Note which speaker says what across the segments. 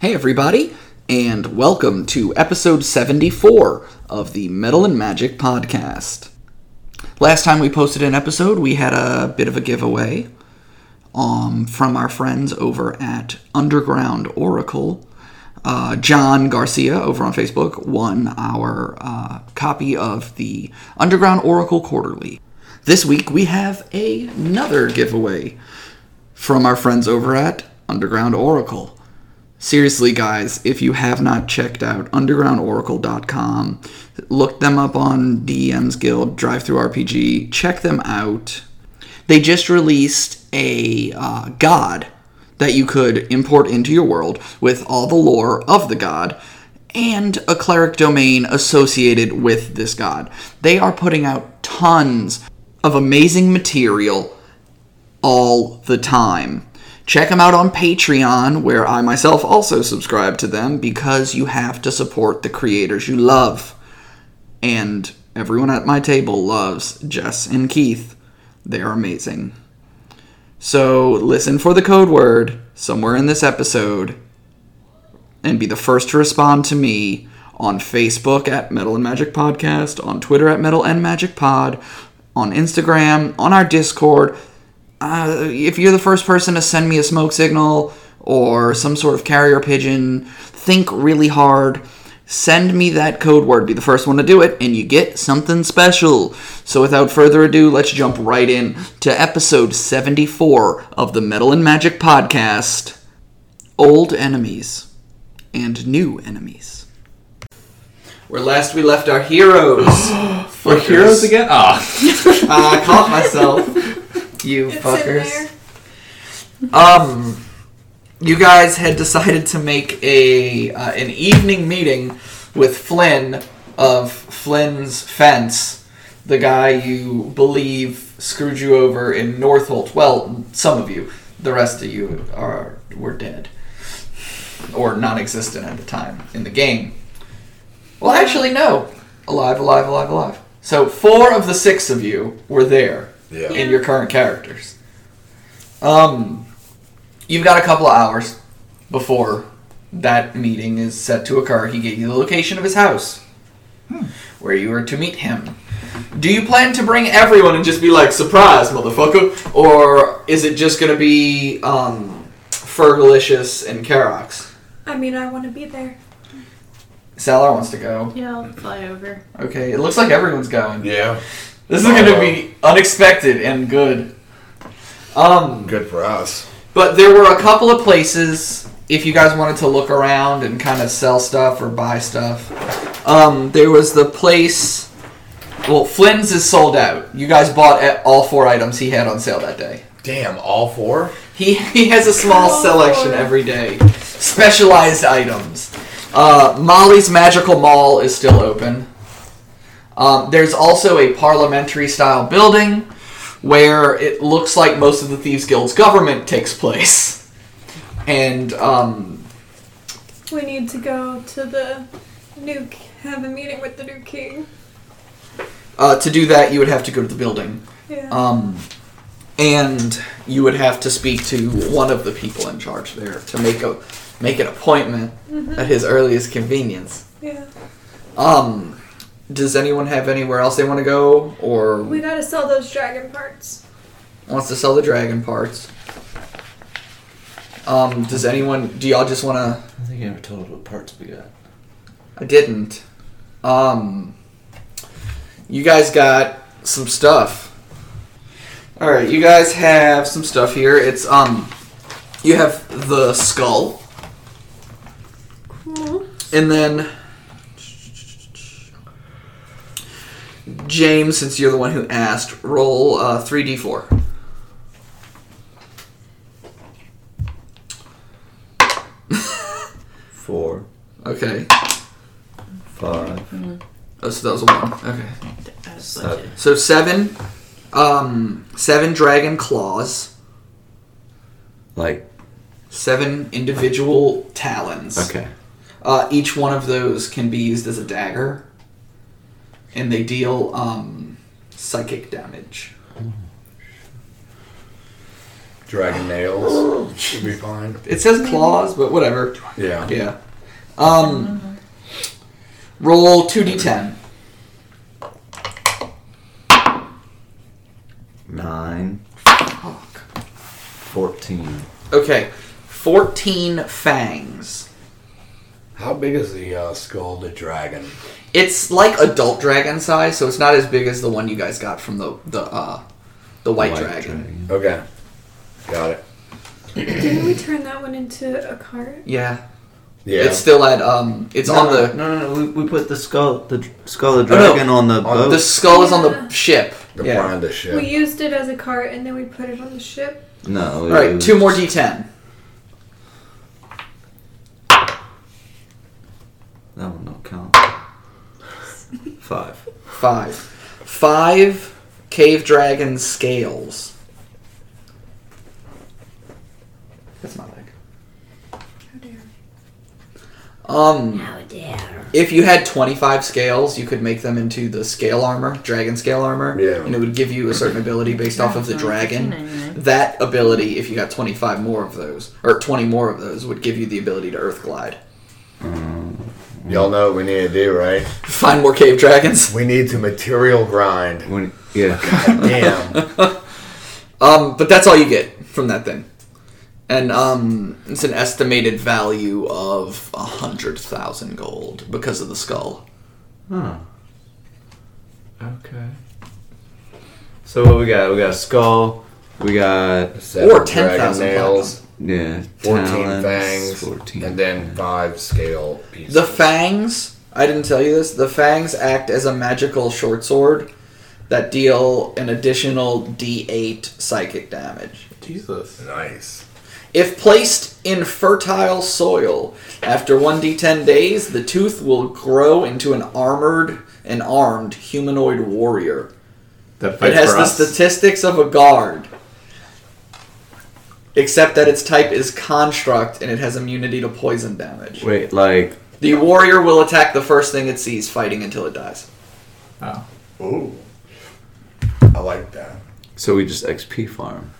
Speaker 1: Hey, everybody, and welcome to episode 74 of the Metal and Magic Podcast. Last time we posted an episode, we had a bit of a giveaway um, from our friends over at Underground Oracle. Uh, John Garcia over on Facebook won our uh, copy of the Underground Oracle Quarterly. This week we have another giveaway from our friends over at Underground Oracle. Seriously, guys, if you have not checked out undergroundoracle.com, look them up on DM's Guild, Drive Through RPG, check them out. They just released a uh, god that you could import into your world with all the lore of the god and a cleric domain associated with this god. They are putting out tons of amazing material all the time. Check them out on Patreon, where I myself also subscribe to them because you have to support the creators you love. And everyone at my table loves Jess and Keith. They're amazing. So listen for the code word somewhere in this episode and be the first to respond to me on Facebook at Metal and Magic Podcast, on Twitter at Metal and Magic Pod, on Instagram, on our Discord. Uh, if you're the first person to send me a smoke signal or some sort of carrier pigeon, think really hard. Send me that code word. Be the first one to do it, and you get something special. So, without further ado, let's jump right in to episode 74 of the Metal and Magic Podcast Old Enemies and new enemies. Where last we left our heroes.
Speaker 2: We're
Speaker 1: Fuckers.
Speaker 2: heroes again? Ah.
Speaker 1: Ah, I caught myself. You
Speaker 3: It's in
Speaker 1: fuckers.
Speaker 3: there.
Speaker 1: Um, you guys had decided to make a uh, an evening meeting with Flynn of Flynn's Fence, the guy you believe screwed you over in Northolt. Well, some of you. The rest of you are were dead or non-existent at the time in the game. Well, actually, no. Alive, alive, alive, alive. So four of the six of you were there
Speaker 2: Yeah.
Speaker 1: in your current characters. Um, you've got a couple of hours before that meeting is set to occur. He gave you the location of his house, where you are to meet him. Do you plan to bring everyone and just be like, surprise, motherfucker? Or is it just going to be um, Fergalicious and Karox?
Speaker 3: I mean, I want to be there.
Speaker 1: Salar wants to go.
Speaker 4: Yeah, I'll fly over.
Speaker 1: Okay, it looks like everyone's going.
Speaker 2: Yeah.
Speaker 1: This is going to be unexpected and good. Um,
Speaker 2: Good for us.
Speaker 1: But there were a couple of places if you guys wanted to look around and kind of sell stuff or buy stuff. Um, there was the place. Well, Flynn's is sold out. You guys bought at all four items he had on sale that day.
Speaker 2: Damn, all four?
Speaker 1: He, he has a small
Speaker 3: All
Speaker 1: selection
Speaker 3: four.
Speaker 1: every day, specialized items. Uh, Molly's Magical Mall is still open. Um, there's also a parliamentary style building where it looks like most of the Thieves Guild's government takes place. And um,
Speaker 3: We need to go to the new k- have a meeting with the new king.
Speaker 1: uh, to do that, you would have to go to the building.
Speaker 3: Yeah.
Speaker 1: Um, and you would have to speak to one of the people in charge there to make a make an appointment at his earliest convenience.
Speaker 3: yeah.
Speaker 1: Um, does anyone have anywhere else they want to go, or
Speaker 3: We gotta sell those dragon parts.
Speaker 1: wants to sell the dragon parts? Um, does anyone? Do y'all just want to?
Speaker 5: I don't think you ever told what parts we got.
Speaker 1: I didn't. Um, you guys got some stuff. All right, you guys have some stuff here. It's um, you have the skull,
Speaker 3: Cool.
Speaker 1: and then James, since you're the one who asked, roll uh, 3d4.
Speaker 5: Four,
Speaker 1: Okay.
Speaker 5: five.
Speaker 1: Oh, so that was a one. Okay.
Speaker 4: Out of
Speaker 5: Seven.
Speaker 4: budget.
Speaker 1: So seven, um, seven dragon claws,
Speaker 5: Like,
Speaker 1: seven individual talons.
Speaker 5: okay.
Speaker 1: Uh, each one of those can be used as a dagger, and they deal um, psychic damage.
Speaker 2: Dragon nails should be fine.
Speaker 1: It says claws, but whatever.
Speaker 2: Yeah.
Speaker 1: Yeah. Um, roll 2d10.
Speaker 5: Nine.
Speaker 1: Fuck.
Speaker 5: Fourteen.
Speaker 1: Okay. 14 fangs.
Speaker 2: How big is the uh, skull of the dragon?
Speaker 1: It's like adult dragon size, so it's not as big as the one you guys got from the the uh, the white, dragon.
Speaker 2: Okay. Got it.
Speaker 3: Didn't we turn that one into a cart?
Speaker 1: Yeah.
Speaker 2: Yeah.
Speaker 1: It's still at um. It's
Speaker 5: No,
Speaker 1: on the
Speaker 5: no, no, no. We, we put the skull, the dr- skull of
Speaker 1: Oh, no.
Speaker 5: dragon on the boat.
Speaker 1: the skull is on
Speaker 3: Yeah.
Speaker 1: the ship.
Speaker 2: the
Speaker 1: yeah.
Speaker 2: brand of shit.
Speaker 3: We used it as a cart and then we put it on the ship.
Speaker 5: no.
Speaker 1: All right, two more d10.
Speaker 5: That one don't count. Five.
Speaker 1: Five. Five cave dragon scales. That's not big.
Speaker 3: How dare.
Speaker 1: Um. If you had 25 scales, you could make them into the scale armor, dragon scale armor.
Speaker 2: Yeah.
Speaker 1: And it would give you a certain ability based off of the dragon. That ability, if you got 25 more of those, or 20 more of those, would give you the ability to earth glide.
Speaker 2: Y'all know what we need to do, right?
Speaker 1: Find more cave dragons.
Speaker 2: We need to material grind.
Speaker 5: When, yeah.
Speaker 2: Damn.
Speaker 1: Um, but that's all you get from that thing. And um, it's an estimated value of a 100,000 gold because of the skull.
Speaker 5: Huh. Okay. So what we got? We got a skull. We got
Speaker 2: Seven
Speaker 1: Or 10,000
Speaker 5: yeah.
Speaker 2: 14
Speaker 5: talons,
Speaker 2: fangs,
Speaker 5: Fourteen.
Speaker 2: and then five scale pieces.
Speaker 1: The fangs, I didn't tell you this, the fangs act as a magical short sword that deal an additional d8 psychic damage.
Speaker 6: Jesus.
Speaker 2: nice.
Speaker 1: If placed in fertile soil, after 1d10 days, the tooth will grow into an armored and armed humanoid warrior.
Speaker 6: That
Speaker 1: It
Speaker 6: fights
Speaker 1: has
Speaker 6: for
Speaker 1: the
Speaker 6: us.
Speaker 1: statistics of a guard. Except that its type is construct and it has immunity to poison damage.
Speaker 5: Wait, like
Speaker 1: The warrior will attack the first thing it sees, fighting until it dies.
Speaker 6: oh.
Speaker 2: Ooh. I like that.
Speaker 5: so we just XP farm.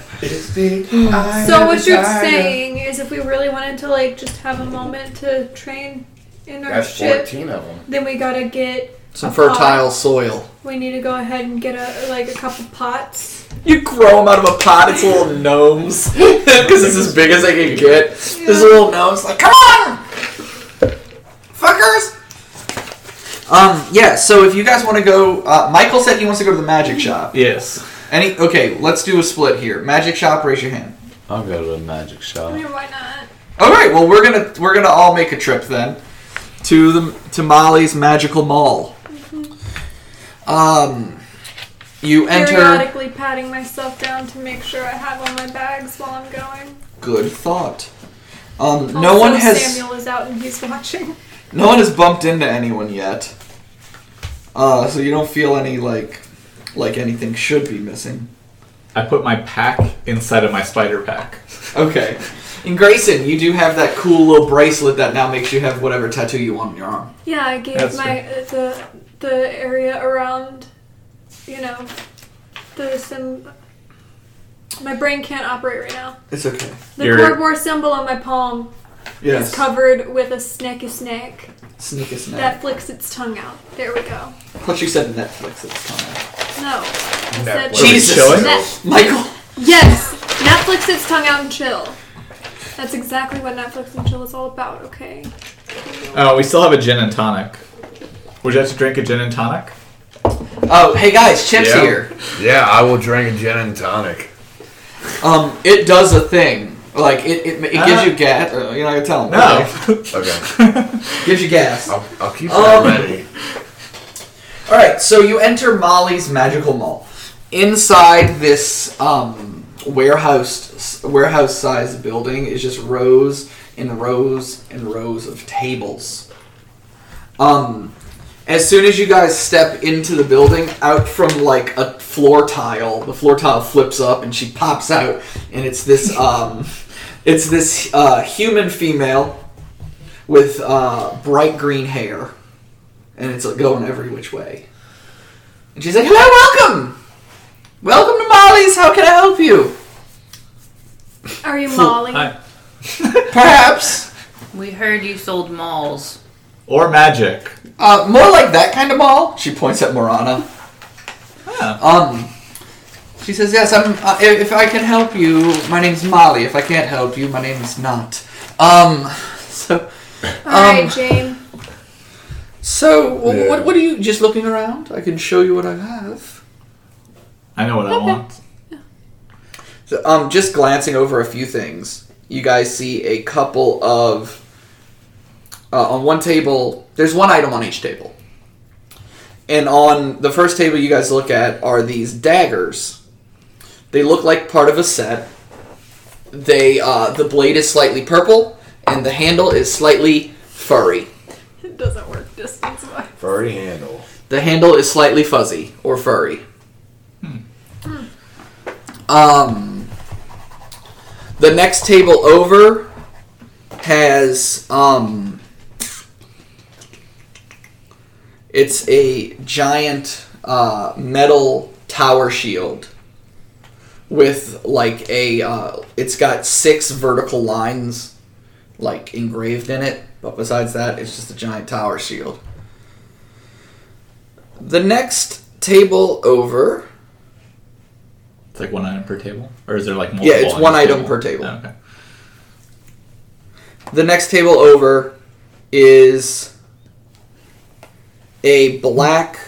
Speaker 3: So what you're saying is if we really wanted to like just have a moment to train in our
Speaker 2: That's
Speaker 3: ship,
Speaker 2: 14 of them.
Speaker 3: then we gotta get
Speaker 1: Some
Speaker 3: A
Speaker 1: fertile
Speaker 3: pot.
Speaker 1: soil.
Speaker 3: we need to go ahead and get a like a couple pots.
Speaker 1: You grow them out of a pot, it's little gnomes. Because it's as big as I can get. This little gnome's like, come on! Fuckers! Um, yeah, so if you guys want to go, uh, Michael said he wants to go to the magic shop.
Speaker 6: Yes.
Speaker 1: Any, okay, let's do a split here. Magic shop, raise your hand.
Speaker 5: I'll go to the magic
Speaker 3: I
Speaker 5: shop.
Speaker 3: mean, why not?
Speaker 1: All right, well we're gonna we're gonna all make a trip then to the to Molly's magical mall. Um, you enter.
Speaker 3: Periodically patting myself down to make sure I have all my bags while I'm going.
Speaker 1: Good thought. Um, no one
Speaker 3: Also,
Speaker 1: has
Speaker 3: Oh, Samuel is out and he's watching.
Speaker 1: no one has bumped into anyone yet. Uh, so you don't feel any like like anything should be missing.
Speaker 6: I put my pack inside of my spider pack.
Speaker 1: Okay. And Grayson, you do have that cool little bracelet that now makes you have whatever tattoo you want on your arm.
Speaker 3: Yeah, I gave
Speaker 6: That's
Speaker 3: my uh, the the area around, you know, the sim. My brain can't operate right now.
Speaker 1: It's okay.
Speaker 3: The
Speaker 6: Your-
Speaker 3: cardboard symbol on my palm is
Speaker 1: Yes.
Speaker 3: covered with a snaky snake
Speaker 1: Sneak a snap.
Speaker 3: that flicks its tongue out. There we go.
Speaker 1: I thought you said Netflix this time.
Speaker 3: No, I said
Speaker 2: Netflix.
Speaker 1: Jesus.
Speaker 6: Chilling?
Speaker 3: Net-
Speaker 1: Michael.
Speaker 3: yes, Netflix its tongue out and chill. That's exactly what Netflix and chill is all about. Okay.
Speaker 6: Oh, we still have a gin and tonic. Would you like to drink a gin and tonic?
Speaker 1: Oh, hey guys, Chip's
Speaker 2: Yeah.
Speaker 1: here.
Speaker 2: Yeah, I will drink a gin and tonic.
Speaker 1: Um, it does a thing. Like it, it, it gives
Speaker 6: Ah.
Speaker 1: you gas. Uh, you're not gonna tell him. Okay.
Speaker 2: Okay.
Speaker 1: gives you gas. All
Speaker 2: I'll, I'll keep
Speaker 1: Um,
Speaker 2: that ready.
Speaker 1: right, so you enter Molly's magical mall. Inside this um, warehouse warehouse sized building is just rows and rows and rows of tables. Um, as soon as you guys step into the building, out from like a floor tile, the floor tile flips up and she pops out, and it's this um, it's this uh, human female with uh, bright green hair, and it's like, going every which way. And she's like, "Hello, welcome." Welcome to Molly's. How can I help you?
Speaker 3: Are you Molly?
Speaker 6: Hi.
Speaker 1: Perhaps.
Speaker 4: We heard you sold malls.
Speaker 6: Or magic.
Speaker 1: Uh, more like that kind of mall. She points at Morana.
Speaker 6: Huh.
Speaker 1: Um, she says, "Yes, I'm. Uh, if, if I can help you, my name's Molly. If I can't help you, my name's not." Um, so,
Speaker 3: Alright,
Speaker 1: um,
Speaker 3: Jane.
Speaker 1: so wh-
Speaker 2: Yeah.
Speaker 1: what? What are you just looking around? I can show you what I have.
Speaker 6: I know what I want.
Speaker 1: So, um, just glancing over a few things, you guys see a couple of. Uh, on one table, there's one item on each table, and on the first table you guys look at are these daggers. They look like part of a set. They uh, the blade is slightly purple, and the handle is slightly furry.
Speaker 3: It doesn't work distance wise.
Speaker 2: Furry handle.
Speaker 1: The handle is slightly fuzzy or furry. Um, the next table over has um, it's a giant uh, metal tower shield with like a uh, it's got six vertical lines like engraved in it. But besides that, it's just a giant tower shield. The next table over.
Speaker 6: It's like one item per table? Or is there like multiple?
Speaker 1: Yeah, it's one
Speaker 6: on each
Speaker 1: item per table.
Speaker 6: Oh, okay.
Speaker 1: The next table over is a black,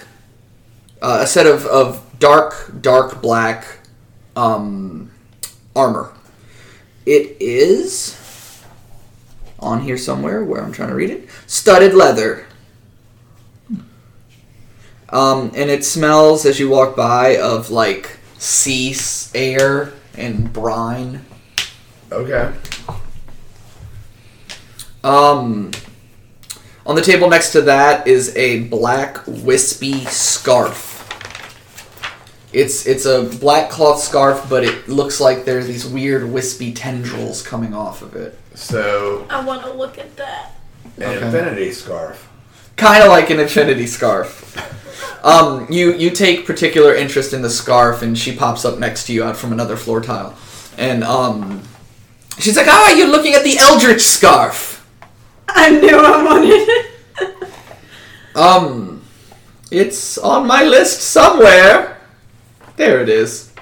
Speaker 1: uh, a set of, of dark, dark black um, armor. It is on here somewhere where I'm trying to read it. Studded leather. Um, and it smells as you walk by of like sea air and brine.
Speaker 2: Okay.
Speaker 1: Um, on the table next to that is a black wispy scarf. It's it's a black cloth scarf, but it looks like there's these weird wispy tendrils coming off of it,
Speaker 2: So,
Speaker 3: I want to look at that.
Speaker 2: an
Speaker 1: Okay.
Speaker 2: infinity scarf.
Speaker 1: kind of like an infinity scarf. Um, you you take particular interest in the scarf, and she pops up next to you out from another floor tile, and um, she's like, "Ah, you're looking at the Eldritch scarf."
Speaker 3: I knew I wanted it.
Speaker 1: Um, it's on my list somewhere. There it is.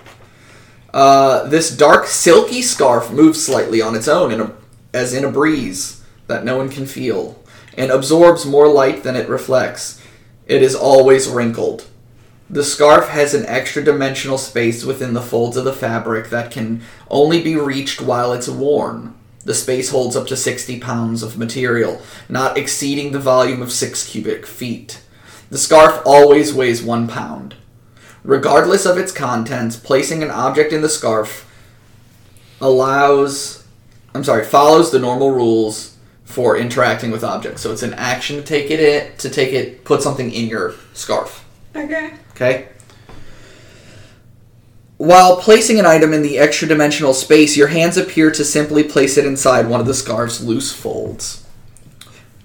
Speaker 1: Uh, this dark, silky scarf moves slightly on its own, in a, as in a breeze that no one can feel, and absorbs more light than it reflects. It is always wrinkled. The scarf has an extra dimensional space within the folds of the fabric that can only be reached while it's worn. The space holds up to 60 pounds of material, not exceeding the volume of 6 cubic feet. The scarf always weighs 1 pound. Regardless of its contents, placing an object in the scarf allows. I'm sorry, follows the normal rules for interacting with objects. So it's an action to take it in, to take it, put something in your scarf.
Speaker 3: Okay.
Speaker 1: Okay. While placing an item in the extra dimensional space, your hands appear to simply place it inside one of the scarf's loose folds.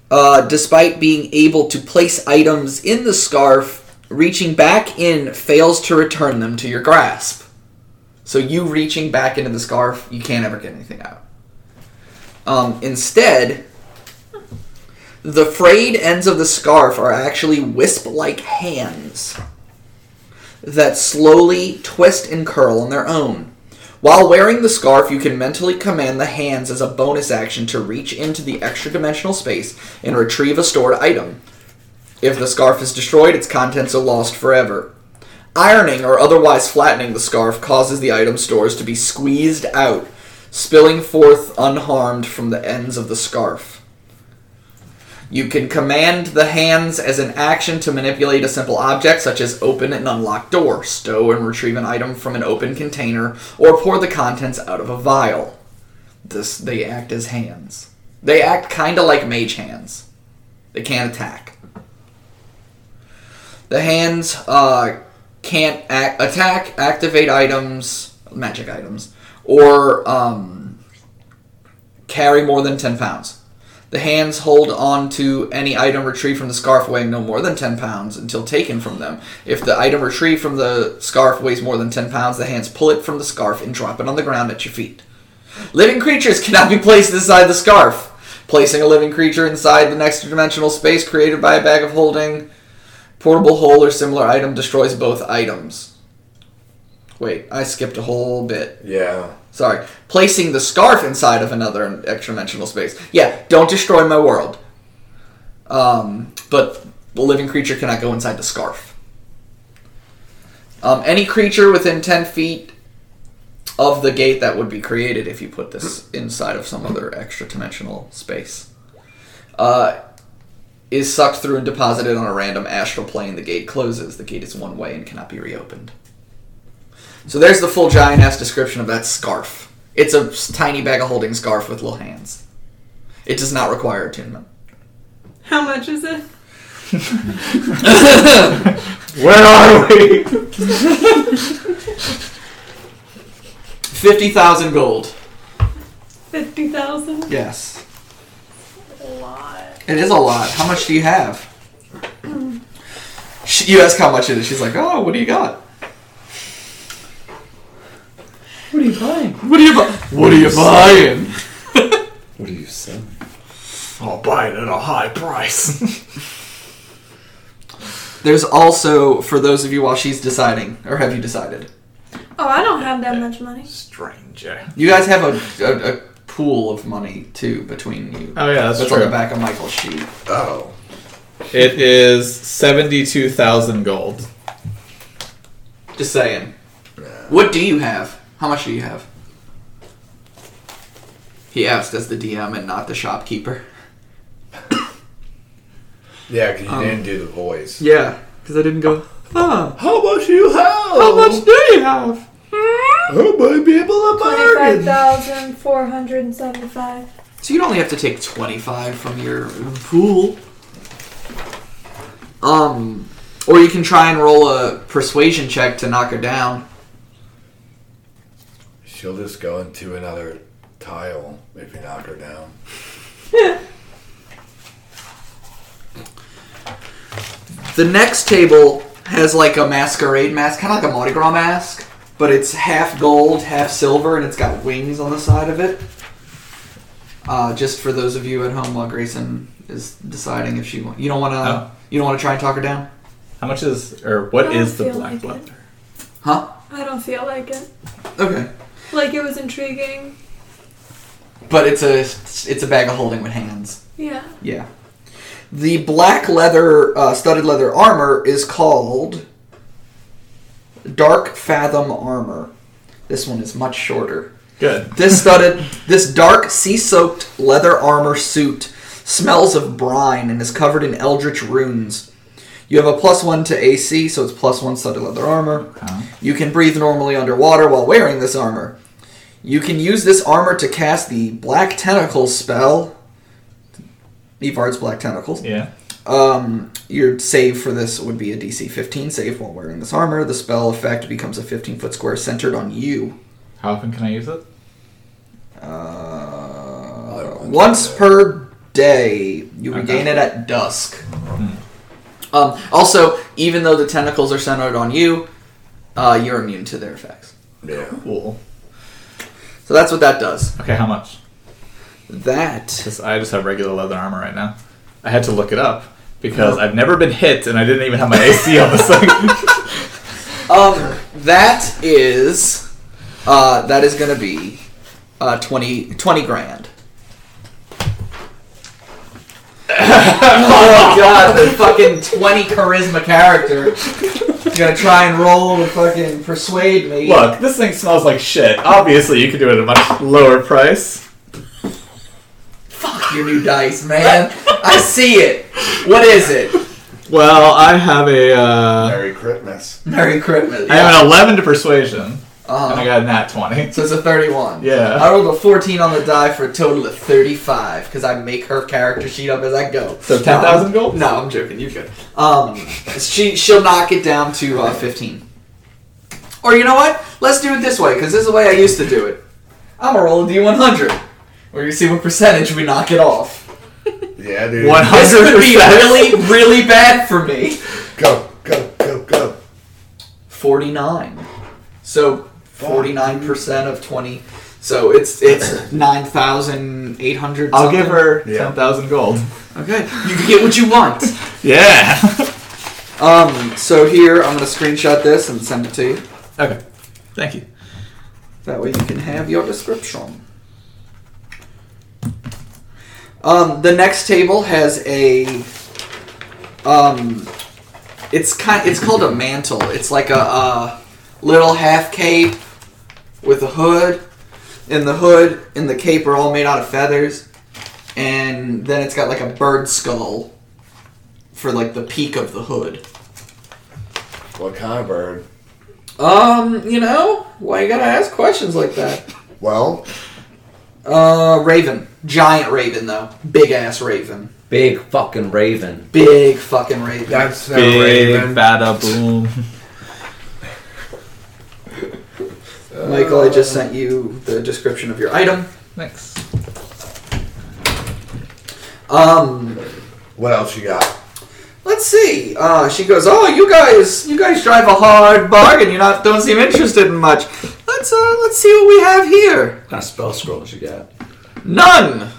Speaker 1: Uh, despite being able to place items in the scarf, reaching back in fails to return them to your grasp. So, you reaching back into the scarf, you can't ever get anything out. Um, instead, the frayed ends of the scarf are actually wisp like hands that slowly twist and curl on their own. While wearing the scarf, you can mentally command the hands as a bonus action to reach into the extra dimensional space and retrieve a stored item. If the scarf is destroyed, its contents are lost forever. Ironing or otherwise flattening the scarf causes the item stores to be squeezed out, spilling forth unharmed from the ends of the scarf. You can command the hands as an action to manipulate a simple object, such as open and unlock door, stow and retrieve an item from an open container, or pour the contents out of a vial. This they act as hands. They act kind of like mage hands. They can't attack. The hands uh, can't ac- attack, activate items, magic items, or um, carry more than ten pounds. The hands hold on to any item retrieved from the scarf weighing no more than 10 pounds until taken from them. If the item retrieved from the scarf weighs more than 10 pounds, the hands pull it from the scarf and drop it on the ground at your feet. Living creatures cannot be placed inside the scarf. Placing a living creature inside the next dimensional space created by a bag of holding, portable hole, or similar item destroys both items. Wait, I skipped a whole bit.
Speaker 2: Yeah.
Speaker 1: Sorry, placing the scarf inside of another extra-dimensional space. Yeah, don't destroy my world. Um, but the living creature cannot go inside the scarf. Um, any creature within ten feet of the gate that would be created if you put this inside of some other extra-dimensional space uh, is sucked through and deposited on a random astral plane. The gate closes. The gate is one way and cannot be reopened. So there's the full giant ass description of that scarf. It's a s- tiny bag of holding scarf with little hands. It does not require attunement.
Speaker 3: How much is it?
Speaker 6: Where are we?
Speaker 1: 50,000 gold.
Speaker 3: 50,000?
Speaker 1: Yes.
Speaker 3: A lot.
Speaker 1: It is a lot. How much do you have? She, you ask how much it is. She's like, oh, what do you got?
Speaker 5: What are you buying?
Speaker 1: What do you buy?
Speaker 6: What are you buying?
Speaker 5: What are you selling?
Speaker 6: I'll buy it at a high price.
Speaker 1: There's also, for those of you while she's deciding, or have you decided?
Speaker 3: Oh, I don't have that much money.
Speaker 6: Stranger.
Speaker 1: You guys have a, a, a pool of money, too, between you.
Speaker 6: Oh yeah, that's,
Speaker 1: That's on the back of Michael's sheet.
Speaker 2: Oh.
Speaker 6: It is seventy-two thousand gold.
Speaker 1: Just saying.
Speaker 2: Yeah.
Speaker 1: What do you have? How much do you have? He asked as the DM and not the shopkeeper.
Speaker 2: Yeah, because you
Speaker 1: Um,
Speaker 2: didn't do the voice.
Speaker 1: Yeah, because I didn't go. Huh?
Speaker 2: How much you have?
Speaker 1: do you have?
Speaker 2: How might be able to bargain?
Speaker 3: 25,475.
Speaker 1: So you'd only have to take twenty-five from your pool. Um, or you can try and roll a persuasion check to knock her down.
Speaker 2: She'll just go into another tile if you knock her down.
Speaker 1: The next table has like a masquerade mask, kind of like a Mardi Gras mask, but it's half gold, half silver, and it's got wings on the side of it. Uh, just for those of you at home, while Grayson is deciding if she want, you don't want to,
Speaker 6: Oh.
Speaker 1: you don't want to try and talk her down,
Speaker 6: How much is or what
Speaker 3: I
Speaker 6: is the
Speaker 3: feel
Speaker 6: black
Speaker 3: like it.
Speaker 6: leather?
Speaker 1: huh?
Speaker 3: I don't feel like it.
Speaker 1: Okay,
Speaker 3: Like it was intriguing.
Speaker 1: but it's a it's a bag of holding with hands.
Speaker 3: Yeah.
Speaker 1: Yeah. The black leather, uh, studded leather armor is called Dark Fathom Armor. This one is much shorter.
Speaker 6: Good.
Speaker 1: This studded, this dark, sea-soaked leather armor suit smells of brine and is covered in eldritch runes. You have a plus one to AC, so it's plus one studded leather armor. You can breathe normally underwater while wearing this armor. You can use this armor to cast the Black Tentacles spell. Evard's Black Tentacles.
Speaker 6: Yeah.
Speaker 1: Um, your save for this would be a DC 15 save while wearing this armor. The spell effect becomes a 15 foot square centered on you.
Speaker 6: How often can I use it?
Speaker 1: Uh,
Speaker 2: don't know.
Speaker 1: once per day, you
Speaker 6: Okay.
Speaker 1: regain it at dusk. Um, also, even though the tentacles are centered on you, uh, you're immune to their effects.
Speaker 2: Yeah.
Speaker 6: Cool.
Speaker 1: So that's what that does.
Speaker 6: Okay, how much?
Speaker 1: That
Speaker 6: Because I just have regular leather armor right now. I had to look it up because I've never been hit and I didn't even have my AC on this thing.
Speaker 1: um, that is uh, that is going to be uh, 20, 20 grand. oh god, the fucking 20 charisma character is going to try and roll to fucking persuade me.
Speaker 6: Look, this thing smells like shit. Obviously, you can do it at a much lower price.
Speaker 1: Fuck your new dice, man. I see it. What is it?
Speaker 6: Well, I have a uh,
Speaker 2: Merry Christmas.
Speaker 1: Merry Christmas.
Speaker 6: I have an eleven to persuasion, and I
Speaker 1: Uh-huh.
Speaker 6: got a nat twenty.
Speaker 1: So it's a 31.
Speaker 6: Yeah.
Speaker 1: I rolled a 14 on the die for a total of 35 because I make her character sheet up as I go. Um,
Speaker 6: So 10,000 gold?
Speaker 1: No, I'm joking. You're good. Um, she she'll knock it down to uh, 15. Or you know what? Let's do it this way because this is the way I used to do it. I'm gonna roll a D100. We're gonna see what percentage we knock it off.
Speaker 2: Yeah, dude.
Speaker 6: One
Speaker 1: This
Speaker 6: hundred
Speaker 1: could be
Speaker 6: percent.
Speaker 1: really, really bad for me.
Speaker 2: Go, go, go, go.
Speaker 1: 49. So 49% of 20. So it's it's 9,800
Speaker 6: I'll give
Speaker 1: something.
Speaker 6: her
Speaker 2: Yeah.
Speaker 6: ten thousand gold.
Speaker 1: Okay. You can get what you want.
Speaker 6: Yeah.
Speaker 1: Um so here I'm going to screenshot this and send it to you.
Speaker 6: okay. Thank you.
Speaker 1: That way you can have your description. Um, the next table has a. Um, it's kind. It's called a mantle. It's like a, uh little half cape with a hood, and the hood and the cape are all made out of feathers, and then it's got like a bird skull for like the peak of the hood.
Speaker 2: What kind of bird?
Speaker 1: Um, you know, why you gotta ask questions like that?
Speaker 2: Well,
Speaker 1: Uh, Raven. Giant Raven, though. Big ass Raven.
Speaker 7: Big fucking raven.
Speaker 1: Big fucking Raven.
Speaker 2: that's a
Speaker 6: Big
Speaker 2: raven.
Speaker 6: bada boom.
Speaker 1: Michael, I just sent you the description of your item.
Speaker 6: Thanks.
Speaker 1: Um,
Speaker 2: What else you got?
Speaker 1: let's see. Uh, she goes, "Oh, you guys, you guys drive a hard bargain. You not don't seem interested in much. Let's uh, let's see what we have here.
Speaker 7: What kind of spell scrolls you got?
Speaker 1: None.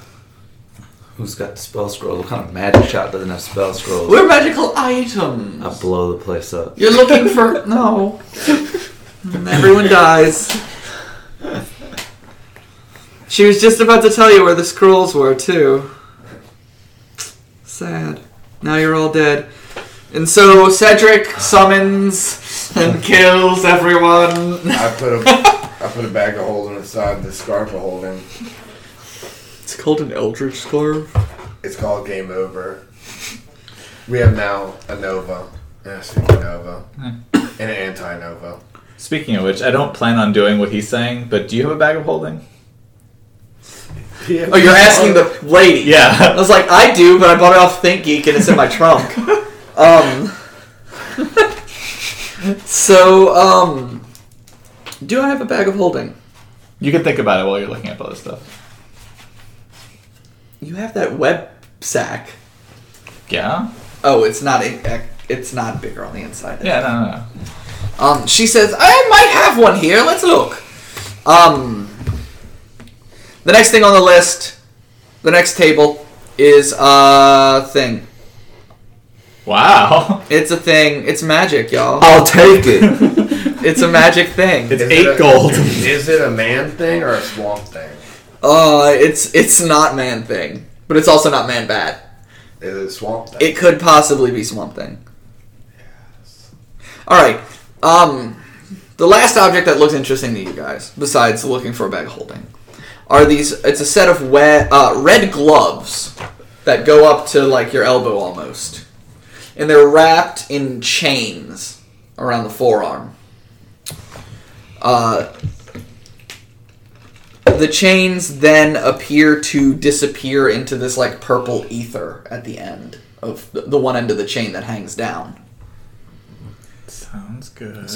Speaker 7: Who's got the spell scroll? What kind of magic shot doesn't have spell scrolls?
Speaker 1: We're magical items.
Speaker 7: I blow the place up.
Speaker 1: You're looking for no. Everyone dies. She was just about to tell you where the scrolls were too. Sad. Now you're all dead. And so Cedric summons and kills everyone.
Speaker 2: I put a, I put a bag of holding inside the scarf of holding.
Speaker 1: It's called an Eldritch Scarf.
Speaker 2: It's called Game Over. We have now a Nova, and a Super Nova, and an Anti Nova.
Speaker 6: Speaking of which, I don't plan on doing what he's saying, but do you have a bag of holding?
Speaker 1: Oh, you're asking the lady. I
Speaker 6: Yeah.
Speaker 1: was like, I do, but I bought it off ThinkGeek and it's in my trunk. Um. so, um. Do I have a bag of holding?
Speaker 6: You can think about it while you're looking up other stuff.
Speaker 1: You have that web sack.
Speaker 6: Yeah.
Speaker 1: Oh, it's not in, it's not bigger on the inside.
Speaker 6: Yeah. No. No. no.
Speaker 1: Um, she says, I might have one here. Let's look. Um, the next thing on the list, the next table, is a thing.
Speaker 6: Wow.
Speaker 1: It's a thing. It's magic, y'all.
Speaker 7: I'll take it.
Speaker 1: It's a magic thing.
Speaker 6: It's
Speaker 2: Is
Speaker 6: eight
Speaker 2: Oh. it a-
Speaker 6: gold.
Speaker 2: Is it a man thing or a swamp thing?
Speaker 1: Uh, it's it's not man thing, but it's also not man bat.
Speaker 2: Is it swamp thing?
Speaker 1: It could possibly be swamp thing. All right. Um, the last object that looks interesting to you guys, besides looking for a bag of holding, are these. It's a set of we- uh, red gloves that go up to like your elbow almost, and they're wrapped in chains around the forearm. Uh, the chains then appear to disappear into this like purple ether at the end of the, the one end of the chain that hangs down.
Speaker 6: Sounds good.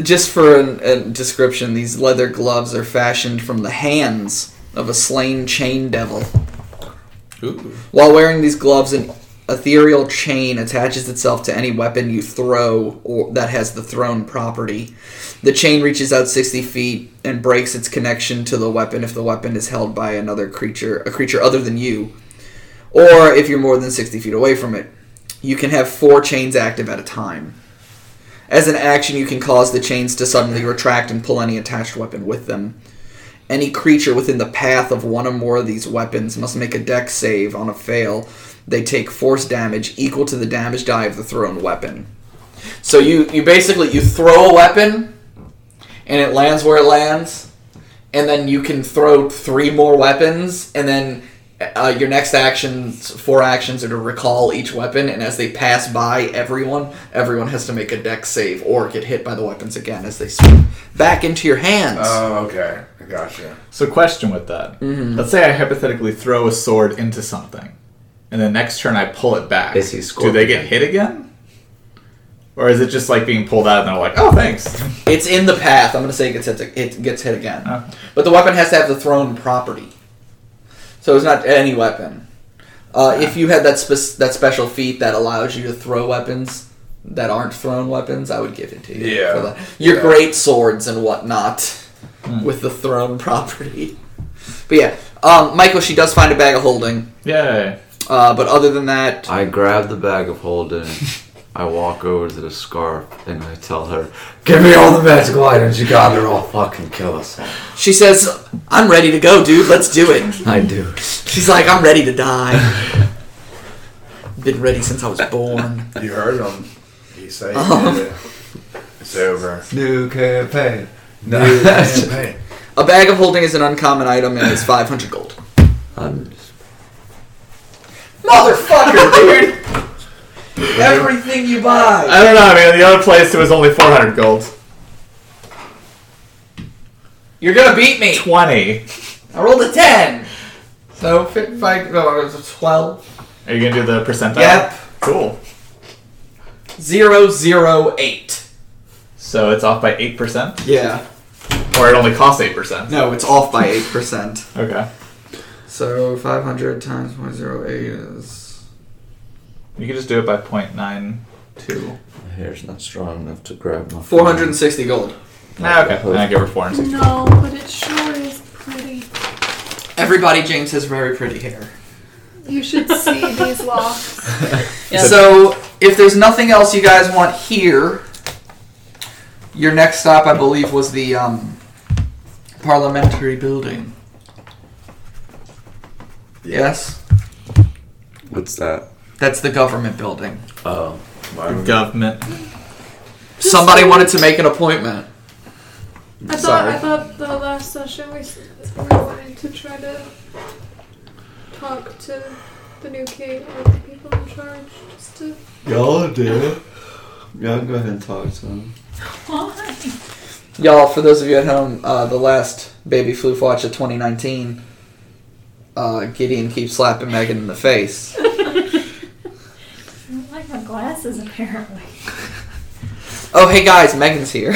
Speaker 1: Just for an, a description, these leather gloves are fashioned from the hands of a slain chain devil.
Speaker 6: Ooh.
Speaker 1: While wearing these gloves, an ethereal chain attaches itself to any weapon you throw or that has the thrown property. The chain reaches out 60 feet and breaks its connection to the weapon if the weapon is held by another creature, a creature other than you, or if you're more than 60 feet away from it. You can have four chains active at a time. As an action, you can cause the chains to suddenly retract and pull any attached weapon with them. Any creature within the path of one or more of these weapons must make a dex save on a fail. They take force damage equal to the damage die of the thrown weapon. So you, you basically you throw a weapon and it lands where it lands and then you can throw three more weapons and then uh, your next actions four actions are to recall each weapon and as they pass by everyone everyone has to make a dex save or get hit by the weapons again as they swing back into your hands
Speaker 2: Oh, okay. I gotcha.
Speaker 6: So, question with that.
Speaker 1: Mm-hmm.
Speaker 6: Let's say I hypothetically throw a sword into something, and the next turn I pull it back.
Speaker 7: They see
Speaker 6: Do
Speaker 7: scorpion.
Speaker 6: they get hit again? Or is it just like being pulled out and they're like, oh, thanks?
Speaker 1: It's in the path. I'm gonna say it gets hit. It gets hit again.
Speaker 6: Oh.
Speaker 1: But the weapon has to have the thrown property. So it's not any weapon. Uh, if you had that spe- that special feat that allows you to throw weapons that aren't thrown weapons, I would give it to you.
Speaker 2: Yeah.
Speaker 1: for that. Your
Speaker 2: Yeah.
Speaker 1: great swords and whatnot with the thrown property. But yeah, um, Michael, she does find a bag of holding.
Speaker 6: Yay.
Speaker 1: Uh, but other than that,
Speaker 5: I grab the bag of holding. I walk over to the scarf and I tell her, "Give me all the magical items you got, or I'll fucking kill us." all."
Speaker 1: she says, "I'm ready to go, dude. Let's do it."
Speaker 5: I do.
Speaker 1: She's like, "I'm ready to die. Been ready since I was born."
Speaker 2: You heard him. He said he
Speaker 1: Um.
Speaker 2: did it. It's over.
Speaker 5: New campaign. No.
Speaker 2: Hey,
Speaker 1: A bag of holding is an uncommon item and it's 500 gold.
Speaker 5: I'm just-
Speaker 1: Motherfucker, dude! Everything you buy!
Speaker 6: I don't know, man. The other place it was only 400 gold.
Speaker 1: You're gonna beat me!
Speaker 6: 20.
Speaker 1: I rolled a 10! So, fi- five, no, it was a 12.
Speaker 6: Are you gonna do the percentile?
Speaker 1: Yep.
Speaker 6: Cool.
Speaker 1: Uh, Zero, zero, eight.
Speaker 6: So it's off by 8%?
Speaker 1: Yeah.
Speaker 6: Or it only costs 8%?
Speaker 1: No, it's off by 8%.
Speaker 6: Okay.
Speaker 1: So, 500 times 0.08 is.
Speaker 6: You can just do it by 0.92.
Speaker 7: My hair's not strong enough to grab my.
Speaker 1: 460 gold.
Speaker 6: Nah, okay. Then I give her 460.
Speaker 3: No, but it sure is pretty.
Speaker 1: Everybody, James has very pretty hair.
Speaker 3: You should see these locks.
Speaker 4: Yep.
Speaker 1: So, if there's nothing else you guys want here, your next stop, I believe, was the um, parliamentary building. Yes?
Speaker 7: What's that?
Speaker 1: That's the government building.
Speaker 7: Oh.
Speaker 6: Government.
Speaker 1: Somebody wanted to make an appointment.
Speaker 3: I thought,
Speaker 1: Sorry.
Speaker 3: I thought the last session we, s- we were wanting to try to talk to the new king or the people in charge just to.
Speaker 7: Y'all do. Y'all go ahead and talk to him.
Speaker 4: Why?
Speaker 1: Y'all, for those of you at home, uh, the last Baby Floof Watch of 2019, uh, Gideon keeps slapping Megan in the face.
Speaker 8: I don't like my glasses apparently.
Speaker 1: Oh, hey guys, Megan's here.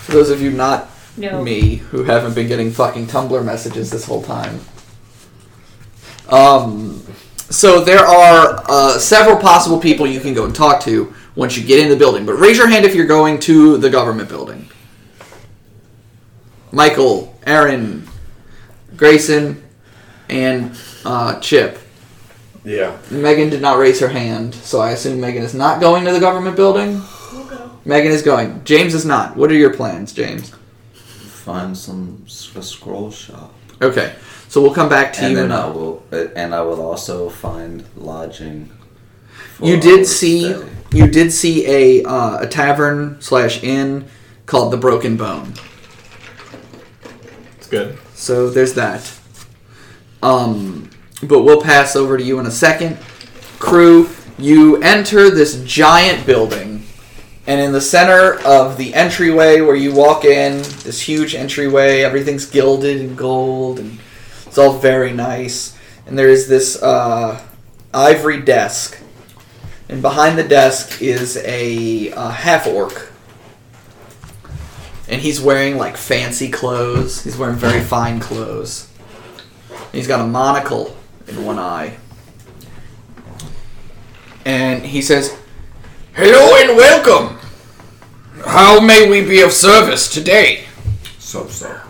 Speaker 1: for those of you not
Speaker 4: No.
Speaker 1: me who haven't been getting fucking Tumblr messages this whole time. Um, so there are uh, several possible people you can go and talk to once you get in the building. But raise your hand if you're going to the government building. Michael, Aaron, Grayson, and uh, Chip.
Speaker 2: Yeah.
Speaker 1: Megan did not raise her hand, so I assume Megan is not going to the government building.
Speaker 3: We'll go.
Speaker 1: Megan is going. James is not. What are your plans, James?
Speaker 7: Find some s- a scroll shop.
Speaker 1: Okay, so we'll come back to
Speaker 7: and
Speaker 1: you.
Speaker 7: then
Speaker 1: in a-
Speaker 7: I will, uh, and I will also find lodging. for
Speaker 1: you did
Speaker 7: our
Speaker 1: see
Speaker 7: stay.
Speaker 1: you did see a uh, a tavern slash inn called the Broken Bone.
Speaker 6: It's good.
Speaker 1: So there's that. Um, but we'll pass over to you in a second. Crew, you enter this giant building, and in the center of the entryway where you walk in, this huge entryway, everything's gilded and gold, and it's all very nice. And there is this uh, ivory desk, and behind the desk is a, uh half orc and he's wearing like fancy clothes. He's wearing very fine clothes. And he's got a monocle in one eye. And he says, "Hello and welcome. How may we be of service today?"
Speaker 2: So so.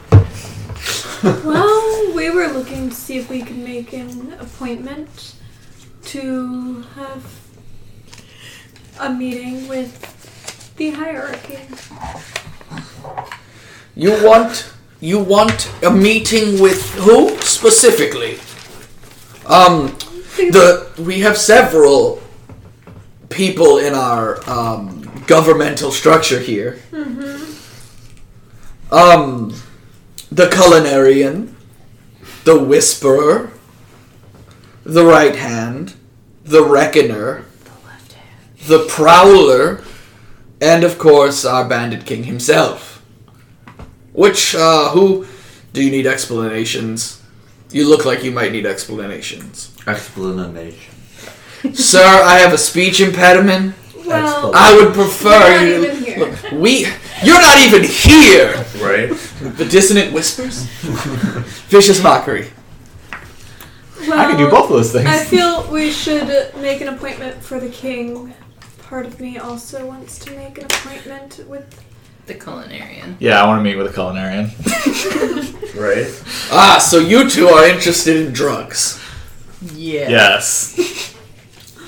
Speaker 3: Well, we were looking to see if we could make an appointment to have a meeting with the hierarchy.
Speaker 1: You want you want a meeting with who specifically? Um the we have several people in our um, governmental structure here. Um the culinarian, the whisperer, the right hand, the reckoner, the prowler, and of course our bandit king himself. Which, uh, who do you need explanations? You look like you might need explanations.
Speaker 7: Explanation.
Speaker 1: Sir, I have a speech impediment.
Speaker 3: Well,
Speaker 1: I would prefer
Speaker 3: we're not
Speaker 1: you.
Speaker 3: even here.
Speaker 1: We. You're not even here!
Speaker 2: Right?
Speaker 1: The dissonant whispers? Vicious mockery.
Speaker 3: Well,
Speaker 6: I could do both of those things.
Speaker 3: Oh, I feel we should make an appointment for the king. Part of me also wants to make an appointment with.
Speaker 4: The culinarian.
Speaker 6: yeah, I want to meet with a culinarian.
Speaker 2: Right?
Speaker 1: Ah, so you two are interested in drugs.
Speaker 4: Yeah.
Speaker 6: Yes. You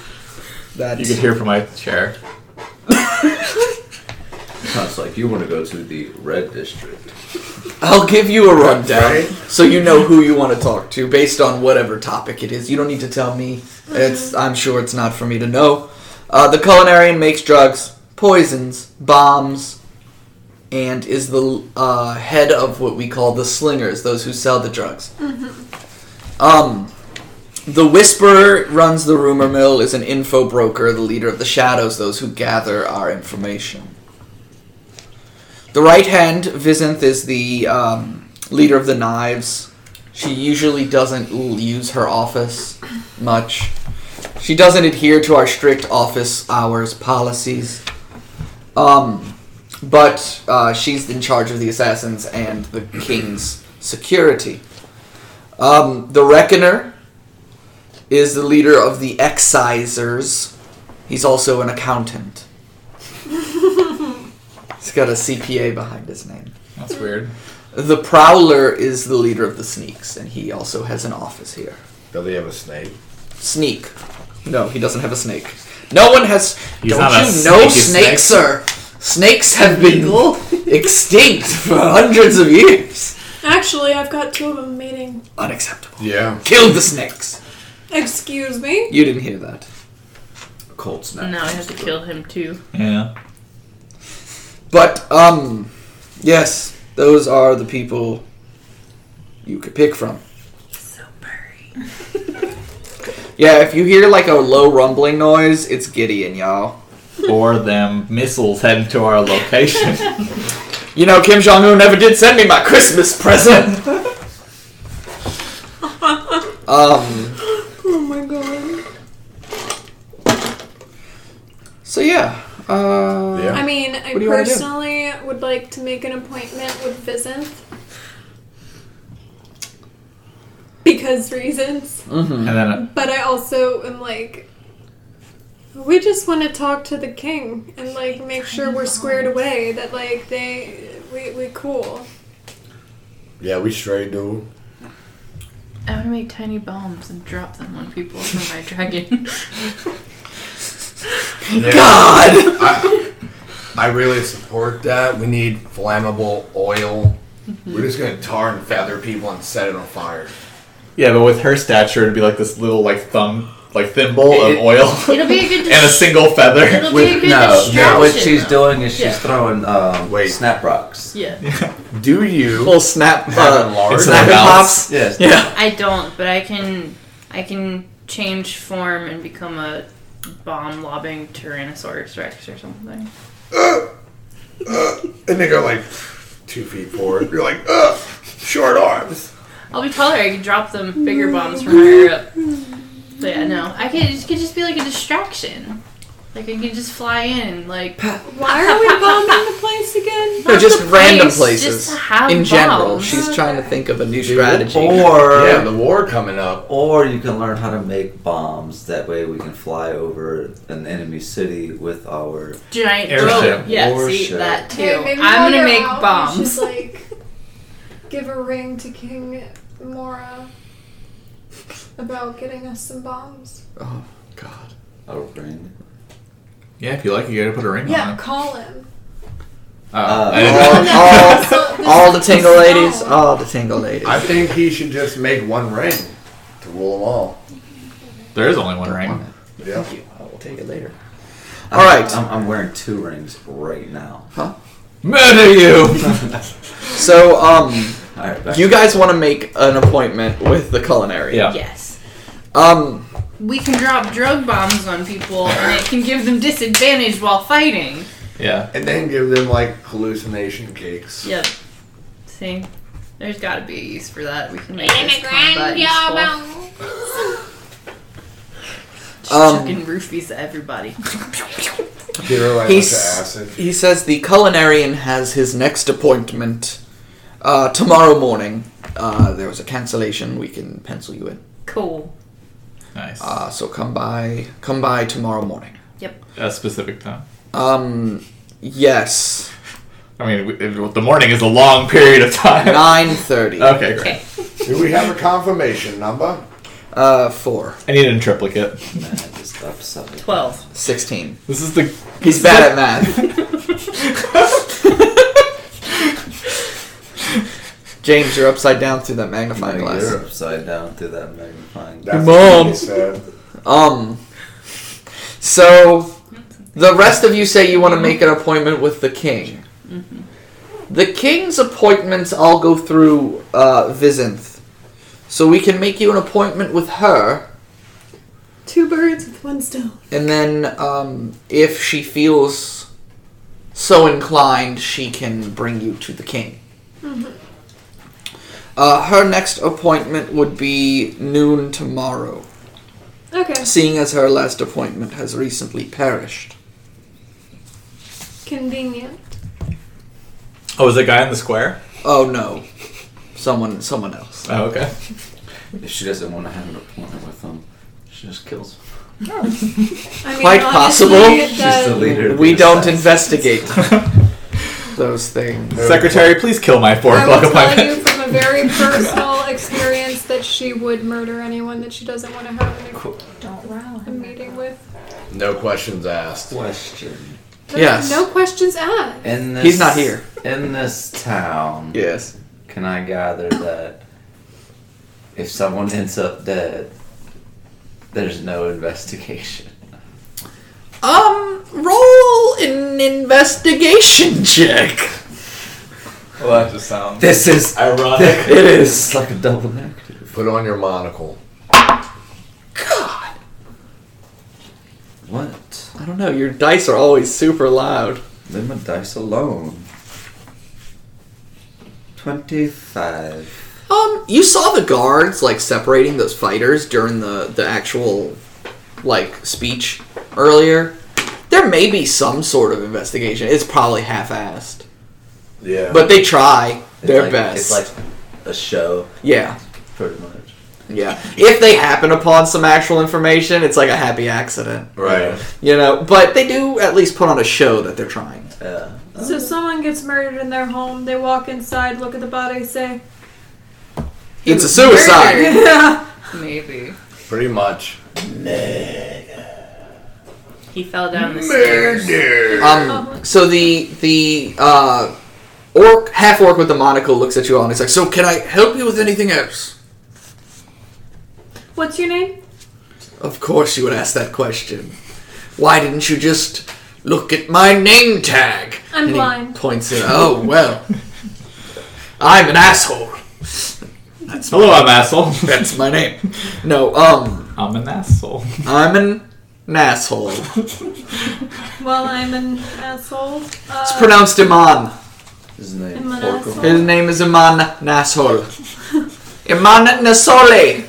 Speaker 1: That's.
Speaker 6: could hear from my chair.
Speaker 5: Sounds like you want to go to the red district.
Speaker 1: I'll give you a rundown
Speaker 2: Right?
Speaker 1: so you know who you want to talk to based on whatever topic it is. You don't need to tell me. It's I'm sure it's not for me to know. Uh, the culinarian makes drugs, poisons, bombs, and is the uh, head of what we call the slingers, those who sell the drugs. Um, the whisperer runs the rumor mill, is an info broker, the leader of the shadows, those who gather our information. The right hand, Visinth, is the um, leader of the knives. She usually doesn't l- use her office much. She doesn't adhere to our strict office hours policies. Um, but uh, she's in charge of the assassins and the king's security. Um, the Reckoner is the leader of the excisers. He's also an accountant. He's got a CPA behind his name.
Speaker 6: That's weird.
Speaker 1: The Prowler is the leader of the Sneaks, and he also has an office here.
Speaker 2: Does he have a snake?
Speaker 1: Sneak. No, he doesn't have a snake. No one has.
Speaker 6: He's
Speaker 1: don't
Speaker 6: not a
Speaker 1: you know
Speaker 6: sneaky
Speaker 1: snakes are. Snakes have been extinct for hundreds of years.
Speaker 3: Actually, I've got two of them meeting.
Speaker 1: Unacceptable.
Speaker 2: Yeah.
Speaker 1: Kill the snakes.
Speaker 3: Excuse me?
Speaker 1: You didn't hear that.
Speaker 5: Cold snap.
Speaker 4: Now I have to kill him too.
Speaker 6: Yeah.
Speaker 1: But um, yes, those are the people you could pick from.
Speaker 4: So furry.
Speaker 1: Yeah, if you hear like a low rumbling noise, it's Gideon, y'all.
Speaker 6: Or them missiles heading to our location.
Speaker 1: You know, Kim Jong Un never did send me my Christmas present. um.
Speaker 3: Oh my god.
Speaker 1: So yeah. Uh,
Speaker 2: Yeah.
Speaker 3: I mean, I
Speaker 1: What do you wanna do?
Speaker 3: personally would like to make an appointment with Visinth. Because reasons.
Speaker 1: mhm.
Speaker 6: and then
Speaker 3: But I also am like, we just want to talk to the king and like make sure we're squared away that like they we we cool.
Speaker 2: Yeah, we straight dude.
Speaker 4: I want to make tiny bombs and drop them on people from my dragon.
Speaker 1: God.
Speaker 2: I, I really support that. We need flammable oil. We're just gonna tar and feather people and set it on fire.
Speaker 6: yeah, but with her stature, it'd be like this little like thumb, like thimble of
Speaker 7: It-
Speaker 6: oil
Speaker 4: It'll be a good.
Speaker 6: and a
Speaker 4: Dis-
Speaker 6: single feather.
Speaker 4: it'll be a
Speaker 7: With,
Speaker 4: good
Speaker 7: no,
Speaker 4: distraction.
Speaker 7: no, what she's
Speaker 4: though.
Speaker 7: doing is she's
Speaker 4: Yeah.
Speaker 7: throwing um,
Speaker 2: Wait.
Speaker 7: snap rocks.
Speaker 4: Yeah,
Speaker 2: Do you
Speaker 1: Full snap.
Speaker 2: have
Speaker 1: Uh,
Speaker 2: enlarged?
Speaker 6: It's
Speaker 1: snap
Speaker 6: a
Speaker 1: and
Speaker 6: balance.
Speaker 1: pops.
Speaker 7: Yes.
Speaker 1: Yeah.
Speaker 4: I don't, but I can. I can change form and become a bomb lobbing Tyrannosaurus Rex or something.
Speaker 2: And they go like two feet forward. You're like, ugh, short arms.
Speaker 4: I'll be taller. I can drop them bigger bombs from higher up. But yeah, no, I could. It could just be like a distraction. Like I could just fly in, like
Speaker 3: Why are we bombing the place again?
Speaker 1: No, just
Speaker 4: the
Speaker 1: random
Speaker 4: place,
Speaker 1: places.
Speaker 4: just to have
Speaker 1: in general,
Speaker 4: bombs.
Speaker 1: she's trying to think of a new strategy.
Speaker 2: Oh,
Speaker 7: Or
Speaker 2: Yeah, the war coming up.
Speaker 7: or you can learn how to make bombs. That way we can fly over an enemy city with our
Speaker 4: giant
Speaker 6: Airship.
Speaker 4: drone. Yeah, see
Speaker 7: Warship.
Speaker 4: that too.
Speaker 3: Okay, maybe while
Speaker 4: I'm gonna
Speaker 3: you're
Speaker 4: make
Speaker 3: out, We
Speaker 4: bombs.
Speaker 3: should, like give a ring to King Mora about getting us some bombs.
Speaker 1: Oh God.
Speaker 7: our ring.
Speaker 6: Yeah, if you like, you gotta put a ring
Speaker 3: Yeah,
Speaker 6: on it.
Speaker 3: call him.
Speaker 6: Oh,
Speaker 7: Uh,
Speaker 6: I didn't know.
Speaker 1: All, all,
Speaker 3: So this-
Speaker 1: all the tingle ladies.
Speaker 3: No.
Speaker 1: All the tingle ladies.
Speaker 2: I think he should just make one ring to rule them all.
Speaker 6: there is only one ring.
Speaker 2: Yeah.
Speaker 1: Thank you. I will take it later.
Speaker 7: I'm-
Speaker 1: All right.
Speaker 7: I'm, I'm wearing two rings right now.
Speaker 6: Murder you!
Speaker 1: So um,
Speaker 7: All right, back
Speaker 1: you guys want to make an appointment with the culinary?
Speaker 6: Yeah.
Speaker 4: Yes,
Speaker 1: Um.
Speaker 4: we can drop drug bombs on people, and it can give them disadvantage while fighting.
Speaker 6: Yeah.
Speaker 2: And then give them like hallucination cakes.
Speaker 4: Yep. See, there's got to be a use for that. We can make this combat useful. Just
Speaker 1: Um,
Speaker 4: chucking roofies at everybody.
Speaker 2: Hero I
Speaker 1: He's,
Speaker 2: acid.
Speaker 1: he says the culinarian has his next appointment uh, tomorrow morning. Uh, there was a cancellation. We can pencil you in.
Speaker 4: Cool.
Speaker 6: Nice.
Speaker 1: Uh, so come by, come by tomorrow morning.
Speaker 6: a specific time.
Speaker 1: Um, yes,
Speaker 6: I mean, we- it- the morning is a long period of time.
Speaker 1: nine thirty.
Speaker 6: Okay, great.
Speaker 2: Do we have a confirmation number?
Speaker 1: Uh, four.
Speaker 6: I need it in triplicate.
Speaker 7: Man, I just upset me.
Speaker 4: Twelve.
Speaker 1: Sixteen.
Speaker 6: This is the
Speaker 1: He's bad at math. James, you're upside down through that magnifying
Speaker 7: Like,
Speaker 1: glass.
Speaker 7: You're upside down through that magnifying.
Speaker 2: That's
Speaker 1: Mom.
Speaker 2: what he said.
Speaker 1: Um. So, the rest of you say you want to make an appointment with the king. The king's appointments all go through uh, Visinth, so we can make you an appointment with her,
Speaker 3: Two birds with one stone.
Speaker 1: and then um, if she feels so inclined, she can bring you to the king. Uh, her next appointment would be noon tomorrow.
Speaker 3: Okay.
Speaker 1: seeing as her last appointment has recently perished.
Speaker 3: Convenient.
Speaker 6: oh, is that guy in the square?
Speaker 1: Oh no, someone, someone else.
Speaker 6: Oh, okay.
Speaker 7: If she doesn't want to have an appointment with him, she just kills him.
Speaker 3: I mean,
Speaker 1: Quite
Speaker 3: honestly,
Speaker 1: possible.
Speaker 3: it
Speaker 7: She's the
Speaker 3: does-
Speaker 7: leader. of
Speaker 1: We
Speaker 7: the
Speaker 1: don't
Speaker 7: assassins.
Speaker 1: investigate those things.
Speaker 6: Secretary, please kill my four
Speaker 3: I
Speaker 6: o'clock
Speaker 3: will tell you
Speaker 6: appointment.
Speaker 3: from a very personal experience that she would murder anyone that she doesn't want to have
Speaker 8: Don't row.
Speaker 3: a meeting with.
Speaker 2: No questions asked.
Speaker 7: Question.
Speaker 3: There's
Speaker 1: Yes.
Speaker 3: No questions asked.
Speaker 7: In this,
Speaker 1: He's not here.
Speaker 7: In this town,
Speaker 1: Yes.
Speaker 7: can I gather that if someone ends up dead, there's no investigation?
Speaker 1: Um, roll an investigation check.
Speaker 6: Well, that just sounds
Speaker 7: This is
Speaker 6: ironic.
Speaker 7: it is like a double negative.
Speaker 2: Put on your monocle.
Speaker 1: God,
Speaker 7: What?
Speaker 1: I don't know. Your dice are always super loud.
Speaker 7: Leave my dice alone. Twenty-five.
Speaker 1: Um, you saw the guards like separating those fighters during the the actual like speech earlier. There may be some sort of investigation. It's probably half-assed,
Speaker 2: Yeah.
Speaker 1: but they try
Speaker 7: It's
Speaker 1: their
Speaker 7: like-
Speaker 1: best.
Speaker 7: It's like a show,
Speaker 1: yeah,
Speaker 7: pretty much.
Speaker 1: yeah. If they happen upon some actual information, it's like a happy accident,
Speaker 2: right.
Speaker 1: you know. But they do at least put on a show that they're trying.
Speaker 7: Yeah.
Speaker 3: So someone gets murdered in their home. They walk inside, look at the body, say,
Speaker 1: It's a suicide.
Speaker 4: Murder.
Speaker 3: "Yeah,
Speaker 4: Maybe.
Speaker 2: Pretty much.
Speaker 4: He fell down the stairs.
Speaker 1: Um, so the the uh, orc half orc with the monocle looks at you all and he's like, "So can I help you with anything else?"
Speaker 3: what's your name?"
Speaker 1: Of course you would ask that question. Why didn't you just look at my name tag?
Speaker 3: I'm
Speaker 1: And he
Speaker 3: blind.
Speaker 1: points it. Oh well. I'm an asshole.
Speaker 6: Hello, I'm asshole.
Speaker 1: That's my name. No, um,
Speaker 6: I'm an asshole.
Speaker 1: I'm an, an asshole. It's
Speaker 3: Well, I'm an asshole. Uh,
Speaker 1: pronounced Iman.
Speaker 7: His name.
Speaker 3: I'm an
Speaker 7: Orko.
Speaker 3: asshole.
Speaker 1: His name is Iman Nasshole. Iman Nasole.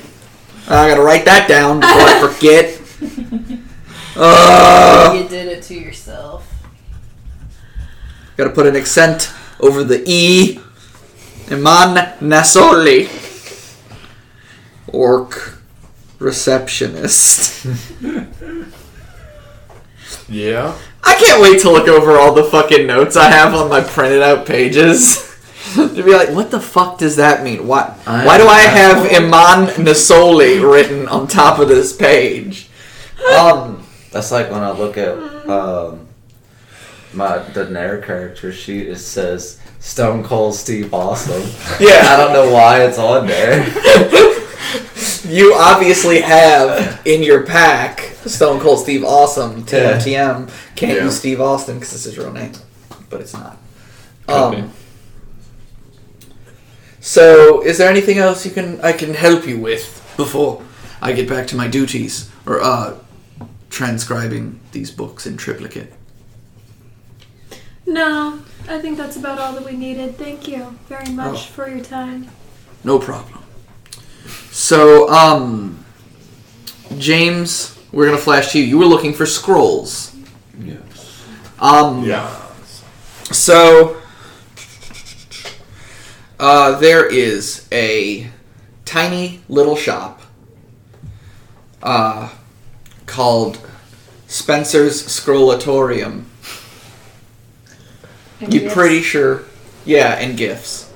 Speaker 1: I gotta write that down before I forget. Uh,
Speaker 4: You did it to yourself.
Speaker 1: gotta put an accent over the E. Iman Nasoli. Orc receptionist.
Speaker 2: Yeah.
Speaker 1: I can't wait to look over all the fucking notes I have on my printed out pages. to be like, what the fuck does that mean? Why,
Speaker 7: I
Speaker 1: why do
Speaker 7: am
Speaker 1: I
Speaker 7: an
Speaker 1: have Iman Nasoli written on top of this page? Um,
Speaker 7: That's like when I look at um, my the Nair character sheet. It says Stone Cold Steve Austin. I
Speaker 1: yeah,
Speaker 7: don't know why it's on there.
Speaker 1: you obviously have in your pack Stone Cold Steve Awesome, TMTM. Can't
Speaker 2: Yeah.
Speaker 1: use Steve Austin because it's his real name, but it's not.
Speaker 6: Could
Speaker 1: Um, so, is there anything else you can I can help you with before I get back to my duties or uh, transcribing these books in triplicate?
Speaker 3: No, I think that's about all that we needed. Thank you very much
Speaker 1: Oh.
Speaker 3: for your time.
Speaker 1: No problem. So, um, James, we're gonna flash to you. You were looking for scrolls.
Speaker 7: yes.
Speaker 1: Um,
Speaker 2: Yeah.
Speaker 1: So uh, there is a tiny little shop uh, called Spencer's Scrollatorium.
Speaker 8: And
Speaker 1: You
Speaker 8: yes.
Speaker 1: pretty sure? Yeah, and gifts.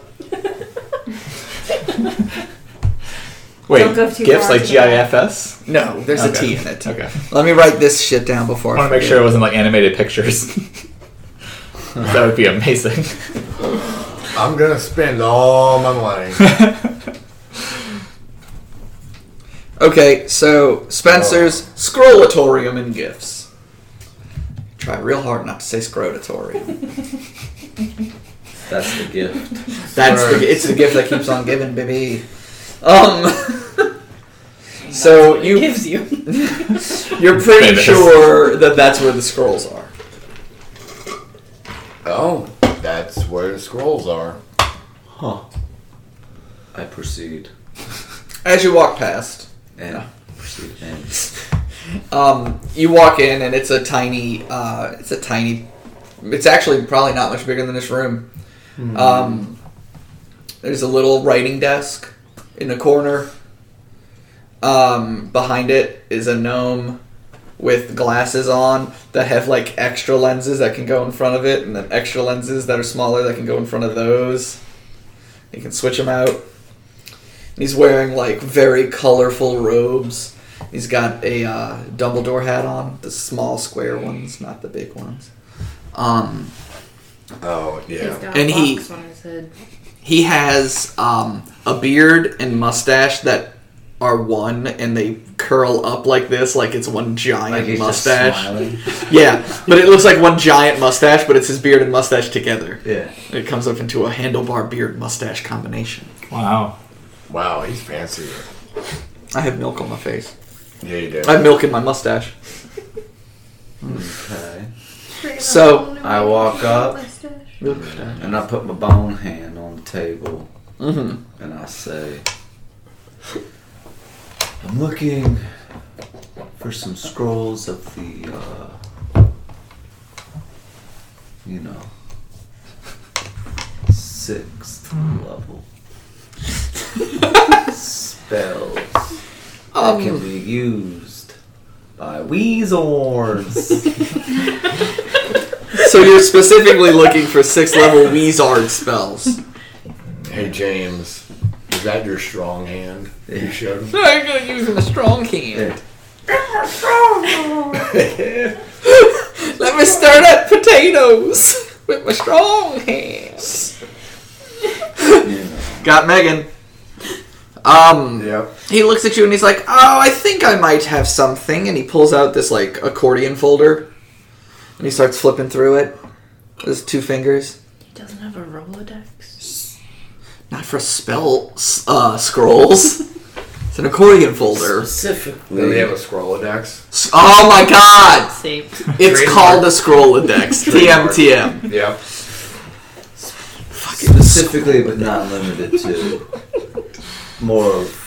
Speaker 6: Wait,
Speaker 8: Don't go too
Speaker 6: gifts
Speaker 8: far
Speaker 6: like
Speaker 8: to the right.
Speaker 6: GIFs?
Speaker 1: No, there's a T
Speaker 6: Okay.
Speaker 1: in it.
Speaker 6: Okay.
Speaker 1: Let me write this shit down before I
Speaker 6: I want to make
Speaker 1: forget.
Speaker 6: sure it wasn't like animated pictures. that would be amazing.
Speaker 2: I'm gonna spend all my money.
Speaker 1: Okay, so Spencer's Scrollatorium and Gifts. Try real hard not to say Scrotatorium.
Speaker 7: That's the gift.
Speaker 1: That's
Speaker 2: Sure.
Speaker 1: the, it's the gift that keeps on giving, baby. Um. so you
Speaker 4: gives you.
Speaker 1: you're pretty
Speaker 6: Goodness.
Speaker 1: sure that that's where the scrolls are.
Speaker 2: Oh, that's where the scrolls are.
Speaker 7: I proceed
Speaker 1: As you walk past,
Speaker 7: and proceed and
Speaker 1: um, you walk in and it's a tiny, uh, it's a tiny, it's actually probably not much bigger than this room. Um, there's a little writing desk in the corner. Um, behind it is a gnome with glasses on that have like extra lenses that can go in front of it, and then extra lenses that are smaller that can go in front of those. You can switch them out. And He's wearing like very colorful robes. He's got a uh, Dumbledore hat on, the small square ones, not the big ones. Um,
Speaker 2: Oh
Speaker 4: He's
Speaker 2: yeah.
Speaker 4: got
Speaker 1: And he-
Speaker 4: locks on his head.
Speaker 1: He has um, a beard and mustache that are one, and they curl up like this, like it's one
Speaker 7: like
Speaker 1: giant
Speaker 7: he's just
Speaker 1: mustache.
Speaker 7: smiling.
Speaker 1: Yeah, but it looks like one giant mustache, but it's his beard and mustache together.
Speaker 7: Yeah.
Speaker 1: It comes up into a handlebar beard mustache combination.
Speaker 6: Wow.
Speaker 2: Wow, he's fancy.
Speaker 1: I have milk on my face.
Speaker 2: Yeah, you did.
Speaker 1: I have milk in my mustache.
Speaker 7: Okay.
Speaker 1: So,
Speaker 7: I walk up.
Speaker 3: Mustache.
Speaker 1: Milk mustache.
Speaker 7: And I put my bone hand on the table
Speaker 1: Mm-hmm.
Speaker 7: and I say, I'm looking for some scrolls of the, uh, you know, sixth level spells that can be used by Weezorns.
Speaker 1: So you're specifically looking for six level wizard spells.
Speaker 2: Hey James, is that your strong hand? You showed him.
Speaker 1: I'm gonna use my strong hand. Let me stir up potatoes with my strong hands. Got Megan. Um,
Speaker 2: Yep.
Speaker 1: he looks at you and he's like, "Oh, I think I might have something." And he pulls out this like accordion folder, and he starts flipping through it. There's two fingers.
Speaker 4: He doesn't have a Rolodex.
Speaker 1: Not for spell s- uh, scrolls. It's an accordion folder.
Speaker 2: Then they have a scrollodex.
Speaker 1: S- Oh my god!
Speaker 4: See,
Speaker 1: It's
Speaker 2: Trademark.
Speaker 1: called a Scrollodex.
Speaker 2: Trademark.
Speaker 1: TMTM.
Speaker 2: Yep.
Speaker 7: Specifically, but not limited to more of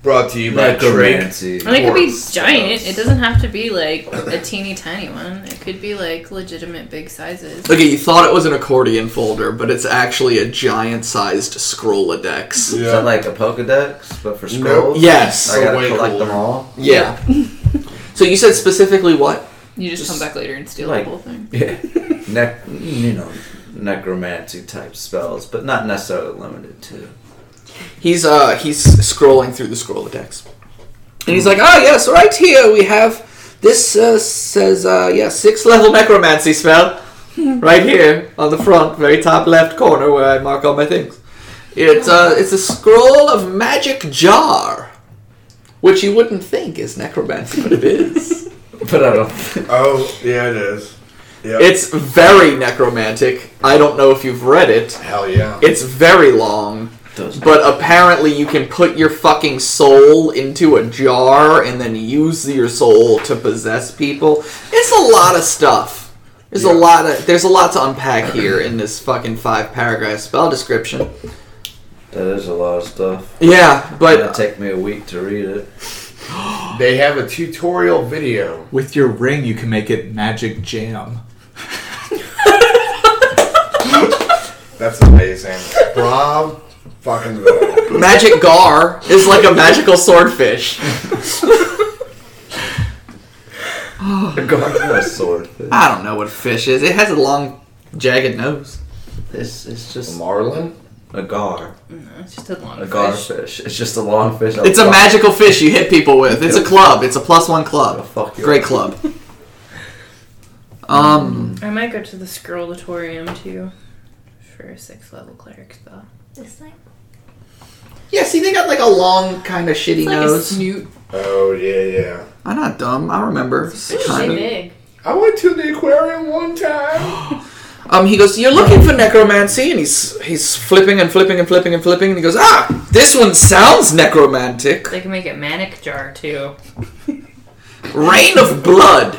Speaker 2: Brought to you by Drake.
Speaker 7: necromancy.
Speaker 4: and it could be
Speaker 2: Dwarves.
Speaker 4: giant. It doesn't have to be like a teeny tiny one. It could be like legitimate big sizes.
Speaker 1: Okay, you thought it was an accordion folder, but it's actually a giant-sized Scrollodex.
Speaker 7: Is that like a Pokedex, but for scrolls?
Speaker 1: Yes.
Speaker 7: I gotta
Speaker 2: Way
Speaker 7: collect
Speaker 2: cooler.
Speaker 7: them all.
Speaker 1: Yeah. so you said specifically what?
Speaker 4: You just, come back later and steal
Speaker 7: like-
Speaker 4: the whole thing.
Speaker 7: Yeah. Nec- you know, necromancy type spells, but not necessarily limited to.
Speaker 1: He's uh he's scrolling through the Scrollodex, and he's like, ah yes, right here we have this uh, says uh yeah six level necromancy spell, right here on the front very top left corner where I mark all my things. It's uh it's a scroll of magic jar, which you wouldn't think is necromancy, but it is.
Speaker 7: But I don't.
Speaker 2: Oh yeah, it is. Yep.
Speaker 1: it's very necromantic. I don't know if you've read it.
Speaker 2: Hell yeah.
Speaker 1: It's very long.
Speaker 7: Those
Speaker 1: But apparently, you can put your fucking soul into a jar and then use your soul to possess people. It's a lot of stuff. There's a lot of there's a lot to unpack here in this fucking five paragraph spell description.
Speaker 7: that is a lot of stuff.
Speaker 1: Yeah,
Speaker 7: It'll
Speaker 1: but
Speaker 7: take me a week to read it.
Speaker 2: They have a tutorial video.
Speaker 6: With your ring, you can make it magic jam.
Speaker 2: That's amazing. Rob fucking Will.
Speaker 1: Magic Gar is like a magical swordfish.
Speaker 7: Guard's not a sword.
Speaker 1: I don't know what a fish is. It has a long, jagged nose. It's, it's just.
Speaker 7: Marlin? A gar.
Speaker 4: It's just a long
Speaker 7: A gar
Speaker 4: fish.
Speaker 7: fish. It's just a long fish.
Speaker 1: It's a magical fish you hit people with. It's a club. It's a plus one
Speaker 7: Oh,
Speaker 1: club.
Speaker 7: fuck you.
Speaker 1: Great club. Um,
Speaker 4: I might go to the Scrollatorium too for a sixth level cleric spell.
Speaker 8: This thing?
Speaker 1: yeah, see, they got like a long, kind of shitty
Speaker 4: It's like a
Speaker 1: nose.
Speaker 4: snoot.
Speaker 2: Oh yeah, yeah.
Speaker 1: I'm not dumb. I remember.
Speaker 4: Really
Speaker 1: Kinda.
Speaker 4: big.
Speaker 2: I went to the aquarium one time.
Speaker 1: Um, he goes, "You're looking for necromancy," and he's he's flipping and flipping and flipping and flipping, and he goes, "Ah, this one sounds necromantic.
Speaker 4: They can make it manic jar too.
Speaker 1: Rain of blood.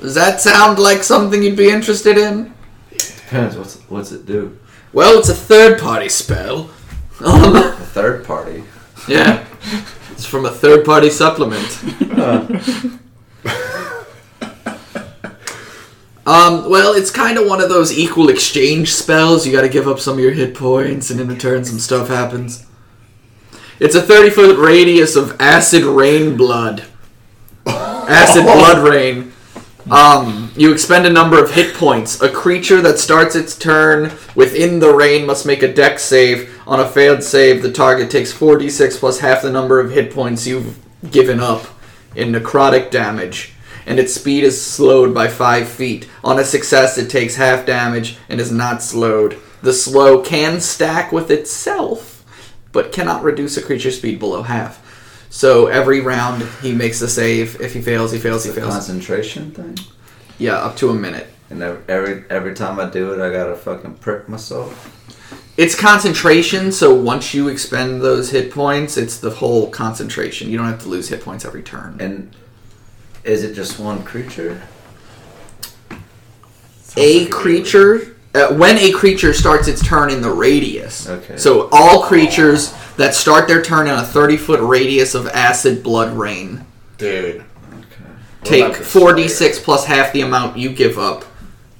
Speaker 1: Does that sound like something you'd be interested in?"
Speaker 7: Depends. What's, what's it do?
Speaker 1: Well, it's a third-party spell. Um,
Speaker 7: A third party.
Speaker 1: yeah, it's from a third-party supplement. Um, well, it's kind of one of those equal exchange spells. You got to give up some of your hit points, and in return, some stuff happens. It's a thirty-foot radius of acid rain blood, acid blood rain. Um, you expend a number of hit points. A creature that starts its turn within the rain must make a deck save. On a failed save, the target takes four d6 plus half the number of hit points you've given up in necrotic damage, and its speed is slowed by five feet. On a success, it takes half damage and is not slowed. The slow can stack with itself, but cannot reduce a creature's speed below half. So every round, he makes a save. If he fails, he fails. He
Speaker 7: It's a
Speaker 1: fails.
Speaker 7: concentration thing.
Speaker 1: Yeah, up to a minute.
Speaker 7: And ev- every every time I do it, I gotta fucking prick myself.
Speaker 1: It's concentration, so once you expend those hit points, it's the whole concentration. You don't have to lose hit points every turn.
Speaker 7: And is it just one creature?
Speaker 1: a creature, uh, when a creature starts its turn in the radius,
Speaker 7: Okay.
Speaker 1: so all creatures that start their turn in a 30 foot radius of acid blood rain
Speaker 2: Dude.
Speaker 1: take
Speaker 2: about the
Speaker 1: 4d6 plus half the amount you give up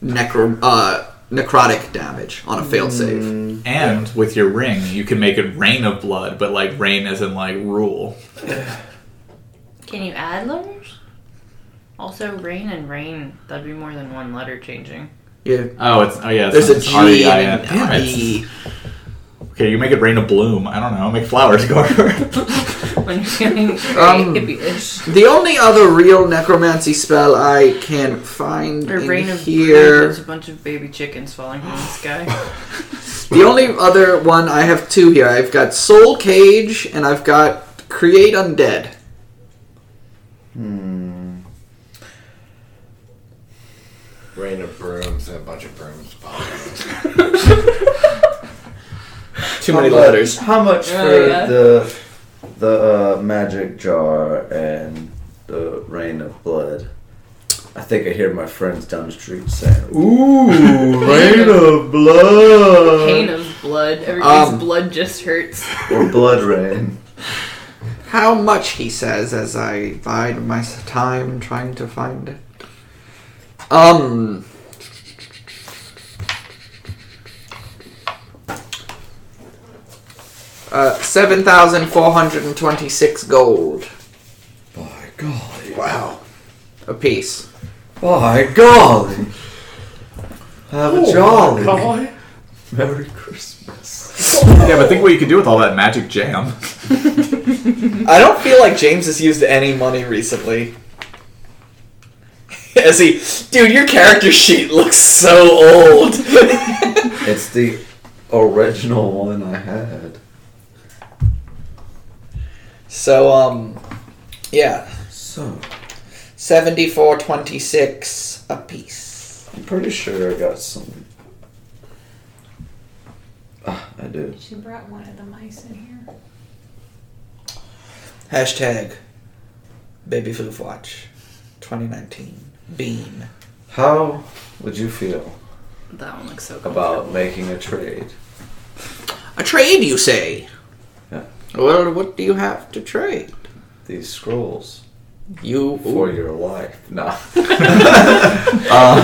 Speaker 1: necro- uh, necrotic damage on a failed
Speaker 7: Mm.
Speaker 1: save.
Speaker 6: And with your ring, you can make it rain of blood, but like rain as in like rule.
Speaker 4: Can you add letters? Also, rain and rain. That'd be more than one letter changing.
Speaker 1: Yeah.
Speaker 6: Oh, it's oh yeah.
Speaker 1: There's
Speaker 6: it's not-
Speaker 1: a
Speaker 6: it's
Speaker 1: G and
Speaker 6: R-E-I-N.
Speaker 1: an
Speaker 6: Yeah, Oh, it's-
Speaker 1: E.
Speaker 6: Okay, you make it rain a bloom. I don't know. Make flowers go
Speaker 4: When you're doing
Speaker 1: Um,
Speaker 4: hippie-ish.
Speaker 1: The only other real necromancy spell I can find
Speaker 4: Or
Speaker 1: in
Speaker 4: rain of
Speaker 1: here.
Speaker 4: There's a bunch of baby chickens falling from the sky.
Speaker 1: The only other one I have two here. I've got Soul Cage and I've got Create Undead.
Speaker 7: Hmm.
Speaker 2: Rain of brooms and a bunch of brooms.
Speaker 1: Too
Speaker 7: How much- How much
Speaker 4: Oh,
Speaker 7: for
Speaker 4: yeah.
Speaker 7: the the uh, magic jar and the rain of blood? I think I hear my friends down the street saying, "Ooh, rain
Speaker 4: Pain
Speaker 7: of blood
Speaker 4: of blood. Everybody's
Speaker 1: Uh, Um,
Speaker 4: blood just hurts.
Speaker 7: or blood rain."
Speaker 1: How much, he says, as I bide my s- time trying to find it. Um. Uh, 7,426 gold
Speaker 7: By golly!
Speaker 2: Wow.
Speaker 1: a piece.
Speaker 7: By golly! Have a jolly
Speaker 2: Boy.
Speaker 7: Merry Christmas.
Speaker 6: Yeah, but think what you could do with all that magic jam.
Speaker 1: I don't feel like James has used any money recently. As he, dude, your character sheet looks so old.
Speaker 7: It's the original one I had.
Speaker 1: so um, yeah,
Speaker 7: So
Speaker 1: seventy four twenty six a piece.
Speaker 7: I'm pretty sure I got some. Ah, I do.
Speaker 8: She brought one of the mice in here.
Speaker 1: Hashtag Baby Foof Watch, twenty nineteen. Bean.
Speaker 7: How would you feel
Speaker 4: That one looks so
Speaker 7: about making a trade?
Speaker 1: A trade, you say?
Speaker 7: Yeah.
Speaker 1: Well, what do you have to trade?
Speaker 7: These scrolls
Speaker 1: You.
Speaker 7: for your life? Nah. uh,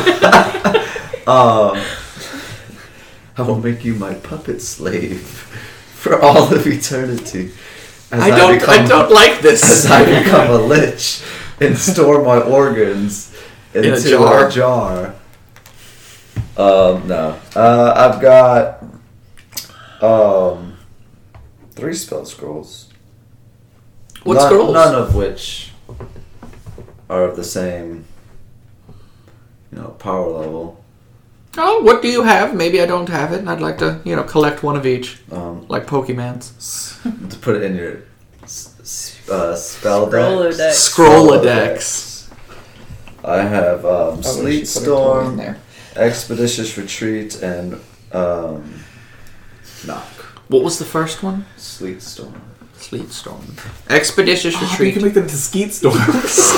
Speaker 7: um, I will make you my puppet slave for all of eternity. As
Speaker 1: I don't. I
Speaker 7: become-
Speaker 1: don't like
Speaker 7: As
Speaker 1: this.
Speaker 7: I become a lich and store my organs
Speaker 1: In a
Speaker 7: into a
Speaker 1: jar.
Speaker 7: jar. Um, no. Uh, I've got um three spell scrolls.
Speaker 1: What
Speaker 7: none,
Speaker 1: scrolls?
Speaker 7: None of which are of the same, you know, power level.
Speaker 1: Oh, what do you have? Maybe I don't have it, and I'd like to, you know, collect one of each,
Speaker 7: Um,
Speaker 1: like Pokemans.
Speaker 7: s- to put it in your s- s- uh, spell
Speaker 4: Scrolodex.
Speaker 7: deck.
Speaker 1: Scrolodex.
Speaker 7: I have um, Sleet Storm,
Speaker 1: there.
Speaker 7: Expeditious Retreat, and um, Knock.
Speaker 1: What was the first one?
Speaker 7: Sleet Storm.
Speaker 1: Sleet Storm. Expeditious
Speaker 6: You
Speaker 1: retreat.
Speaker 6: can make them to skeet storms.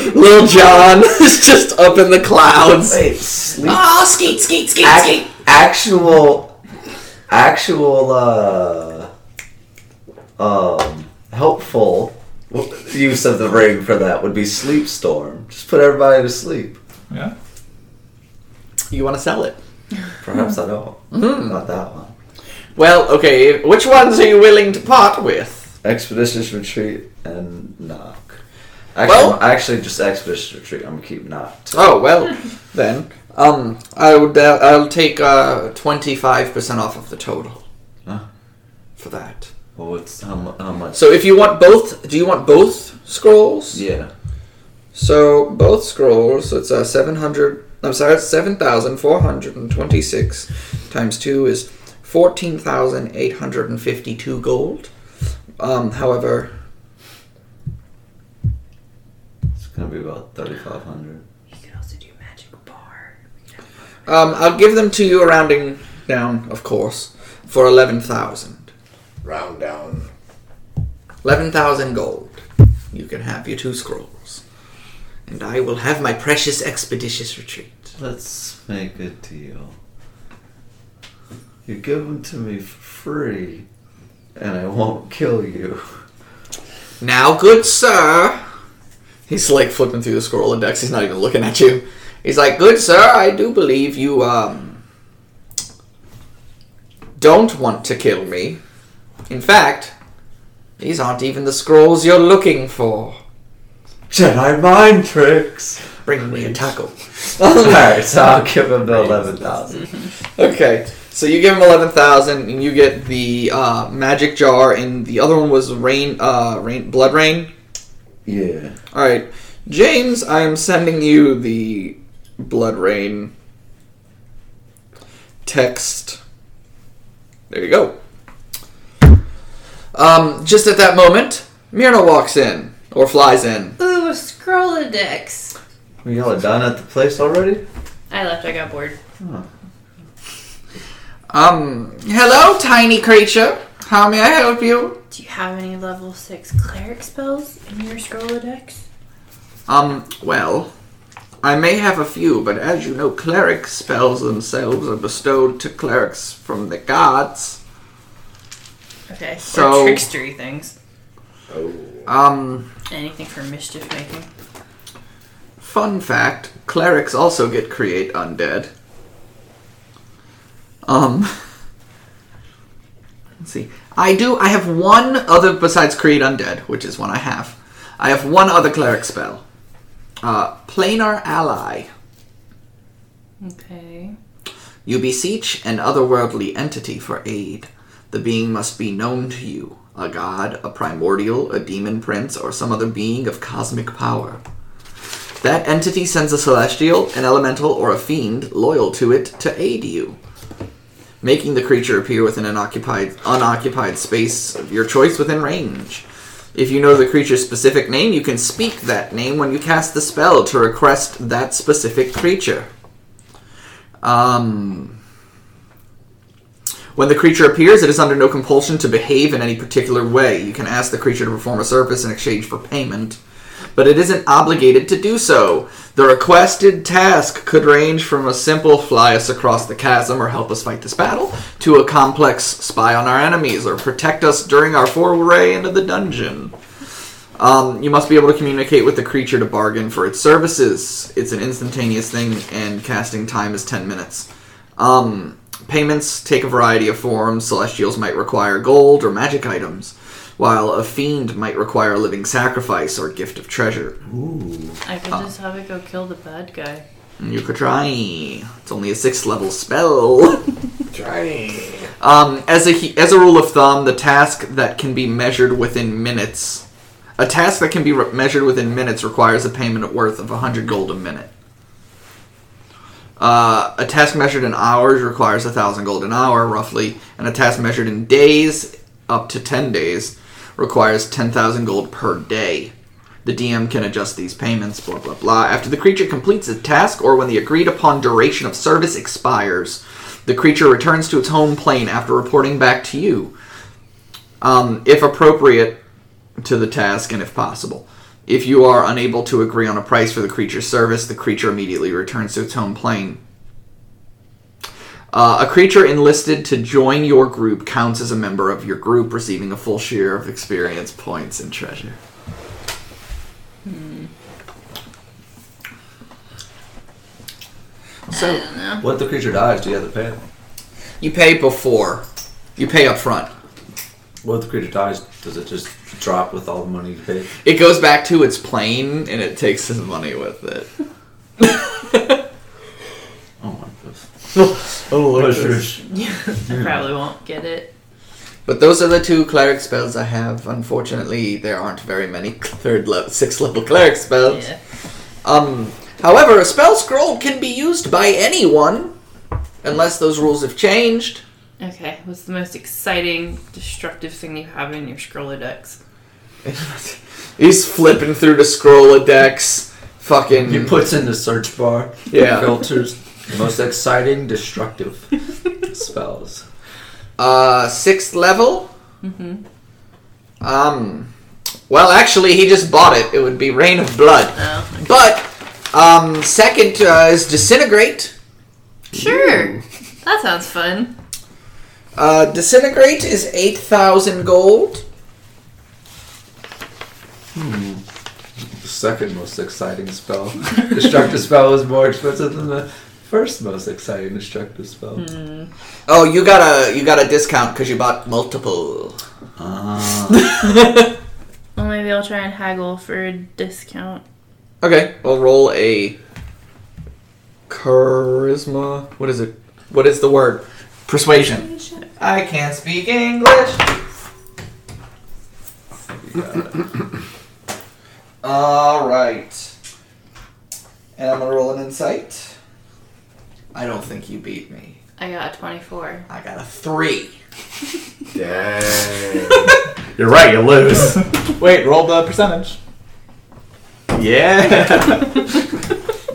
Speaker 1: Lil John is just up in the clouds.
Speaker 7: Wait, Sleet
Speaker 1: Oh, skeet, skeet, skeet,
Speaker 7: Ac- actual actual uh um helpful use of the ring for that would be sleep storm just put everybody to sleep
Speaker 6: yeah.
Speaker 1: You want to sell it?
Speaker 7: perhaps i don't
Speaker 1: Mm-hmm.
Speaker 7: not that one
Speaker 1: Well, okay. Which ones are you willing to part with?
Speaker 7: expeditious retreat and knock actually,
Speaker 1: Well-
Speaker 7: actually just expeditious retreat i'm gonna keep knock too.
Speaker 1: Oh well, then. Um, I would. Uh, I'll take uh twenty-five percent off of the total.
Speaker 7: Huh?
Speaker 1: For that.
Speaker 7: well it's how, mu- how much
Speaker 1: So if you want both, do you want both scrolls?
Speaker 7: yeah
Speaker 1: So both scrolls, it's uh, 700, I'm sorry, it's 7,426 times 2 is 14,852 gold. Um, however,
Speaker 7: it's gonna be about 3500
Speaker 4: You could also do magic bar.
Speaker 1: um, I'll give them to you rounding down, of course, for 11,000.
Speaker 2: Round down.
Speaker 1: 11,000 gold. You can have your two scrolls. And I will have my precious expeditious retreat.
Speaker 7: Let's make a deal. You give them to me for free, and I won't kill you.
Speaker 1: Now, good sir. He's like flipping through the scroll index. He's not even looking at you. He's like, good sir, I do believe you, um, don't want to kill me. In fact, these aren't even the scrolls you're looking for.
Speaker 7: Jedi mind tricks.
Speaker 1: Bring me a taco.
Speaker 7: All right, so I'll give him the eleven thousand.
Speaker 1: Okay, so you give him eleven thousand, and you get the uh, magic jar, and the other one was rain, uh, rain, blood rain.
Speaker 7: Yeah.
Speaker 1: All right, James, I am sending you the Blood Rain text. There you go. Um, just at that moment, Myrna walks in or flies in.
Speaker 4: Ooh, a Scrolodex.
Speaker 7: We y'all are done at the place already?
Speaker 4: I left. I got bored.
Speaker 1: Um, hello, tiny creature. How may I help you?
Speaker 4: Do you have any level six cleric spells in your Scrolodex?
Speaker 1: Um, well, I may have a few, but as you know, cleric spells themselves are bestowed to clerics from the gods.
Speaker 4: Okay. or
Speaker 1: So-
Speaker 4: trickstery things.
Speaker 1: Um,
Speaker 4: Anything for mischief making.
Speaker 1: Fun fact: clerics also get create undead. Um, let's see. I do. I have one other besides create undead, which is one I have. I have one other cleric spell. Uh, planar ally.
Speaker 4: Okay.
Speaker 1: You beseech an otherworldly entity for aid. The being must be known to you a god, a primordial, a demon prince, or some other being of cosmic power. That entity sends a celestial, an elemental, or a fiend loyal to it to aid you, making the creature appear within an occupied, unoccupied space of your choice within range. If you know the creature's specific name, you can speak that name when you cast the spell to request that specific creature. Um, when the creature appears, it is under no compulsion to behave in any particular way. You can ask the creature to perform a service in exchange for payment, but it isn't obligated to do so. The requested task could range from a simple fly us across the chasm or help us fight this battle, to a complex spy on our enemies or protect us during our foray into the dungeon. Um, you must be able to communicate with the creature to bargain for its services. It's an instantaneous thing, and casting time is 10 minutes. Um, payments take a variety of forms. Celestials might require gold or magic items, while a fiend might require a living sacrifice or gift of treasure.
Speaker 4: I
Speaker 7: Oh.
Speaker 4: could just have it go kill the bad guy.
Speaker 1: You could try. It's only a sixth level spell.
Speaker 2: Trying.
Speaker 1: Um, as a he- as a rule of thumb, the task that can be measured within minutes, a task that can be re- measured within minutes requires a payment worth of 100 gold a minute. Uh, a task measured in hours requires 1,000 gold an hour, roughly, and a task measured in days, up to 10 days, requires 10,000 gold per day. The DM can adjust these payments, blah blah blah. After the creature completes a task or when the agreed upon duration of service expires, the creature returns to its home plane after reporting back to you, um, if appropriate to the task and if possible. If you are unable to agree on a price for the creature's service, the creature immediately returns to its home plane. Uh, a creature enlisted to join your group counts as a member of your group, receiving a full share of experience points and treasure. So,
Speaker 7: What if the creature dies? Do you have to pay it?
Speaker 1: You pay before. You pay up front.
Speaker 7: What if the creature dies? Does it just drop with all the money you paid?
Speaker 1: It goes back to its plane and it takes his money with it.
Speaker 7: Oh, my goodness.
Speaker 6: Oh,
Speaker 4: I probably won't get it.
Speaker 1: But those are the two cleric spells I have. Unfortunately, there aren't very many third level, sixth level cleric spells.
Speaker 4: Yeah.
Speaker 1: Um, however, a spell scroll can be used by anyone, unless those rules have changed.
Speaker 4: Okay, what's the most exciting, destructive thing you have in your scroller decks?
Speaker 1: He's flipping through the scroll decks. Fucking
Speaker 7: He puts in the search bar.
Speaker 1: Yeah.
Speaker 7: Filters. Most exciting, destructive spells.
Speaker 1: Uh, sixth level. Mm-hmm. Um, well, actually, he just bought it. It would be Rain of Blood.
Speaker 4: Oh,
Speaker 1: But um, second uh, is Disintegrate.
Speaker 4: sure. That sounds fun.
Speaker 1: Uh, disintegrate is eight thousand gold.
Speaker 7: The second most exciting spell. destructive spell is more expensive than the first most exciting destructive spell.
Speaker 1: Oh, you got a you got a discount because you bought multiple.
Speaker 7: Ah.
Speaker 4: Well, maybe I'll try and haggle for a discount.
Speaker 1: Okay, we'll roll a charisma. What is it? What is the word? Persuasion. I can't speak English. All right, and I'm gonna roll an insight. I don't think you beat me.
Speaker 4: I got a 24.
Speaker 1: I got a three.
Speaker 2: Dang.
Speaker 6: You're right, you lose. Wait, roll the percentage. Yeah.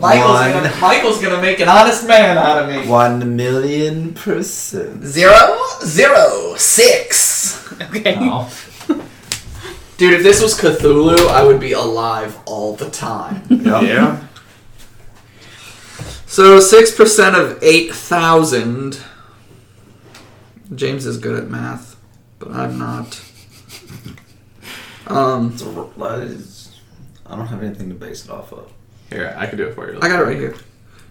Speaker 1: Michael's
Speaker 7: One.
Speaker 1: gonna, Michael's gonna make an honest man out of me.
Speaker 7: One million percent.
Speaker 1: Zero, zero, six. Okay.
Speaker 6: Wow.
Speaker 1: Dude, if this was Cthulhu, I would be alive all the time.
Speaker 6: Yeah.
Speaker 1: so six percent of eight thousand. James is good at math, but I'm not. Um,
Speaker 7: It's a r- that is- I don't have anything to base it off of.
Speaker 6: Here, I can do it for you.
Speaker 1: I got it right here.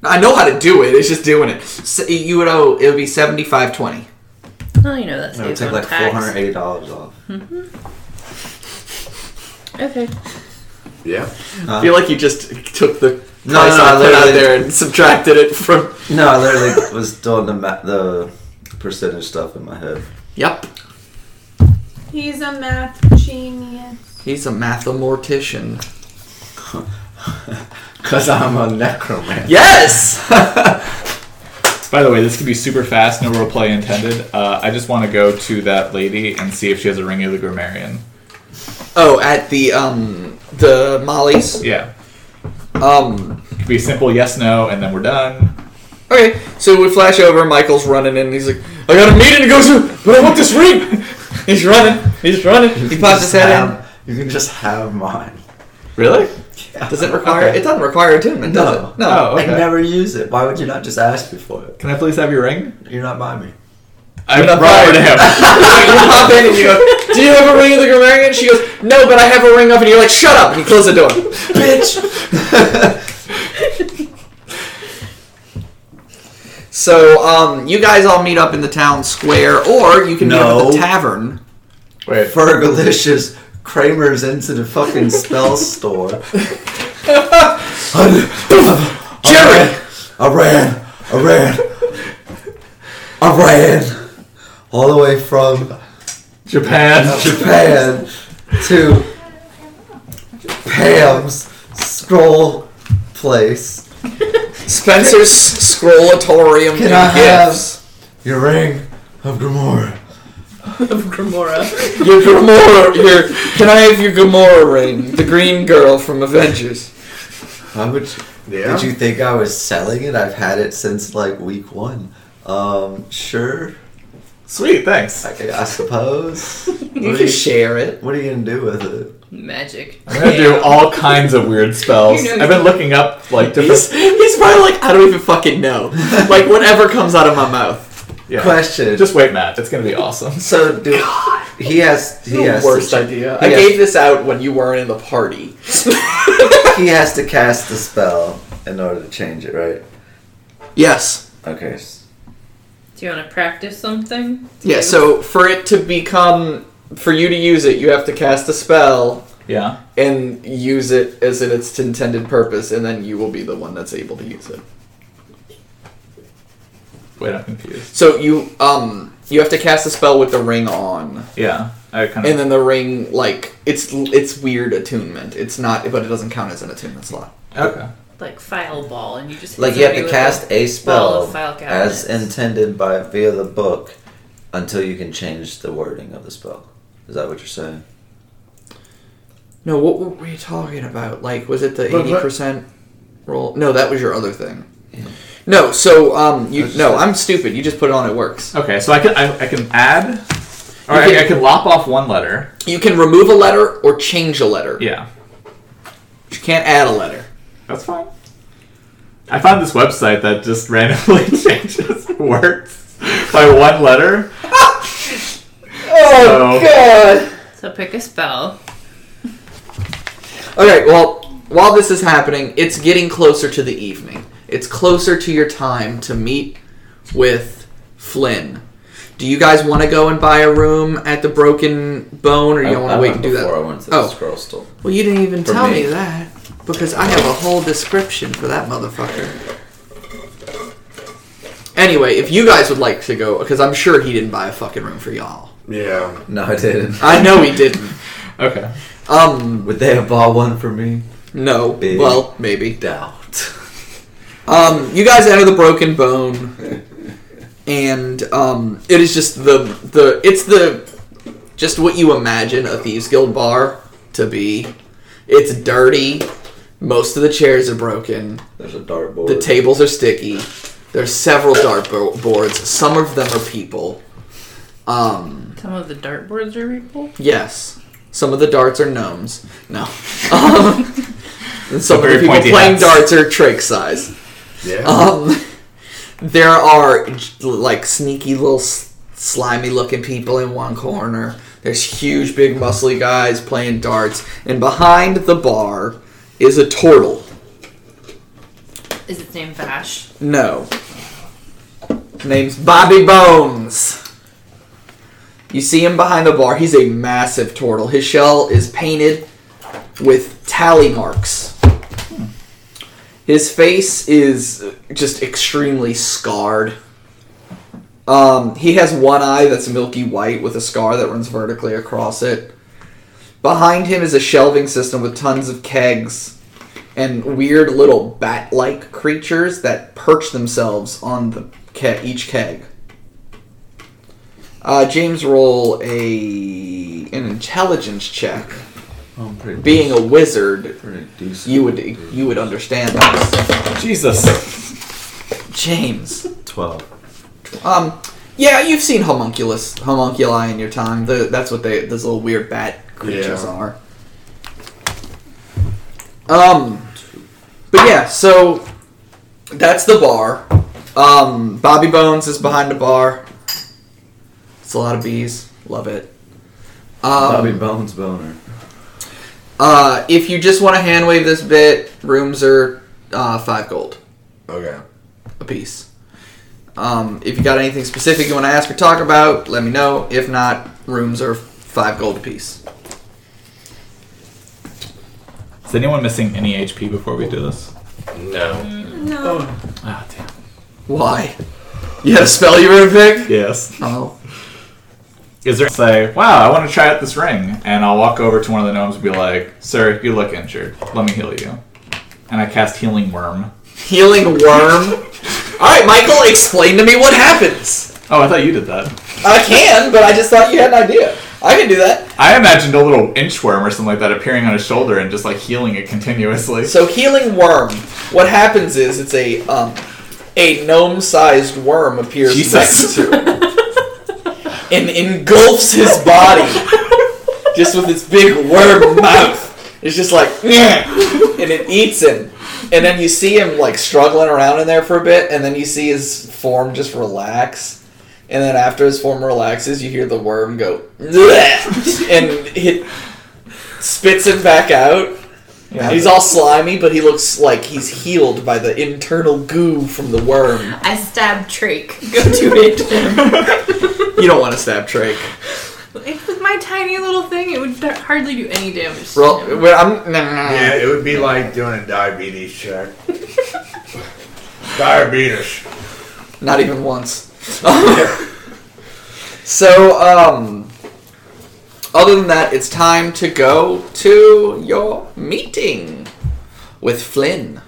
Speaker 1: I know how to do it. It's just doing it. S you would owe it would be seventy five twenty.
Speaker 4: Oh, you know that
Speaker 7: It would
Speaker 4: saves
Speaker 7: take
Speaker 4: on
Speaker 7: like four hundred
Speaker 4: tax.
Speaker 7: eighty dollars off.
Speaker 4: Okay.
Speaker 2: Yeah.
Speaker 1: I feel like you just took the price
Speaker 7: No, no,
Speaker 1: I
Speaker 7: no,
Speaker 1: put out
Speaker 7: literally-
Speaker 1: there and subtracted it from.
Speaker 7: No, I literally was doing the ma- the percentage stuff in my head.
Speaker 1: Yep.
Speaker 3: He's a math genius.
Speaker 1: He's a mathemortician.
Speaker 7: Cause I'm a necromancer.
Speaker 1: Yes!
Speaker 6: By the way, this could be super fast, no role play intended. Uh, I just want to go to that lady and see if she has a ring of the grammarian.
Speaker 1: oh, at the, um, the Mollies.
Speaker 6: Yeah.
Speaker 1: Um,
Speaker 6: It could be simple yes, no, and then we're done.
Speaker 1: okay, so we flash over, Michael's running in, and he's like, I got a meeting to go to, but I want this ring! he's running, he's running. He pops his head in.
Speaker 7: You can just have mine.
Speaker 1: Really? Does it require,
Speaker 6: Okay.
Speaker 1: it doesn't require attunement, does it?
Speaker 7: No.
Speaker 6: Oh, okay.
Speaker 7: I never use it. Why would you not just ask me for it?
Speaker 6: Can I please have your ring?
Speaker 7: You're not by me.
Speaker 6: I'm not brought over to him.
Speaker 1: you pop in and you go, do you have a ring of the grammarian? She goes, no, but I have a ring of, and you're like, shut up, and you close the door. Bitch! So um, you guys all meet up in the town square, or you can meet up
Speaker 7: No.
Speaker 1: at the tavern.
Speaker 6: Wait,
Speaker 7: Fergalicious Kramer's into the fucking spell store.
Speaker 1: Jerry!
Speaker 7: I ran, I ran, I ran all the way from
Speaker 6: Japan.
Speaker 7: Japan to Pam's scroll place.
Speaker 1: Spencer's scrollatorium
Speaker 7: Can I have your ring of Gamora?
Speaker 4: of Grimora.
Speaker 1: your Gamora? Your can I have your Gamora ring? The green girl from Avengers.
Speaker 7: How much
Speaker 2: Yeah.
Speaker 7: did you think I was selling it? I've had it since like week one. Um, sure,
Speaker 6: Sweet, thanks.
Speaker 7: I, I suppose.
Speaker 1: You
Speaker 7: What
Speaker 1: can
Speaker 7: are you-
Speaker 1: share it.
Speaker 7: What are you gonna do with it?
Speaker 4: Magic.
Speaker 6: I'm gonna do all kinds of weird spells.
Speaker 4: You know you
Speaker 6: I've been looking up like different.
Speaker 1: He's, he's probably like, I don't even fucking know. Like whatever comes out of my mouth.
Speaker 6: Yeah.
Speaker 7: Question.
Speaker 6: Just wait, Matt. It's gonna be awesome.
Speaker 7: so do he has he has
Speaker 1: worst
Speaker 7: to,
Speaker 1: idea.
Speaker 7: he
Speaker 1: I
Speaker 7: has-
Speaker 1: gave this out when you weren't in the party.
Speaker 7: he has to cast the spell in order to change it, right?
Speaker 1: yes.
Speaker 7: Okay. s-
Speaker 4: Do you want to practice something?
Speaker 1: Yeah. So for it to become, for you to use it, you have to cast a spell
Speaker 6: Yeah.
Speaker 1: and use it as in its intended purpose, and then you will be the one that's able to use it.
Speaker 6: Wait, I'm confused.
Speaker 1: So you um you have to cast a spell with the ring on,
Speaker 6: Yeah. I kind
Speaker 1: and
Speaker 6: of.
Speaker 1: then the ring like it's it's weird attunement. It's not, but it doesn't count as an attunement slot.
Speaker 6: Okay.
Speaker 4: Like file ball, and you just hit
Speaker 7: Like you have
Speaker 4: somebody
Speaker 7: to
Speaker 4: with
Speaker 7: cast a
Speaker 4: ball
Speaker 7: spell
Speaker 4: of file cabinets.
Speaker 7: as intended by via the book until you can change the wording of the spell. Is that what you're saying?
Speaker 1: No, what were we talking about? Like, was it the
Speaker 2: But
Speaker 1: eighty
Speaker 2: what-
Speaker 1: percent roll? No, that was your other thing. No, so um, you
Speaker 7: That's
Speaker 1: no,
Speaker 7: just-
Speaker 1: I'm stupid. You just put it on. It works.
Speaker 6: Okay. So I can I, I can add. All right.
Speaker 1: You can-
Speaker 6: I can lop off one letter.
Speaker 1: You can remove a letter or change a letter.
Speaker 6: Yeah.
Speaker 1: But you can't add a letter.
Speaker 6: That's fine. I found this website that just randomly changes words by one letter. Oh,
Speaker 1: god!
Speaker 4: So pick a spell.
Speaker 1: Okay, well, while this is happening, it's getting closer to the evening. It's closer to your time to meet with Flynn. Do you guys want to go and buy a room at the Broken Bone, or you don't want to wait and do that?
Speaker 7: Before I went to the
Speaker 1: Oh.
Speaker 7: scroll store.
Speaker 1: Well, you didn't even
Speaker 7: For
Speaker 1: tell me.
Speaker 7: me.
Speaker 1: that because I have a whole description for that motherfucker. Anyway, if you guys would like to go, because I'm sure he didn't buy a fucking room for y'all.
Speaker 2: Yeah.
Speaker 7: No, I didn't.
Speaker 1: I know he didn't.
Speaker 6: Okay.
Speaker 1: Um,
Speaker 7: Would they have bought one for me?
Speaker 1: no.
Speaker 7: Big.
Speaker 1: Well, maybe.
Speaker 7: Doubt.
Speaker 1: Um, you guys enter the Broken Bone, and um, it is just the the it's the just what you imagine a thieves guild bar to be. It's dirty. Most of the chairs are broken.
Speaker 7: There's a dartboard.
Speaker 1: The tables are sticky. There's several dart bo- boards. Some of them are people. Um,
Speaker 4: Some of the dartboards are people.
Speaker 1: yes. Some of the darts are gnomes. No. Um, and some of
Speaker 6: Very
Speaker 1: the people
Speaker 6: pointy
Speaker 1: playing
Speaker 6: hats.
Speaker 1: darts are trick size.
Speaker 2: Yeah.
Speaker 1: Um, there are like sneaky little s- slimy looking people in one corner. There's huge, big, muscly guys playing darts, and behind the bar is a turtle.
Speaker 4: Is its name Vash?
Speaker 1: No. Name's Bobby Bones. You see him behind the bar. He's a massive turtle. His shell is painted with tally marks. His face is just extremely scarred. Um, he has one eye that's milky white with a scar that runs vertically across it. Behind him is a shelving system with tons of kegs and weird little bat-like creatures that perch themselves on the ke- each keg. Uh, James, roll a an intelligence check.
Speaker 7: Oh, I'm pretty
Speaker 1: Being a wizard,
Speaker 7: pretty decent.
Speaker 1: you would you would understand this.
Speaker 6: Jesus.
Speaker 1: James,
Speaker 7: twelve.
Speaker 1: um, yeah, you've seen homunculus homunculi in your time. The, that's what they those little weird bat creatures
Speaker 2: Yeah.
Speaker 1: are. Um, but yeah, so that's the bar. Um, Bobby Bones is behind the bar. It's a lot of bees. Love it. Um,
Speaker 7: Bobby Bones boner.
Speaker 1: Uh, if you just want to hand wave this bit, rooms are uh, five gold
Speaker 2: okay.
Speaker 1: a piece. Um, if you got anything specific you want to ask or talk about, let me know. If not, rooms are five gold apiece.
Speaker 6: Is anyone missing any HP before we do this?
Speaker 5: No.
Speaker 3: No.
Speaker 6: Ah, damn.
Speaker 1: Why? You had a spell you were gonna pick?
Speaker 6: Yes.
Speaker 1: Oh.
Speaker 6: Is there say, wow, I want to try out this ring, and I'll walk over to one of the gnomes and be like, "Sir, you look injured. Let me heal you." And I cast Healing Worm.
Speaker 1: Healing worm. Alright, Michael, explain to me what happens.
Speaker 6: Oh, I thought you did that.
Speaker 1: I can, but I just thought you had an idea. I can do that.
Speaker 6: I imagined a little inchworm or something like that appearing on his shoulder and just like healing it continuously.
Speaker 1: So healing worm. What happens is it's a um a gnome sized worm appears next
Speaker 6: Jesus.
Speaker 1: to him and engulfs his body just with its big worm mouth. It's just like "Nyeh," and it eats him. And then you see him like struggling around in there for a bit, and then you see his form just relax. And then after his form relaxes, you hear the worm go "Bleh," and hit spits him back out.
Speaker 6: Yeah.
Speaker 1: He's all slimy, but he looks like he's healed by the internal goo from the worm.
Speaker 4: I stabbed Trake. Go to it.
Speaker 1: You don't want to stab Drake.
Speaker 4: Like, With my tiny little thing, it would hardly do any damage. to
Speaker 1: Roll.
Speaker 4: him.
Speaker 1: well, I'm. Nah, nah, nah.
Speaker 2: Yeah, it would be like doing a diabetes check. diabetes.
Speaker 1: Not even once. so, um. Other than that, it's time to go to your meeting with Flynn.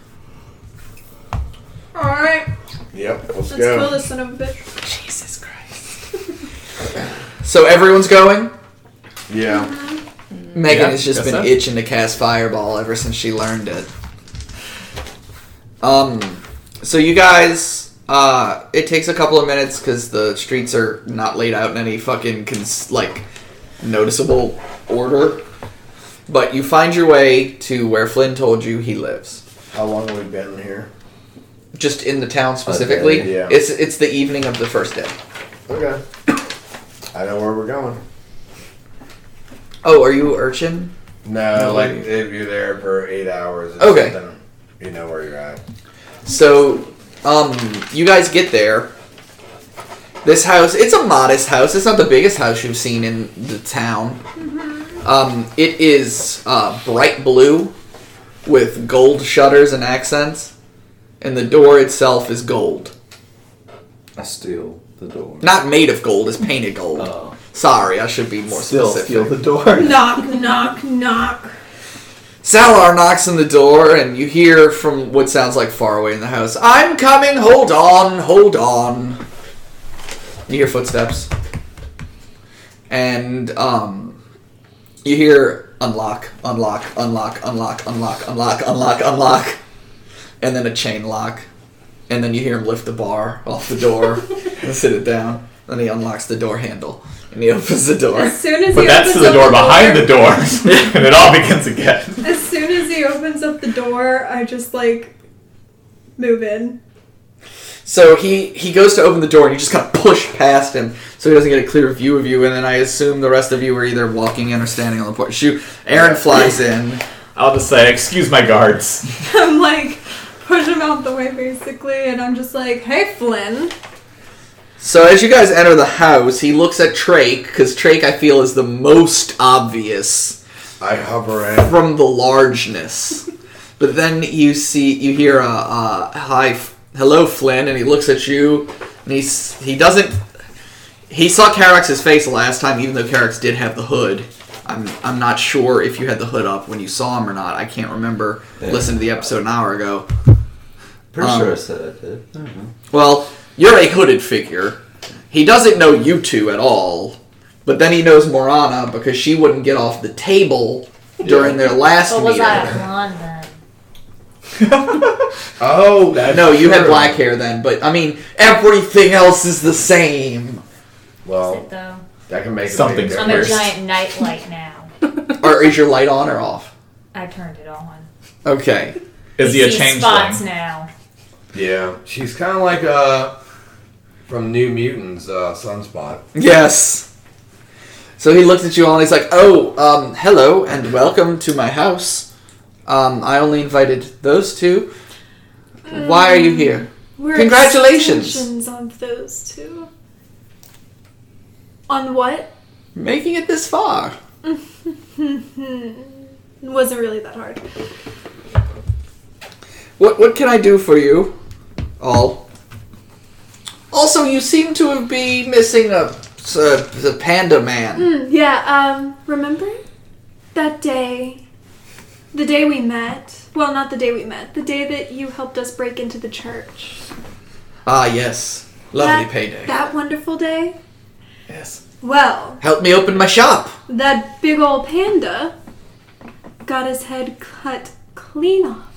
Speaker 3: Alright,
Speaker 2: Yep, let's,
Speaker 3: let's
Speaker 2: go.
Speaker 3: kill this son of a bitch.
Speaker 1: Jesus Christ. so everyone's going?
Speaker 2: Yeah.
Speaker 1: Megan
Speaker 6: Yeah,
Speaker 1: has just
Speaker 6: guess
Speaker 1: been
Speaker 6: so.
Speaker 1: itching to cast fireball ever since she learned it. Um, so you guys, uh, it takes a couple of minutes because the streets are not laid out in any fucking cons- like noticeable order. But you find your way to where Flynn told you he lives,
Speaker 2: How long have we been here?
Speaker 1: just in the town specifically.
Speaker 2: yeah.
Speaker 1: It's it's the evening of the first day.
Speaker 2: Okay. I know where we're going.
Speaker 1: Oh, are you urchin?
Speaker 2: No,
Speaker 1: No,
Speaker 2: like
Speaker 1: we-
Speaker 2: if you're there for eight hours. Or
Speaker 1: Okay.
Speaker 2: Something, you know where you're at.
Speaker 1: So, um, you guys get there. This house, it's a modest house. It's not the biggest house you've seen in the town. Um, it is uh, bright blue with gold shutters and accents, and the door itself is gold.
Speaker 7: I steal the door.
Speaker 1: Not made of gold, it's painted gold.
Speaker 7: Oh.
Speaker 1: Sorry, I should be more
Speaker 7: Still
Speaker 1: specific.
Speaker 7: steal the door.
Speaker 3: knock, knock, knock.
Speaker 1: Salar knocks on the door, and you hear from what sounds like far away in the house, I'm coming, hold on, hold on. You hear footsteps. And, um, you hear unlock, unlock, unlock, unlock, unlock, unlock, unlock, unlock. And then a chain lock. And then you hear him lift the bar off the door and sit it down. Then he unlocks the door handle and he opens the door.
Speaker 3: As soon as
Speaker 6: but
Speaker 3: he
Speaker 6: that's to
Speaker 3: opens
Speaker 6: the
Speaker 3: up
Speaker 6: door behind the door, and it all begins again.
Speaker 3: As soon as he opens up the door, I just like move in.
Speaker 1: So he he goes to open the door, and you just kind of push past him, so he doesn't get a clear view of you. And then I assume the rest of you are either walking in or standing on the porch. Shoot, Aaron flies in.
Speaker 6: I'll just say, excuse my guards.
Speaker 3: I'm like push him out the way basically, and I'm just like, "Hey, Flynn."
Speaker 1: So as you guys enter the house, he looks at Trake because Trake I feel is the most obvious
Speaker 2: I hover in.
Speaker 1: from the largeness. But then you see you hear a, a hi, f- hello, Flynn, and he looks at you, and he's he doesn't. He saw Carax's face the last time, even though Carax did have the hood. I'm I'm not sure if you had the hood up when you saw him or not. I can't remember.
Speaker 7: Yeah.
Speaker 1: Listen to the episode an hour ago.
Speaker 7: Pretty
Speaker 1: Um,
Speaker 7: sure I said I did. I don't know.
Speaker 1: Well, you're a hooded figure. He doesn't know you two at all, but then he knows Morana because she wouldn't get off the table during their last
Speaker 8: But was
Speaker 1: meeting.
Speaker 8: I blonde then?
Speaker 2: Oh, that's
Speaker 1: No, you had
Speaker 2: true.
Speaker 1: black hair then, but I mean, everything else is the same.
Speaker 8: Is
Speaker 2: Well,
Speaker 8: it though?
Speaker 2: that can make
Speaker 6: Something's
Speaker 2: a
Speaker 8: I'm
Speaker 2: big
Speaker 8: a
Speaker 6: First.
Speaker 8: giant nightlight now.
Speaker 1: Or is your light on or off?
Speaker 8: I turned it on.
Speaker 1: Okay.
Speaker 6: Is he
Speaker 8: You
Speaker 6: a
Speaker 8: see
Speaker 6: changeling?
Speaker 8: spots now?
Speaker 2: difference. Yeah, she's kind of like uh from New Mutants, uh, Sunspot.
Speaker 1: Yes. So he looks at you all and he's like, "Oh, um, hello and welcome to my house. Um, I only invited those two. Why are you here?"
Speaker 3: We're
Speaker 1: Congratulations.
Speaker 3: extensions on those two. On what?
Speaker 1: Making it this far.
Speaker 3: Hmm. It wasn't really that hard.
Speaker 1: What what can I do for you? All. Also, you seem to be missing a, a, a panda man.
Speaker 3: Hmm, yeah, um, remember that day? The day we met? Well, not the day we met. The day that you helped us break into the church.
Speaker 1: Ah, yes. Lovely
Speaker 3: That-
Speaker 1: payday.
Speaker 3: That wonderful day?
Speaker 1: yes.
Speaker 3: Well,
Speaker 1: Help me open my shop.
Speaker 3: that big old panda got his head cut clean off.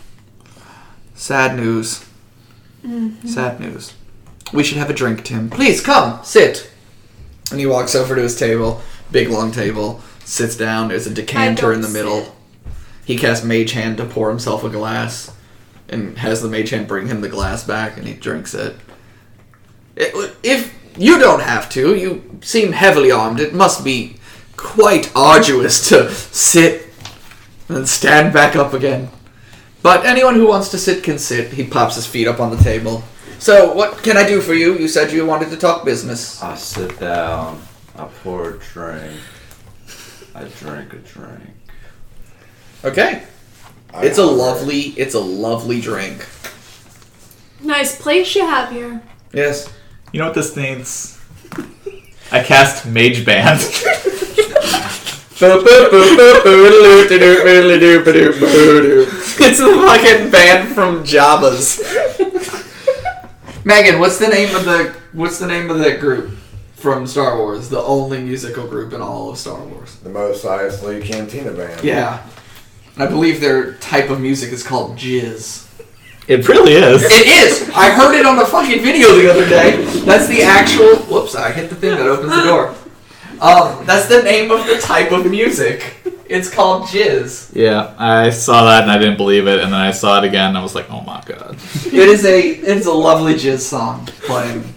Speaker 1: Sad news.
Speaker 3: Mm-hmm.
Speaker 1: Sad news. We should have a drink, Tim. Please come, sit. And he walks over to his table, big long table, sits down. There's a decanter in the
Speaker 3: don't
Speaker 1: middle.
Speaker 3: sit.
Speaker 1: He casts Mage Hand to pour himself a glass, and has the Mage Hand bring him the glass back, and he drinks it. It- If you don't have to, you seem heavily armed. It must be quite arduous to sit and then stand back up again. But anyone who wants to sit can sit. He pops his feet up on the table. So, what can I do for you? You said you wanted to talk business.
Speaker 5: I sit down. I pour a drink. I drink a drink.
Speaker 1: Okay.
Speaker 2: I
Speaker 1: It's a
Speaker 2: offer-
Speaker 1: lovely, it's a lovely drink.
Speaker 3: Nice place you have here.
Speaker 1: Yes.
Speaker 6: You know what this needs? I cast Mage Band.
Speaker 1: it's the fucking band from Jabba's. Megan, what's the name of the what's the name of that group from Star Wars? The only musical group in all of Star Wars.
Speaker 2: The most Eisley Cantina Band.
Speaker 1: Yeah. I believe their type of music is called jizz.
Speaker 6: it really is.
Speaker 1: It is. I heard it on a fucking video the other day. That's the actual. Whoops! I hit the thing that opens the door. Um, that's the name of the type of music. It's called jizz.
Speaker 6: Yeah, I saw that and I didn't believe it, and then I saw it again and I was like, oh my god.
Speaker 1: It is a. It is a lovely jizz song playing.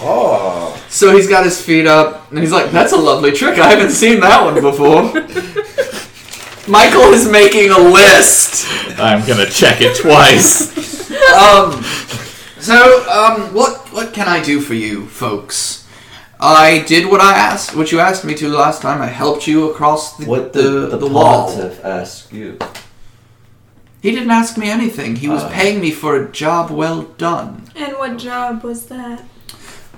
Speaker 2: Oh,
Speaker 1: so he's got his feet up, and he's like, "That's a lovely trick. I haven't seen that one before." Michael is making a list.
Speaker 6: I'm gonna check it twice.
Speaker 1: um, so um, what what can I do for you, folks? I did what I asked, what you asked me to last time. I helped you across the
Speaker 7: What
Speaker 1: the,
Speaker 7: did
Speaker 1: the,
Speaker 7: the,
Speaker 1: wall.
Speaker 7: pontiff ask you?
Speaker 1: He didn't ask me anything. He was
Speaker 7: Uh.
Speaker 1: paying me for a job well done.
Speaker 3: And what job was that?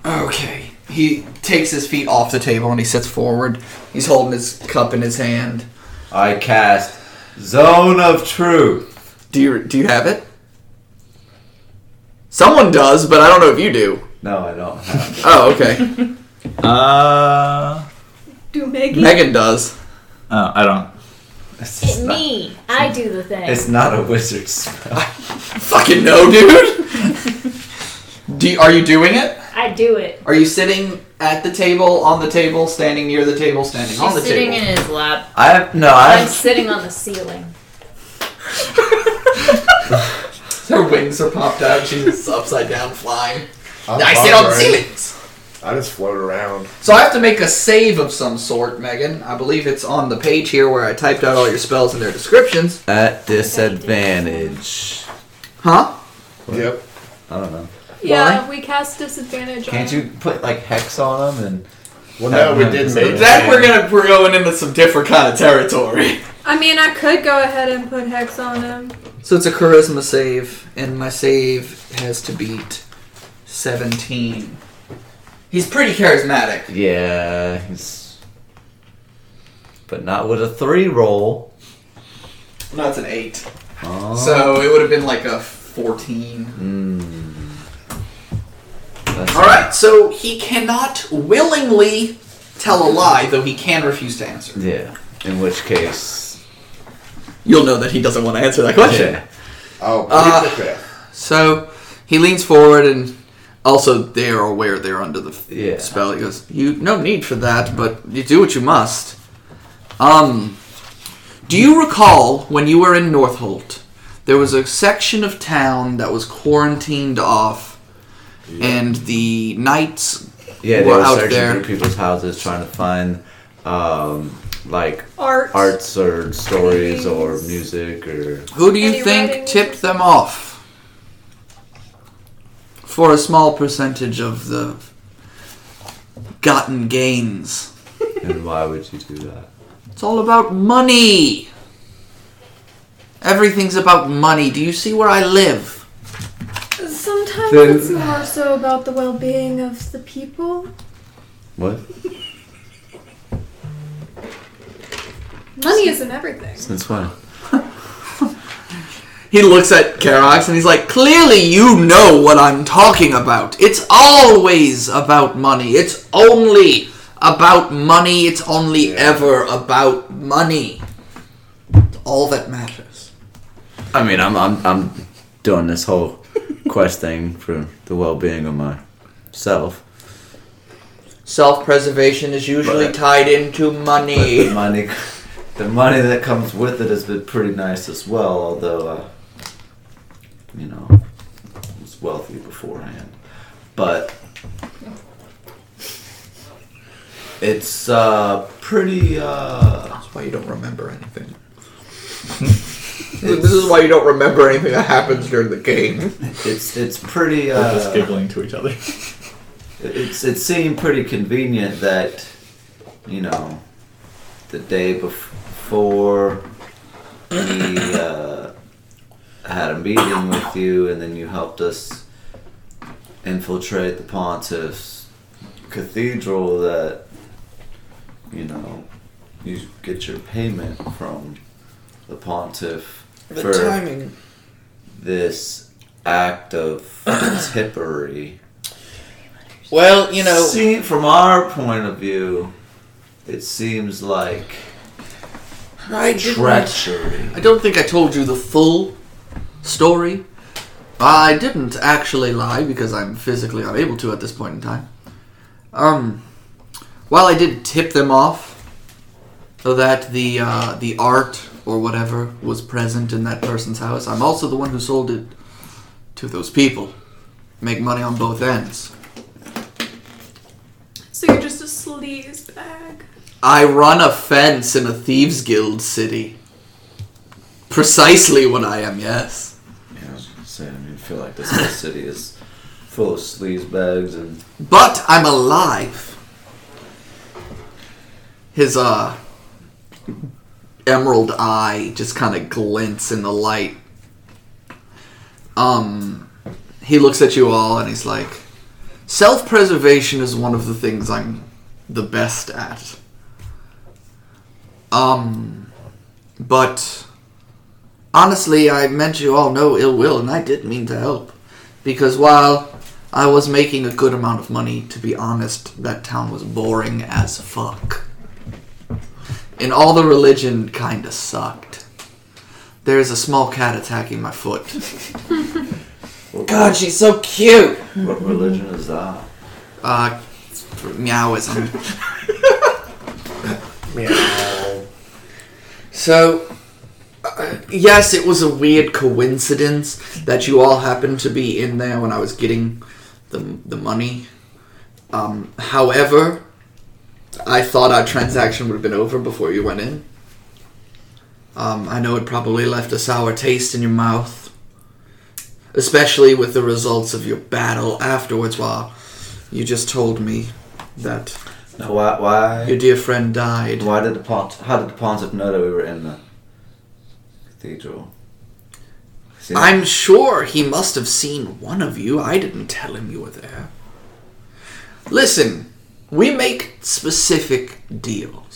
Speaker 1: Okay. He takes his feet off the table and he sits forward. He's holding his cup in his hand.
Speaker 5: I cast Zone of Truth.
Speaker 1: Do you do you have it? Someone does, but I don't know if you do.
Speaker 5: No, I don't have it.
Speaker 1: Oh, okay.
Speaker 6: Uh.
Speaker 3: Do Maggie?
Speaker 1: Megan does.
Speaker 6: Oh, I don't.
Speaker 5: It's,
Speaker 8: It
Speaker 5: not,
Speaker 8: me. I do the thing.
Speaker 5: it's not a wizard spell.
Speaker 1: Fucking no, dude. Do you, are you doing it?
Speaker 8: I do it.
Speaker 1: Are you sitting at the table, on the table, standing near the table, standing on the
Speaker 4: She's sitting
Speaker 1: table?
Speaker 4: in his lap.
Speaker 5: I have no.
Speaker 8: I'm
Speaker 5: I
Speaker 8: sitting on the ceiling.
Speaker 1: Her wings are popped out. She's upside down, flying.
Speaker 2: I'm
Speaker 1: I sit on the
Speaker 2: hovering.
Speaker 1: ceilings.
Speaker 2: I just float around.
Speaker 1: So I have to make a save of some sort, Megan. I believe it's on the page here where I typed out all your spells and their descriptions.
Speaker 5: at disadvantage.
Speaker 1: Huh?
Speaker 2: Yep.
Speaker 5: I don't know.
Speaker 3: yeah, we cast disadvantage on
Speaker 5: Can't
Speaker 3: him.
Speaker 5: you put like hex on them and?
Speaker 2: Well, no, we did make
Speaker 1: Then we're gonna we're going into some different kind of territory.
Speaker 3: I mean, I could go ahead and put hex on him.
Speaker 1: So it's a charisma save, and my save has to beat seventeen. He's pretty charismatic.
Speaker 5: Yeah, he's. But not with a three roll.
Speaker 1: No, it's an eight.
Speaker 5: Oh.
Speaker 1: So it would have been like a fourteen.
Speaker 5: Mm. That's-
Speaker 1: All right, so he cannot willingly tell a lie, though he can refuse to answer.
Speaker 5: Yeah. In which case.
Speaker 1: You'll know that he doesn't want to answer that
Speaker 5: Yeah.
Speaker 2: Oh,
Speaker 1: Uh,
Speaker 2: please the fifth.
Speaker 1: So he leans forward, and also they are aware they're under the f-
Speaker 5: Yeah.
Speaker 1: spell. He goes, "You no need for that, but you do what you must." Um, do you recall when you were in Northolt? There was a section of town that was quarantined off, and the knights
Speaker 5: Yeah, they
Speaker 1: We're
Speaker 5: were
Speaker 1: out
Speaker 5: searching
Speaker 1: there.
Speaker 5: through people's houses trying to find um,
Speaker 7: like
Speaker 3: Art.
Speaker 7: arts or stories or
Speaker 3: Paintings.
Speaker 7: music or
Speaker 1: Who do you
Speaker 3: Any
Speaker 1: think
Speaker 3: writing?
Speaker 1: tipped them off? For a small percentage of the gotten gains.
Speaker 7: and why would you do that?
Speaker 1: It's all about money. Everything's about money. Do you see where I live?
Speaker 3: Sometimes
Speaker 7: Then-
Speaker 3: it's more so about the well-being of the people.
Speaker 7: What?
Speaker 3: Money isn't everything.
Speaker 7: Since when?
Speaker 1: He looks at Karox and he's like, Clearly you know what I'm talking about. It's always about money. It's only about money. It's only ever about money. It's all that matters.
Speaker 7: I mean, I'm I'm I'm doing this whole quest thing for the well-being of myself.
Speaker 1: Self preservation is usually
Speaker 7: But-
Speaker 1: tied into
Speaker 7: But the
Speaker 1: money.
Speaker 7: money, the money that comes with it has been pretty nice as well. Although, uh, you know, I was wealthy beforehand, but it's uh, pretty. Uh,
Speaker 1: That's why you don't remember anything. this is why you don't remember anything that happens during the game.
Speaker 7: it's it's pretty.
Speaker 6: We're just
Speaker 7: Uh,
Speaker 6: giggling to each other.
Speaker 7: it's it seemed pretty convenient that you know the day bef- before we uh, had a meeting with you and then you helped us infiltrate the pontiff's cathedral that you know you get your payment from the pontiff for this act of tippery
Speaker 1: Well, you know.
Speaker 7: See, from our point of view, it seems like
Speaker 1: I didn't-
Speaker 7: treachery.
Speaker 1: I don't think I told you the full story. I didn't actually lie because I'm physically unable to at this point in time. Um, while I did tip them off so that the uh, the art or whatever was present in that person's house, I'm also the one who sold it to those people. Make money on both ends.
Speaker 3: So you're just a sleaze bag.
Speaker 1: I run a fence in a thieves guild city. Precisely what I am, yes.
Speaker 7: Yeah, Sam, you feel like this whole city is full of sleaze bags and
Speaker 1: But I'm alive. His uh emerald eye just kind of glints in the light. Um he looks at you all and he's like self-preservation is one of the things I'm the best at. Um but honestly, I meant you all no ill will and I did mean to help because while I was making a good amount of money, to be honest. That town was boring as fuck. And all the religion kinda sucked. There is a small cat attacking my foot. God, she's so cute!
Speaker 7: what religion is that?
Speaker 1: Uh, meowism.
Speaker 9: Meow.
Speaker 1: So, uh, yes, it was a weird coincidence that you all happened to be in there when I was getting the, the money. Um, however, I thought our transaction would have been over before you went in. Um, I know it probably left a sour taste in your mouth, especially with the results of your battle afterwards. While you just told me that
Speaker 7: Now, why,
Speaker 1: your
Speaker 7: why,
Speaker 1: dear friend died.
Speaker 7: why did the pont? How did the pontiff know that we were in the cathedral? See,
Speaker 1: I'm sure he must have seen one of you. I didn't tell him you were there. Listen, we make specific deals.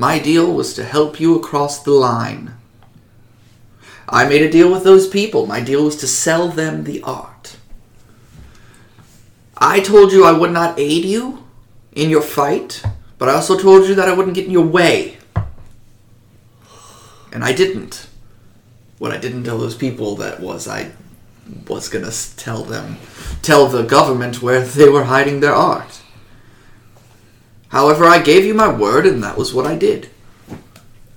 Speaker 1: My deal was to help you across the line. I made a deal with those people. My deal was to sell them the art. I told you I would not aid you in your fight, but I also told you that I wouldn't get in your way. And I didn't what I didn't tell those people that was I was gonna s- tell them, tell the government where they were hiding their art. However, I gave you my word, and that was what I did.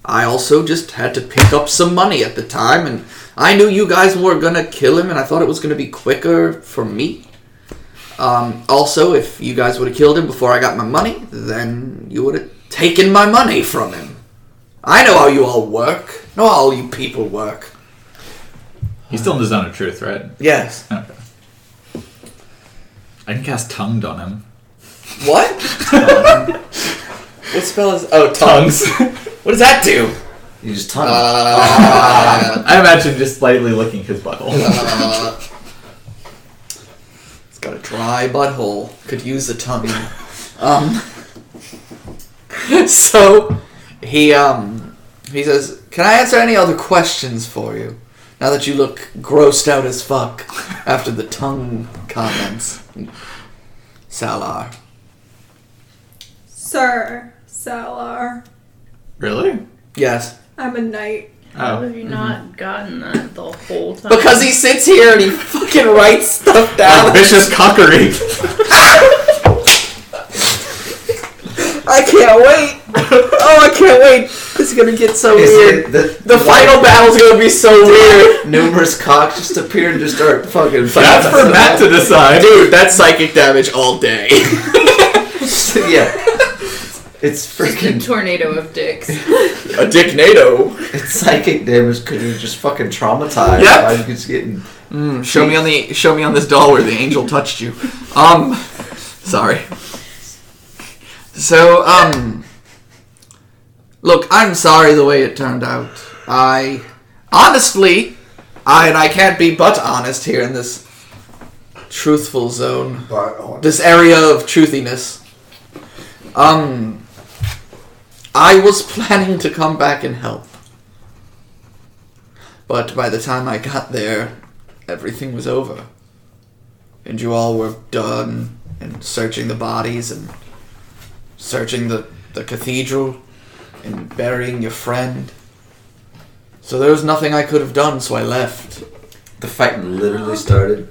Speaker 1: I also just had to pick up some money at the time, and I knew you guys were gonna kill him, and I thought it was gonna be quicker for me. Um, also, if you guys would have killed him before I got my money, then you would have taken my money from him. I know how you all work. Know how all you people work.
Speaker 6: He's still in the zone of truth, right?
Speaker 1: Yes.
Speaker 6: Okay. I can cast tongued on him.
Speaker 1: What? what spell is? Oh, tongues. What does that do?
Speaker 7: You just tongue.
Speaker 1: Uh,
Speaker 6: I imagine just slightly licking his butthole.
Speaker 1: uh, it's got a dry butthole. Could use a tongue. Um. So he um he says, "Can I answer any other questions for you? Now that you look grossed out as fuck after the tongue comments." Salar.
Speaker 3: Sir Salar,
Speaker 6: really?
Speaker 1: Yes.
Speaker 3: I'm a knight.
Speaker 4: How
Speaker 6: Oh.
Speaker 4: have you not gotten that the whole time?
Speaker 1: Because he sits here and he fucking writes stuff down.
Speaker 6: Vicious cockery.
Speaker 1: I can't wait. Oh, I can't wait. This is gonna get so
Speaker 7: Is
Speaker 1: weird.
Speaker 7: it the,
Speaker 1: The final battle's gonna be so weird.
Speaker 7: numerous cocks just appear and just start fucking.
Speaker 6: That's for Matt to decide.
Speaker 1: Dude, that's psychic damage all day.
Speaker 7: yeah. It's
Speaker 4: a
Speaker 7: freaking.
Speaker 4: tornado of dicks.
Speaker 1: A dick NATO.
Speaker 7: It's psychic damage because you're just fucking traumatized.
Speaker 1: Yep.
Speaker 7: by just getting.
Speaker 1: show me on the show me on this doll where the angel touched you. Um sorry. So, um look, I'm sorry the way it turned out. I honestly I and I can't be but honest here in this truthful zone.
Speaker 2: But oh,
Speaker 1: this area of truthiness. Um, I was planning to come back and help, but by the time I got there, everything was over, and you all were done and searching the bodies and searching the, the cathedral and burying your friend. So there was nothing I could have done, so I left.
Speaker 7: The fight literally started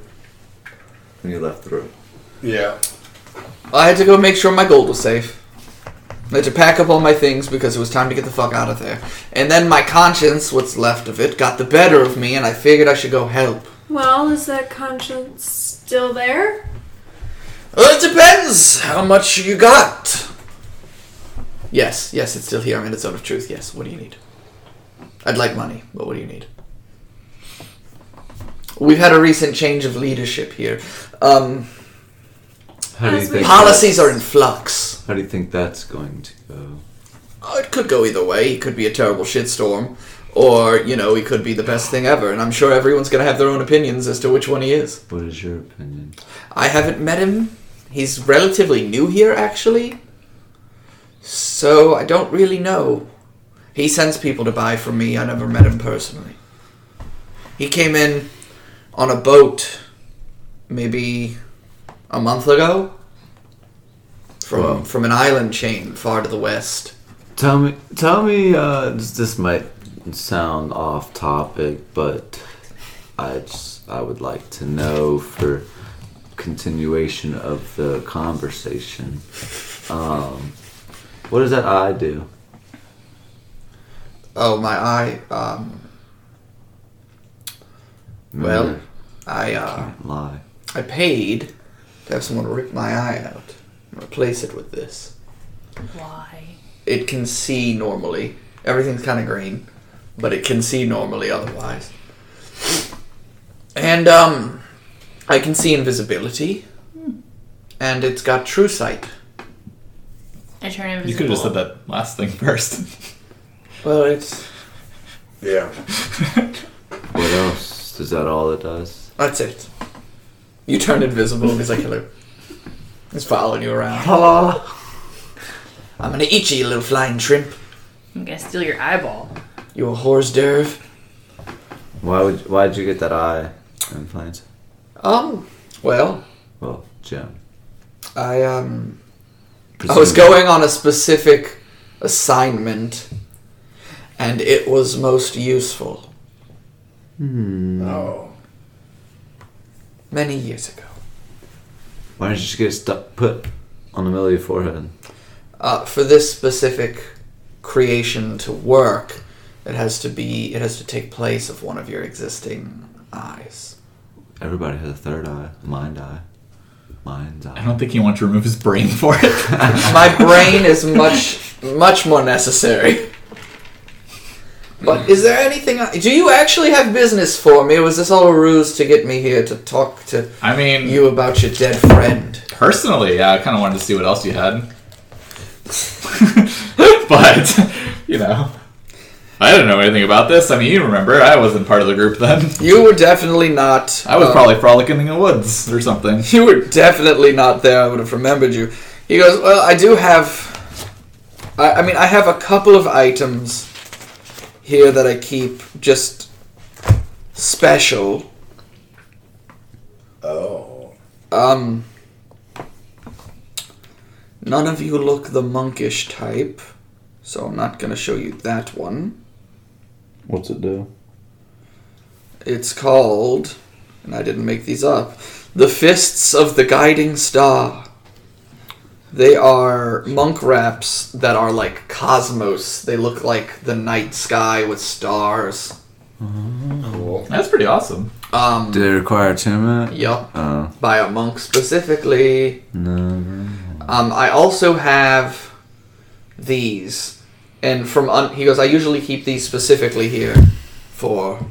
Speaker 7: when you left the room.
Speaker 2: yeah.
Speaker 1: I had to go make sure my gold was safe. I had to pack up all my things because it was time to get the fuck out of there. And then my conscience, what's left of it, got the better of me, and I figured I should go help.
Speaker 3: Well, is that conscience still there?
Speaker 1: Well, Uh, it depends how much you got. Yes, yes, it's still here. I'm in the zone of truth. Yes, what do you need? I'd like money, but what do you need? We've had a recent change of leadership here. Um,
Speaker 7: How do you think?
Speaker 1: policies are in flux.
Speaker 7: How do you think that's going to go?
Speaker 1: Oh, it could go either way. It could be a terrible shitstorm, or you know, he could be the best thing ever. And I'm sure everyone's gonna have their own opinions as to which one he is.
Speaker 7: What is your opinion?
Speaker 1: I haven't met him. He's relatively new here, actually. So I don't really know. He sends people to buy from me. I never met him personally. He came in on a boat maybe a month ago from from an island chain far to the west.
Speaker 7: Tell me, tell me. Uh, this, this might sound off topic, but I just I would like to know for continuation of the conversation. Um, what does that eye do?
Speaker 1: Oh, my eye. Um, well,
Speaker 7: Mm,
Speaker 1: I uh,
Speaker 7: can't lie.
Speaker 1: I paid to have someone rip my eye out and replace it with this.
Speaker 4: Why?
Speaker 1: It can see normally. Everything's kind of green, but it can see normally otherwise. And um, I can see invisibility, Hmm. and it's got true sight.
Speaker 4: I turn invisible.
Speaker 6: You could have just said that last thing first.
Speaker 1: Well, it's
Speaker 2: Yeah.
Speaker 7: What else? Is that all it does?
Speaker 1: that's it. You turn invisible, and he's like, "Hello." He's following you around. I'm gonna eat you, you little flying shrimp.
Speaker 4: I'm gonna steal your eyeball.
Speaker 1: You a hors d'oeuvre.
Speaker 7: Why would why would you get that eye implant?
Speaker 1: Um, well,
Speaker 7: Well, Jim.
Speaker 1: I, um, I was going on a specific assignment, and it was most useful
Speaker 2: Oh.
Speaker 1: many years ago.
Speaker 7: Why don't you just get stuck put on the middle of your forehead?
Speaker 1: Uh, for this specific creation to work, it has to be, it has to take place of one of your existing eyes.
Speaker 7: Everybody has a third eye, mind eye.
Speaker 5: Mind's
Speaker 6: I
Speaker 5: eye.
Speaker 6: don't think he wanted to remove his brain for it.
Speaker 1: My brain is much, much more necessary. But is there anything? I, do you actually have business for me? Was this all a ruse to get me here to talk to
Speaker 6: I mean,
Speaker 1: you about your dead friend?
Speaker 6: personally, yeah, I kind of wanted to see what else you had. but, you know, I didn't know anything about this. I mean, you remember, I wasn't part of the group then.
Speaker 1: You were definitely not.
Speaker 6: I was
Speaker 1: uh,
Speaker 6: probably frolicking in the woods or something.
Speaker 1: You were definitely not there. I would have remembered you. He goes, Well, I do have. I, I mean, I have a couple of items here that I keep just special.
Speaker 2: Oh.
Speaker 1: Um. None of you look the monkish type, so I'm not gonna show you that one.
Speaker 10: What's it do?
Speaker 1: It's called, and I didn't make these up, The Fists of the Guiding Star. They are monk wraps that are like cosmos. They look like the night sky with stars.
Speaker 2: Cool.
Speaker 6: That's pretty awesome.
Speaker 1: Um,
Speaker 5: Did it require attunement?
Speaker 1: yup,
Speaker 10: uh.
Speaker 5: Oh,
Speaker 1: by a monk specifically.
Speaker 5: no.
Speaker 1: Um, I also have these, and from un- he goes. I usually keep these specifically here for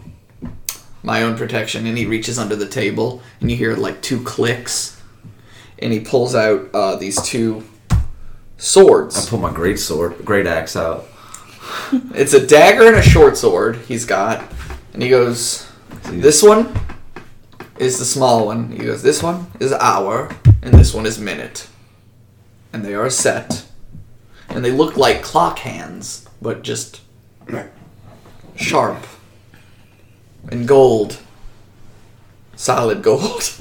Speaker 1: my own protection. And he reaches under the table, and you hear like two clicks, and he pulls out uh, these two
Speaker 5: I
Speaker 1: swords.
Speaker 5: pull my great sword, great axe out.
Speaker 1: It's a dagger and a short sword he's got, and he goes. This one is the small one. He goes. This one is hour, and this one is minute, and they are set, and they look like clock hands, but just sharp and gold, solid gold.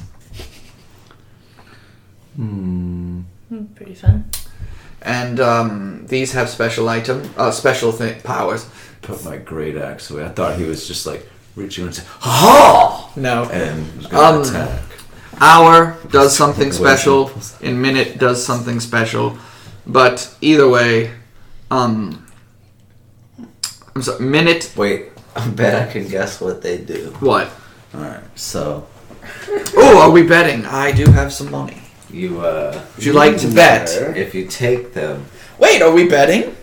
Speaker 4: Hmm, Pretty fun.
Speaker 1: And um, these have special item, uh, special th- powers.
Speaker 5: Put my great axe away. I thought he was just like reaching and say,
Speaker 1: Ha! No.
Speaker 5: and was gonna
Speaker 1: Um,
Speaker 5: attack.
Speaker 1: hour does something special and minute does something special but either way um i'm sorry minute
Speaker 7: Wait, I bet I can guess what they do.
Speaker 1: what
Speaker 7: Alright, so
Speaker 1: oh are we betting i do have some money
Speaker 7: you, uh,
Speaker 1: would you like to bet
Speaker 7: if you take them,
Speaker 1: wait are we betting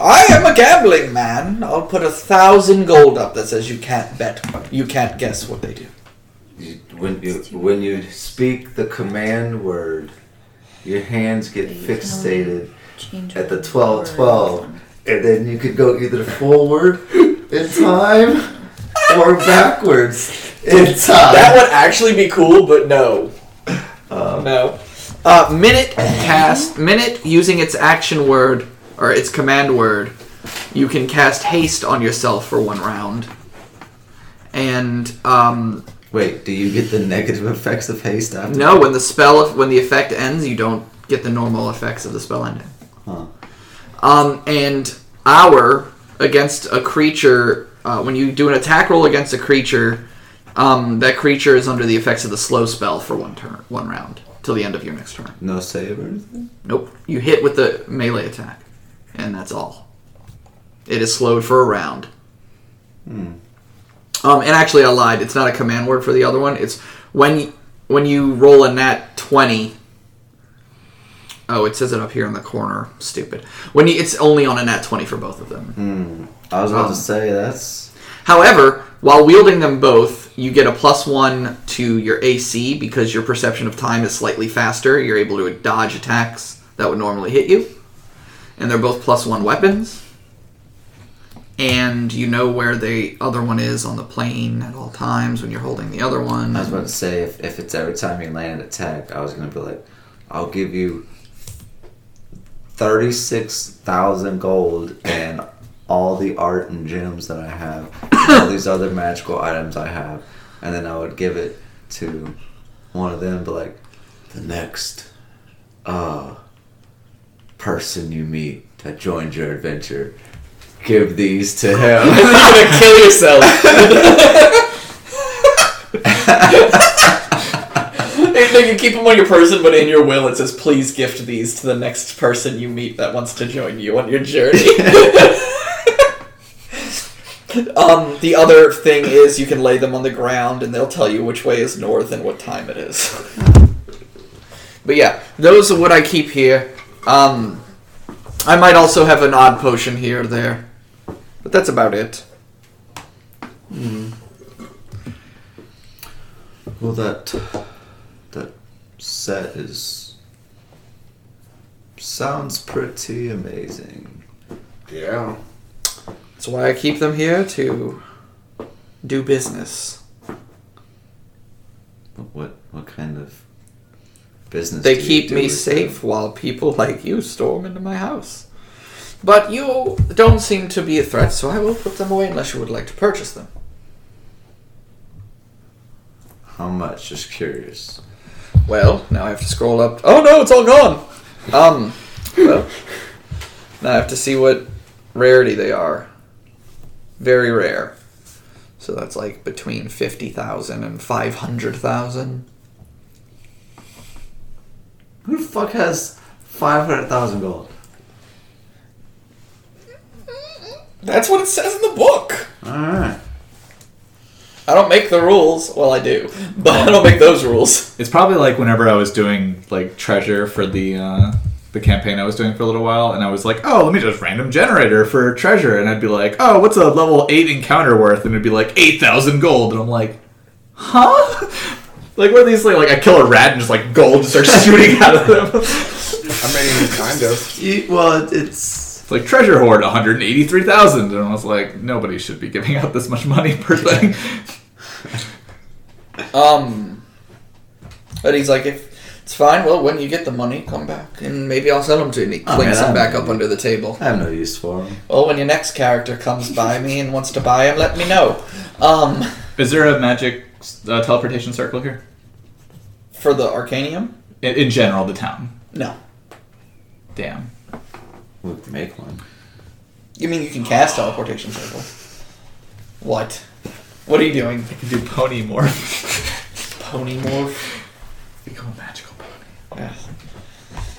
Speaker 1: i am a gambling man i'll put a thousand gold up that says you can't bet you can't guess what they do
Speaker 7: you, when you when you speak the command word, your hands get fixated
Speaker 4: Change
Speaker 7: at the
Speaker 4: over.
Speaker 7: 12 12, and then you could go either forward in time or backwards in time.
Speaker 1: That would actually be cool, but no. no. Uh, minute cast minute using its action word or its command word, you can cast haste on yourself for one round. And um,
Speaker 7: Wait, do you get the negative effects of haste after?
Speaker 1: no, when the spell when the effect ends, you don't get the normal effects of the spell ending.
Speaker 7: Huh.
Speaker 1: Um, and hour against a creature uh, when you do an attack roll against a creature, um, that creature is under the effects of the slow spell for one turn, one round till the end of your next turn.
Speaker 7: No save or anything?
Speaker 1: Nope, you hit with the melee attack, and that's all. It is slowed for a round. Um, and actually, I lied. It's not a command word for the other one. It's when when you roll a nat twenty. Oh, it says it up here in the corner. Stupid. When you, it's only on a nat twenty for both of them.
Speaker 7: I was about
Speaker 1: Um,
Speaker 7: to say that's
Speaker 1: However, while wielding them both, you get a plus one to your AC because your perception of time is slightly faster. You're able to dodge attacks that would normally hit you. And they're both plus one weapons. And you know where the other one is on the plane at all times when you're holding the other one.
Speaker 7: I was about to say if, if it's every time you land an attack, I was gonna be like, I'll give you thirty six thousand gold and all the art and gems that I have, and all these other magical items I have, and then I would give it to one of them, but like the next uh person you meet that joined your adventure, give these to him.
Speaker 1: You're gonna kill yourself. no, you keep them on your person, but in your will it says, "Please gift these to the next person you meet that wants to join you on your journey." Um, the other thing is you can lay them on the ground and they'll tell you which way is north and what time it is. but yeah, those are what I keep here. Um, I might also have an odd potion here or there, but that's about it.
Speaker 7: Well, that that set is sounds pretty amazing.
Speaker 2: Yeah.
Speaker 1: That's why I keep them here to do business.
Speaker 7: But what what kind of business?
Speaker 1: They
Speaker 7: do you
Speaker 1: keep
Speaker 7: do
Speaker 1: me
Speaker 7: with
Speaker 1: safe while people like you storm into my house. But you don't seem to be a threat, so I will put them away unless you would like to purchase them.
Speaker 7: them? How much? Just curious.
Speaker 1: Well, now I have to scroll up. Oh no, it's all gone. Um, well, now I have to see what rarity they are. Very rare. So that's like between 50,000 and 500,000.
Speaker 7: Who the fuck has five hundred thousand gold?
Speaker 1: That's what it says in the book.
Speaker 7: All right.
Speaker 1: I don't make the rules. Well, I do, but I don't make those rules.
Speaker 6: It's probably like whenever I was doing like treasure for the uh, the campaign I was doing for a little while, and I was like, oh, let me just random generator for treasure, and I'd be like, oh, what's a level eight encounter worth? And it'd be like eight thousand gold, and I'm like, huh? Like what are these like, like I kill a rat and just like gold just starts shooting out of them.
Speaker 2: I mean, kind of.
Speaker 7: You, well, it's
Speaker 6: It's like treasure hoard, one hundred eighty three thousand, and I was like, nobody should be giving out this much money per thing.
Speaker 1: Um, but he's like, if it's fine, well, when you get the money, come back and maybe I'll sell them to you. And he
Speaker 7: Oh,
Speaker 1: clinks them
Speaker 7: man, I-
Speaker 1: back up under the table.
Speaker 7: I have no use for them.
Speaker 1: Well, when your next character comes by me and wants to buy him, let me know. Um,
Speaker 6: Is there a magic uh, teleportation circle here?
Speaker 1: for the Arcanium?
Speaker 6: In, in general, the town.
Speaker 1: No.
Speaker 6: Damn.
Speaker 7: We could make one.
Speaker 1: You mean you can cast teleportation circle? What? What are you doing?
Speaker 6: I can do pony morph.
Speaker 1: Pony morph?
Speaker 6: Become a magical pony.
Speaker 1: Yeah.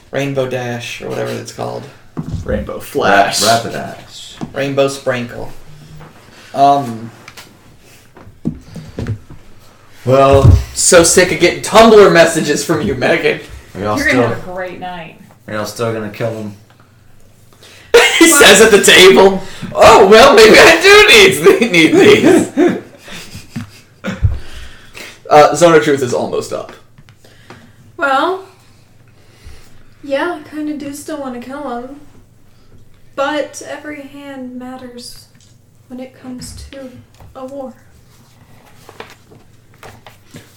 Speaker 1: Rainbow dash or whatever it's called.
Speaker 6: Rainbow
Speaker 7: Rap-
Speaker 6: flash.
Speaker 7: Rapid axe.
Speaker 1: Rainbow sprinkle. Um.
Speaker 7: Well,
Speaker 1: So sick of getting Tumblr messages from you, Megan.
Speaker 7: are y'all
Speaker 8: You're
Speaker 7: still
Speaker 8: gonna have a great night.
Speaker 7: are y'all still gonna kill him?
Speaker 1: he says at the table, "Oh well, maybe I do need need these." uh, Zone of Truth is almost up.
Speaker 3: Well, yeah, I kind of do still want to kill him. But every hand matters when it comes to a war.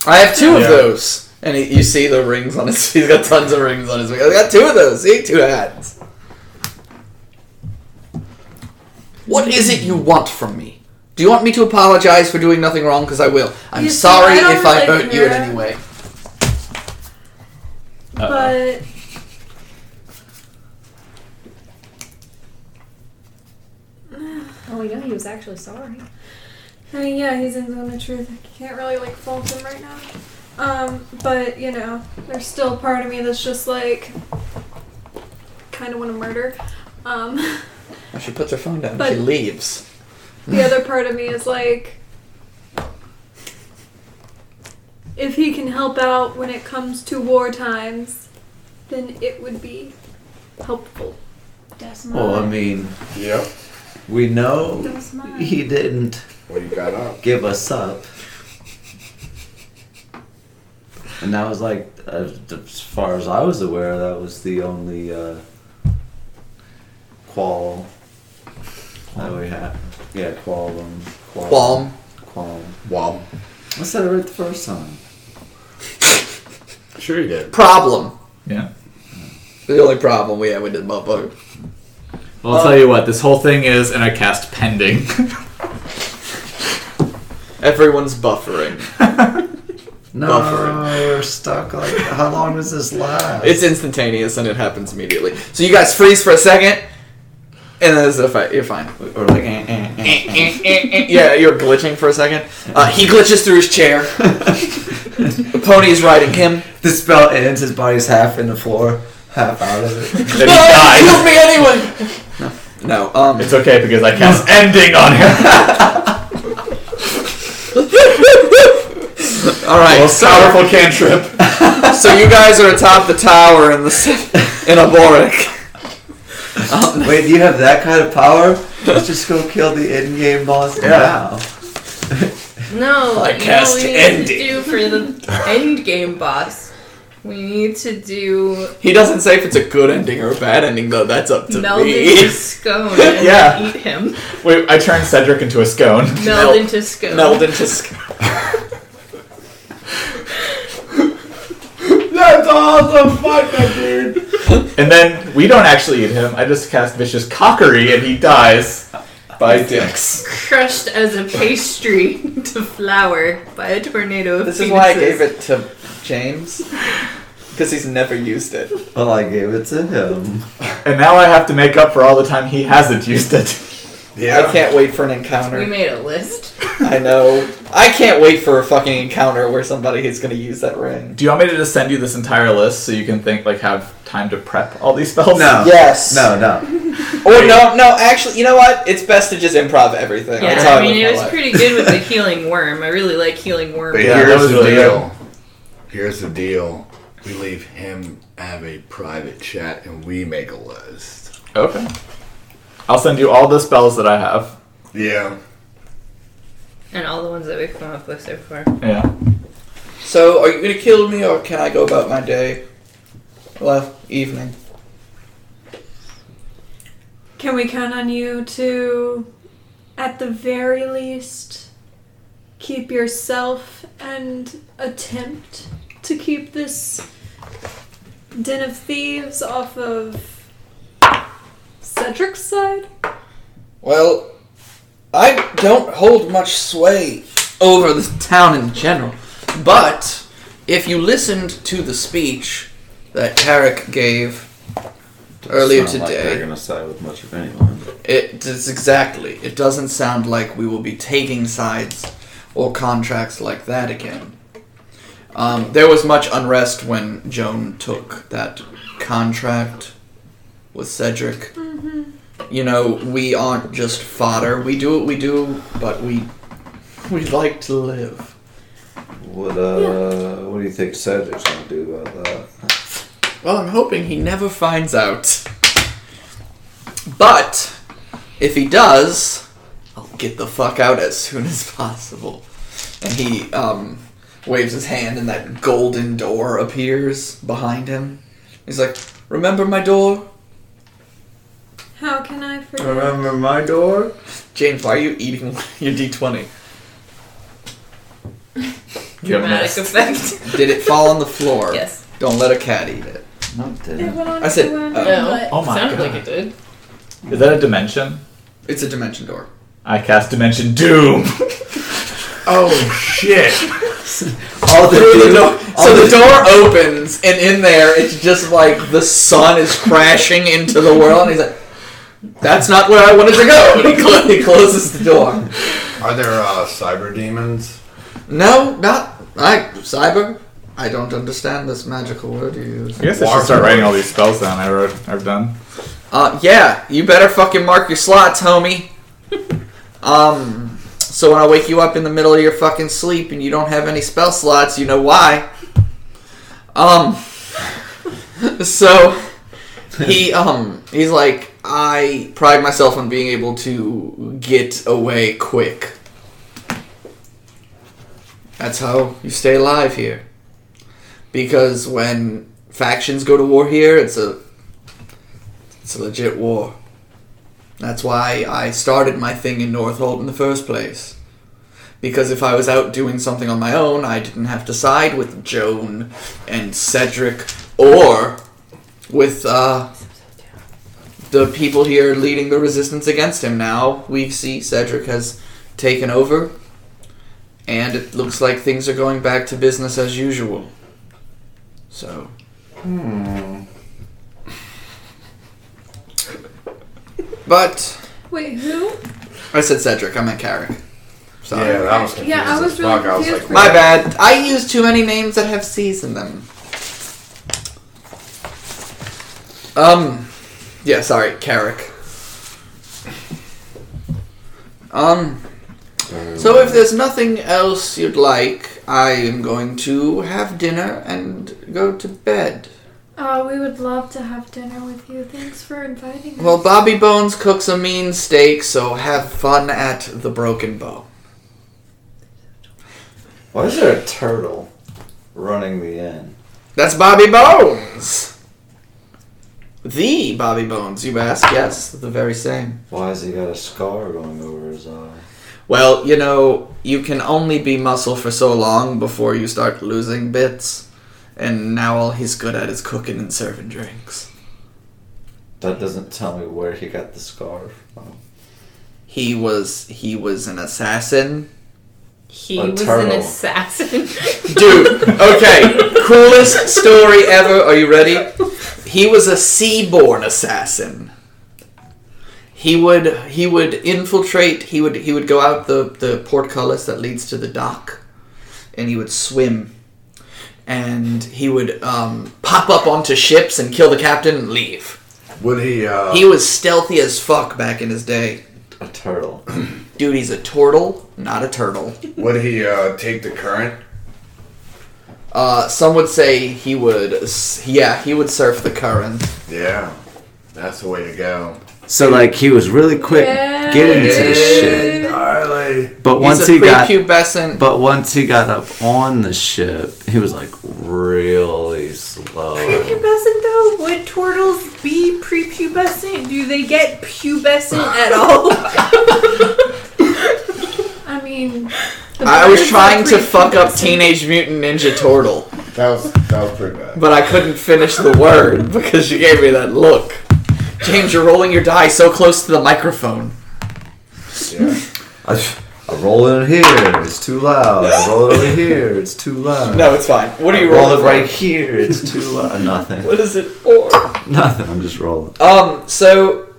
Speaker 1: I have two
Speaker 2: Yeah.
Speaker 1: of those. And he, you see the rings on his He's got tons of rings on his finger. I got two of those. See? Two hats. What is it you want from me? Do you want me to apologize for doing nothing wrong? Because I will. I'm
Speaker 3: You see,
Speaker 1: sorry
Speaker 3: I don't
Speaker 1: if I
Speaker 3: really
Speaker 1: hurt you in
Speaker 3: care.
Speaker 1: any way.
Speaker 3: But
Speaker 8: Oh, we know he was actually sorry.
Speaker 3: I mean, yeah, he's in zone of truth. I can't really like fault him right now. Um, but you know, there's still a part of me that's just like kind of want to murder. Um,
Speaker 1: Oh, She puts her phone down.
Speaker 3: But-
Speaker 1: she leaves.
Speaker 3: the other part of me is like, if he can help out when it comes to war times, then it would be helpful.
Speaker 8: That's
Speaker 7: Well, I mean,
Speaker 2: Yep.
Speaker 7: we know
Speaker 8: That's mine.
Speaker 7: he didn't
Speaker 2: What you got up?
Speaker 7: give us up. And that was like, as as far as I was aware, that was the only uh, qual that we had. Yeah, qualm. Qualm.
Speaker 1: Qualm.
Speaker 7: Qualm.
Speaker 2: Wow.
Speaker 7: I said it right the first time.
Speaker 2: Sure you did.
Speaker 1: Problem.
Speaker 6: Yeah.
Speaker 1: The only problem we had with this motherfucker.
Speaker 6: Well, I'll tell you what. This whole thing is, and I cast pending.
Speaker 1: Everyone's buffering.
Speaker 7: No,
Speaker 1: Buffering.
Speaker 7: we're stuck. Like, how long does this last?
Speaker 1: It's instantaneous and it happens immediately. So you guys freeze for a second, and then it's a fight. You're fine.
Speaker 7: or like, eh, eh, eh, eh.
Speaker 1: yeah, you're glitching for a second. Uh, he glitches through his chair. the pony is riding him.
Speaker 7: eh. the spell ends. His body's half in the floor, half out of it.
Speaker 1: No, he killed me anyway. No. Um,
Speaker 6: It's okay because I cast ending on him.
Speaker 1: all right.
Speaker 6: Most powerful cantrip.
Speaker 1: so you guys are atop the tower in the s- in a boric. Um,
Speaker 7: Wait, you have that kind of power? Let's just go kill the in-game boss now.
Speaker 4: No,
Speaker 1: I
Speaker 4: you know
Speaker 1: cast
Speaker 4: what we
Speaker 1: ending.
Speaker 4: need to do for the end game boss. We need to do
Speaker 1: he doesn't say if it's a good ending or a bad ending though. That's up to
Speaker 4: meld
Speaker 1: me.
Speaker 4: into scone and then
Speaker 6: Yeah.
Speaker 4: eat him.
Speaker 6: Wait, I turned Cedric into a scone.
Speaker 4: Meld,
Speaker 1: Meld-
Speaker 4: into scone.
Speaker 1: Meld into sc-
Speaker 6: That's awesome, fuck that dude. And then we don't actually eat him. I just cast vicious cockery, and he dies by dicks.
Speaker 4: crushed as a pastry to flour by a tornado of
Speaker 1: This is why I
Speaker 4: penises.
Speaker 1: gave it to James because he's never used it.
Speaker 7: Well, I gave it to him.
Speaker 6: And now I have to make up for all the time he hasn't used it.
Speaker 1: I can't wait for an
Speaker 4: We
Speaker 1: encounter.
Speaker 4: made a list.
Speaker 1: I know. I can't wait for a fucking encounter where somebody is going to use that ring.
Speaker 6: Do you want me to just send you this entire list so you can think, like, have time to prep all these spells?
Speaker 7: No.
Speaker 1: Yes.
Speaker 7: No, no.
Speaker 1: Or no, no. Actually, you know what? It's best to just improv everything. That's how
Speaker 4: Yeah, I mean,
Speaker 1: live
Speaker 4: it
Speaker 1: my
Speaker 4: was
Speaker 1: life.
Speaker 4: pretty good with the healing worm. I really like healing worm.
Speaker 2: But
Speaker 6: Yeah, that
Speaker 2: here's
Speaker 6: was
Speaker 2: the
Speaker 6: really
Speaker 2: deal. Here's the deal. We leave him have a private chat and we make a list.
Speaker 6: Okay. I'll send you all the spells that I have.
Speaker 2: Yeah.
Speaker 4: And all the ones that we've come up with so far.
Speaker 6: Yeah.
Speaker 1: So, are you gonna kill me, or can I go about my day? Well, evening.
Speaker 3: Can we count on you to, at the very least, keep yourself and attempt to keep this den of thieves off of Cedric's side?
Speaker 1: Well, I don't hold much sway over the town in general, but if you listened to the speech that Tarek gave earlier
Speaker 5: Sound like
Speaker 1: today,
Speaker 5: They're gonna side with much of anyone.
Speaker 1: It does exactly. It doesn't sound like we will be taking sides or contracts like that again. Um, there was much unrest when Joan took that contract with Cedric. You know, we aren't just fodder. We do what we do, but we we like to live.
Speaker 5: What uh? What do you think Cedric's gonna do about that?
Speaker 1: Well, I'm hoping he never finds out. But if he does, I'll get the fuck out as soon as possible. And he um, waves his hand, and that golden door appears behind him. He's like, "Remember my door,
Speaker 3: How can I forget?
Speaker 1: Uh,
Speaker 7: Remember my door?
Speaker 1: James? Why are you eating your D20?
Speaker 6: Give him
Speaker 4: Dramatic
Speaker 6: this.
Speaker 4: effect.
Speaker 1: Did it fall on the floor?
Speaker 4: yes.
Speaker 1: Don't let a cat eat it.
Speaker 5: No, it
Speaker 3: It
Speaker 5: didn't.
Speaker 3: went on
Speaker 1: I said,
Speaker 3: to, um,
Speaker 1: uh,
Speaker 4: No.
Speaker 6: Oh my
Speaker 4: Sounded
Speaker 6: God.
Speaker 4: like it did.
Speaker 6: Is that a dimension?
Speaker 1: It's a dimension door.
Speaker 6: I cast Dimension Doom.
Speaker 2: Oh shit.
Speaker 1: Oh, the door. So the door opens, and in there, it's just like the sun is crashing into the world, and he's like, "That's not where I wanted to go." And he, cl- he closes the door.
Speaker 2: Are there uh, cyber demons?
Speaker 1: No, not I. Cyber. I don't understand this magical word you use.
Speaker 6: I guess I should start writing all these spells down I wrote, I've done.
Speaker 1: Uh, yeah, you better fucking mark your slots, homie. um, so when I wake you up in the middle of your fucking sleep and you don't have any spell slots, you know why. Um, so he um he's like, I pride myself on being able to get away quick. That's how you stay alive here. Because when factions go to war here, it's a it's a legit war. That's why I started my thing in Northolt in the first place. Because if I was out doing something on my own, I didn't have to side with Joan and Cedric or with uh, the people here leading the resistance against him. Now we see Cedric has taken over, and it looks like things are going back to business as usual. So. But
Speaker 3: wait, who?
Speaker 1: I said Cedric. I meant Carrick. Sorry.
Speaker 2: Yeah, that was confusing.
Speaker 3: Yeah, I was
Speaker 2: as
Speaker 3: really
Speaker 2: fuck. I was
Speaker 3: confused.
Speaker 2: like,
Speaker 1: My bad. I used too many names that have C's in them. Um. Yeah. Sorry, Carrick. Um, so if there's nothing else you'd like, I am going to have dinner and go to bed.
Speaker 3: Uh, we would love to have dinner with you. Thanks for inviting us.
Speaker 1: Well, Bobby Bones cooks a mean steak, so have fun at the Broken Bow.
Speaker 5: Why is there a turtle running the inn?
Speaker 1: That's Bobby Bones! The Bobby Bones, you ask? Yes, the very same.
Speaker 5: Why has he got a scar going over his eye?
Speaker 1: Well, you know, you can only be muscle for so long before you start losing bits, and now all he's good at is cooking and serving drinks.
Speaker 5: That doesn't tell me where he got the scar from.
Speaker 1: He was he was an assassin
Speaker 4: He
Speaker 5: A
Speaker 4: was an
Speaker 5: turtle.
Speaker 4: assassin.
Speaker 1: Dude, okay. Coolest story ever. Are you ready? He was a seaborne assassin. He would he would infiltrate, he would he would go out the, the portcullis that leads to the dock and he would swim. And he would um, pop up onto ships and kill the captain and leave.
Speaker 2: Would he? Uh,
Speaker 1: He was stealthy as fuck back in his day.
Speaker 5: A turtle.
Speaker 1: Dude, he's a turtle, not a turtle.
Speaker 2: would he uh, take the current?
Speaker 1: Uh, some would say he would, s- yeah, he would surf the current.
Speaker 2: Yeah, that's the way to go.
Speaker 11: So like he was really quick
Speaker 3: Yeah.
Speaker 11: getting to the
Speaker 2: Hey,
Speaker 11: ship,
Speaker 2: Gnarly.
Speaker 11: but once
Speaker 1: He's a
Speaker 11: he got
Speaker 1: prepubescent.
Speaker 11: but once he got up on the ship, he was like really slow.
Speaker 4: Prepubescent though? Would turtles be prepubescent? Do they get pubescent at all?
Speaker 3: I mean,
Speaker 1: I was trying to fuck up Teenage Mutant Ninja Turtle,
Speaker 2: That was that was pretty bad.
Speaker 1: but I couldn't finish the word because you gave me that look. James, you're rolling your die so close to the microphone.
Speaker 2: Yeah.
Speaker 5: I, I roll it here, it's too loud. I roll it over here, it's too loud.
Speaker 1: No, it's fine. What are
Speaker 5: I
Speaker 1: you
Speaker 5: roll
Speaker 1: rolling
Speaker 5: it
Speaker 1: for?
Speaker 5: right here, it's too loud. Nothing.
Speaker 1: What is it for?
Speaker 5: Nothing, I'm just rolling.
Speaker 1: Um, so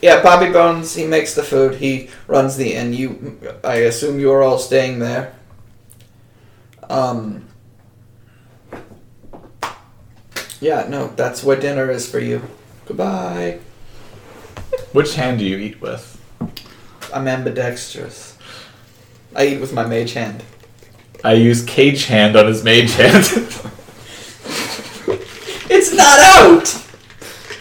Speaker 1: yeah, Bobby Bones. He makes the food. He runs the inn. You, I assume you are all staying there. Um. Yeah, no, that's what dinner is for you. Goodbye.
Speaker 6: Which hand do you eat with?
Speaker 1: I'm ambidextrous. I eat with my mage hand.
Speaker 6: I use cage hand on his mage hand.
Speaker 1: It's not out.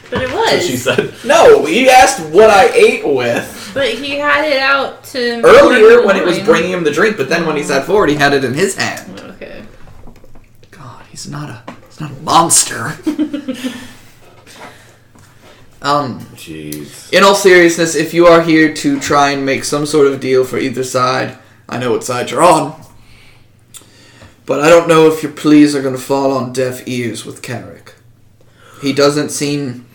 Speaker 4: but it
Speaker 6: That's what
Speaker 4: was.
Speaker 6: she said.
Speaker 1: No, you asked what I ate with
Speaker 4: But he had it out to
Speaker 1: earlier when it was
Speaker 4: Mine.
Speaker 1: bringing him the drink, but then when he sat forward, he had it in his hand.
Speaker 4: Okay.
Speaker 1: God, he's not a he's not a monster. um,
Speaker 2: Jeez.
Speaker 1: in all seriousness, if you are here to try and make some sort of deal for either side, I know what side you're on. But I don't know if your pleas are going to fall on deaf ears with Carrick. He doesn't seem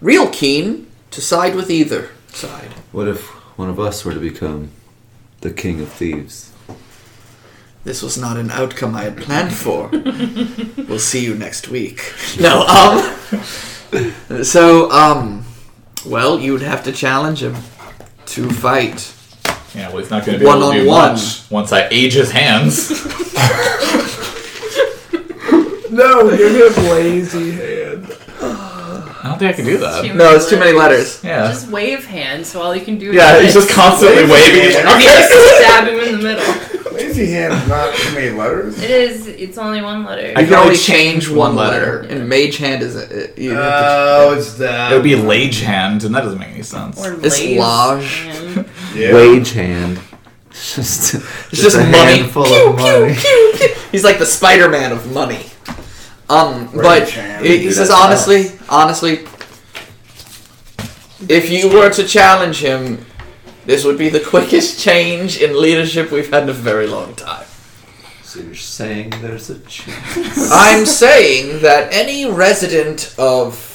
Speaker 1: real keen to side with either side.
Speaker 5: What if one of us were to become the king of thieves?
Speaker 1: This was not an outcome I had planned for. we'll see you next week. No, um. So, um. Well, you would have to challenge him to fight.
Speaker 6: Yeah, well, he's not going to be able to do
Speaker 1: One-on-one.
Speaker 6: much once I age his hands.
Speaker 1: No, you're gonna lazy.
Speaker 6: I don't think I can do that.
Speaker 1: No, it's too many letters.
Speaker 6: Yeah.
Speaker 4: Just wave hand, so all you can do
Speaker 6: Yeah,
Speaker 4: is
Speaker 6: he's just constantly waving. He's like,
Speaker 4: you
Speaker 6: okay.
Speaker 4: just stab him in the middle.
Speaker 2: Lazy hand's not too many letters.
Speaker 4: It is. It's only one letter.
Speaker 1: You can only change one letter, and Mage Hand is. A, you have
Speaker 2: Oh, it's that.
Speaker 6: It would be lage hand, and that doesn't make any sense.
Speaker 4: or
Speaker 1: It's
Speaker 4: lays
Speaker 1: large.
Speaker 4: hand.
Speaker 2: Yeah.
Speaker 5: Wage hand. It's just, it's
Speaker 1: just money.
Speaker 5: handful of money.
Speaker 1: to- he's like the Spider Man of money. Um, but
Speaker 2: Hand.
Speaker 1: he, he
Speaker 5: Do
Speaker 1: says
Speaker 5: that to
Speaker 1: honestly, honestly, if you were to challenge him, this would be the quickest change in leadership we've had in a very long time.
Speaker 5: So you're saying there's a chance.
Speaker 1: I'm saying that any resident of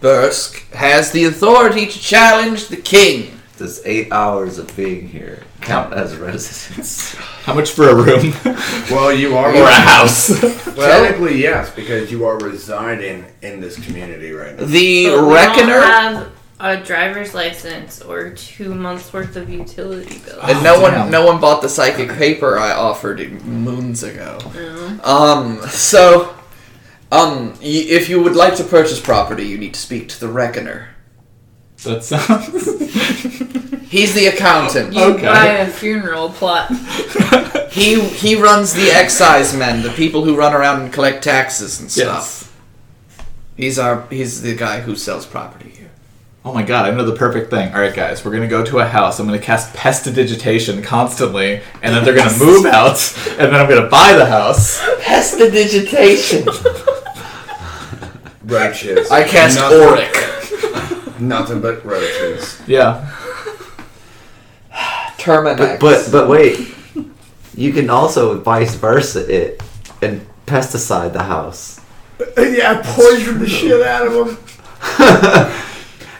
Speaker 1: Bursk has the authority to challenge the king.
Speaker 5: Does eight hours of being here count as residence?
Speaker 6: How much for a room
Speaker 2: Well, you are.
Speaker 6: or a house?
Speaker 2: Technically, yes, because you are residing in this community right now.
Speaker 1: The
Speaker 4: But we
Speaker 1: reckoner,
Speaker 4: Don't have a driver's license or two months worth of utility bill.
Speaker 1: and no one,
Speaker 6: Damn.
Speaker 1: no one bought the psychic paper I offered moons ago. Um, so, um, y- if you would like to purchase property, you need to speak to the reckoner.
Speaker 6: That sounds.
Speaker 1: He's the accountant.
Speaker 4: You
Speaker 6: Okay.
Speaker 4: buy a funeral plot.
Speaker 1: He he runs the excise men, the people who run around and collect taxes and stuff.
Speaker 6: yes.
Speaker 1: He's our he's the guy who sells property here.
Speaker 6: Oh my god, I know the perfect thing. Alright, guys, we're gonna go to a house. I'm gonna cast pestidigitation constantly, and then they're gonna move out, and then I'm gonna buy the house.
Speaker 1: Pestidigitation.
Speaker 2: Roaches.
Speaker 1: I cast
Speaker 2: nothing,
Speaker 1: Auric.
Speaker 2: Nothing but roaches.
Speaker 6: Yeah.
Speaker 1: Terminax.
Speaker 7: But, but but wait, you can also vice versa it and pesticide the house
Speaker 2: yeah, poison the shit out of them.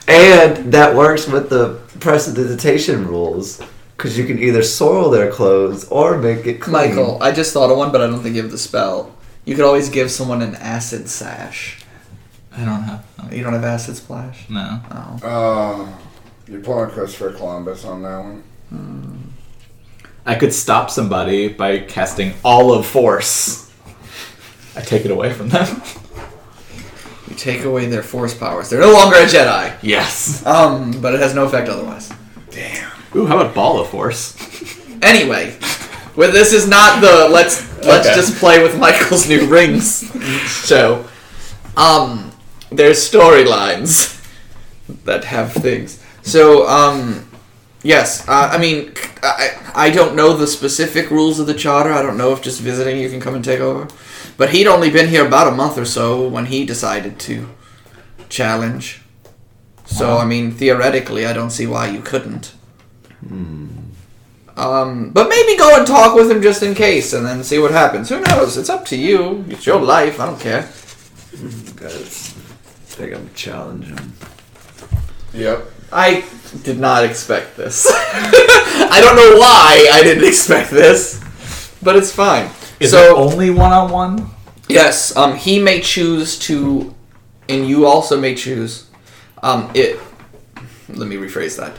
Speaker 7: and that works with the precipitation rules because you can either soil their clothes or make it clean.
Speaker 1: Michael, I just thought of one, but I don't think you have the spell. You could always give someone an acid sash.
Speaker 6: I don't have.
Speaker 1: You don't have acid splash?
Speaker 6: No.
Speaker 1: Oh.
Speaker 2: Oh, you're pulling Christopher Columbus on that one.
Speaker 6: I could stop somebody by casting all of force. I take it away from them.
Speaker 1: You take away their force powers. They're no longer a Jedi.
Speaker 6: Yes.
Speaker 1: Um, but it has no effect otherwise.
Speaker 6: Ooh, how about ball of force?
Speaker 1: Anyway, well, this is not the let's let's
Speaker 6: Okay.
Speaker 1: just play with Michael's new rings. So, um, there's storylines that have things. So, um, yes, uh, I mean, I I don't know the specific rules of the charter. I don't know if just visiting you can come and take over, but he'd only been here about a month or so when he decided to challenge. So, I mean, theoretically, I don't see why you couldn't. Um, but maybe go and talk with him just in case, and then see what happens. Who knows? It's up to you. It's your life. I don't care.
Speaker 5: Guys, I think I'm challenging.
Speaker 2: Yep.
Speaker 1: I did not expect this. I don't know why I didn't expect this, but it's fine.
Speaker 6: Is it
Speaker 1: so
Speaker 6: only one on one?
Speaker 1: yes, um, he may choose to, and you also may choose. Um, it. Let me rephrase that.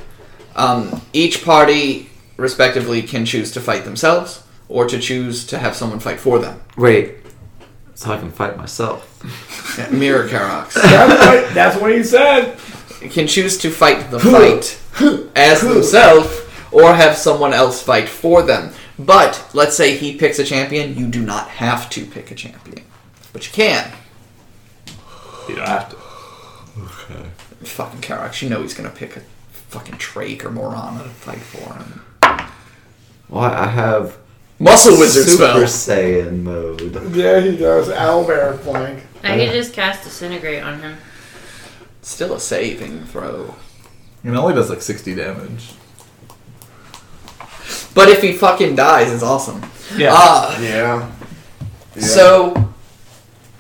Speaker 1: Um, each party, respectively, can choose to fight themselves or to choose to have someone fight for them.
Speaker 7: Wait, so I can fight myself.
Speaker 1: Mirror Karox.
Speaker 2: That's what, that's what he said.
Speaker 1: can choose to fight the fight as themselves or have someone else fight for them. But let's say he picks a champion, you do not have to pick a champion. But you can.
Speaker 6: You don't have to.
Speaker 1: Fucking Karax, you know he's gonna pick a fucking Drake or Morana to fight for him.
Speaker 7: Why I have
Speaker 1: Muscle Wizard
Speaker 7: Super
Speaker 1: spell.
Speaker 7: Saiyan mode.
Speaker 2: Yeah, he does. Owlbear flank.
Speaker 4: I could just cast disintegrate on him.
Speaker 1: Still a saving throw.
Speaker 6: It only does like 60 damage.
Speaker 1: But if he fucking dies, it's awesome.
Speaker 6: Yeah.
Speaker 1: Uh,
Speaker 2: Yeah. yeah.
Speaker 1: So,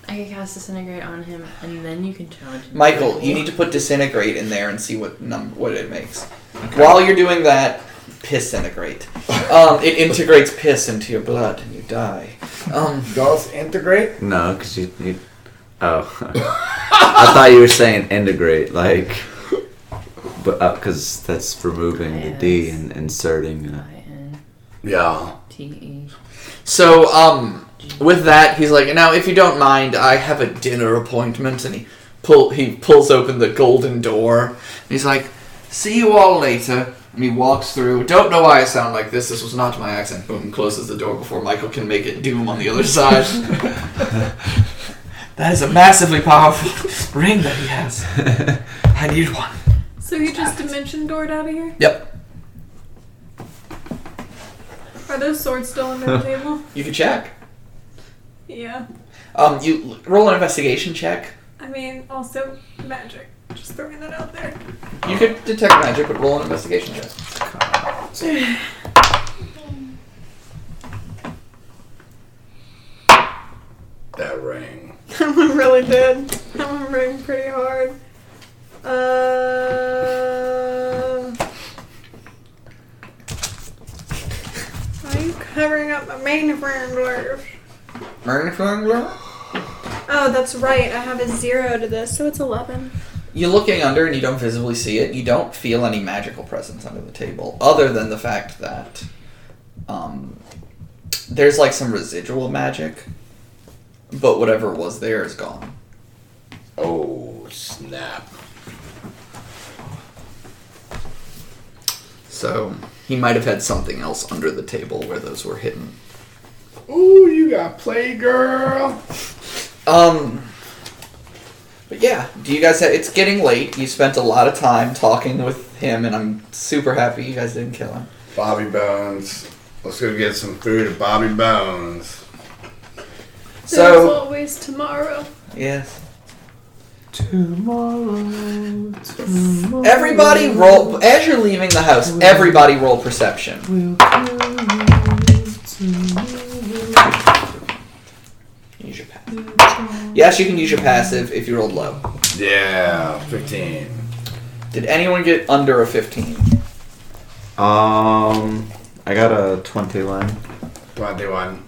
Speaker 4: I could cast disintegrate on him, and then you can challenge him.
Speaker 1: Michael, you need to put disintegrate in there and see what num- what it makes. While you're doing that, piss integrate. Um, it integrates piss into your blood and you die. Um,
Speaker 2: Does integrate?
Speaker 5: No, because you need. Oh. I thought you were saying integrate, like. But uh, because that's removing the D and inserting. A,
Speaker 2: Yeah.
Speaker 4: T-E.
Speaker 1: so, um, with that, he's like, now if you don't mind, I have a dinner appointment, and he pull he pulls open the golden door. And he's like, see you all later. And he walks through. Don't know why I sound like this. This was not my accent. Boom! Closes the door before Michael can make it doom on the other side. that is a massively powerful ring that he has. I need one.
Speaker 3: So you just dimension doored out of here?
Speaker 1: Yep.
Speaker 3: Are those swords still on the table?
Speaker 1: You can check.
Speaker 3: Yeah.
Speaker 1: Um, you roll an investigation check.
Speaker 3: I mean, also magic. Just throwing that out there.
Speaker 1: You could detect magic, but roll an investigation check.
Speaker 2: That ring.
Speaker 3: I'm really dead. I'm ring pretty hard. Uh, why are you covering up my magnifying glass? Oh, that's right. I have a zero to this, so it's eleven.
Speaker 1: You're looking under and you don't visibly see it. You don't feel any magical presence under the table, other than the fact that um, there's like some residual magic, but whatever was there is gone.
Speaker 2: Oh, snap.
Speaker 1: So he might have had something else under the table where those were hidden.
Speaker 2: Ooh, you got Playgirl.
Speaker 1: Um. But yeah, do you guys have? It's getting late. You spent a lot of time talking with him, and I'm super happy you guys didn't kill him.
Speaker 2: Bobby Bones. Let's go get some food at Bobby Bones.
Speaker 3: There's
Speaker 1: So
Speaker 3: always tomorrow.
Speaker 1: yes. Tomorrow, Everybody roll. As you're leaving the house, everybody roll perception. Use your passive. Yes, you can use your passive if you rolled low.
Speaker 2: Yeah, 15.
Speaker 1: Did anyone get under a 15?
Speaker 5: Um, I got a 21.
Speaker 2: 21.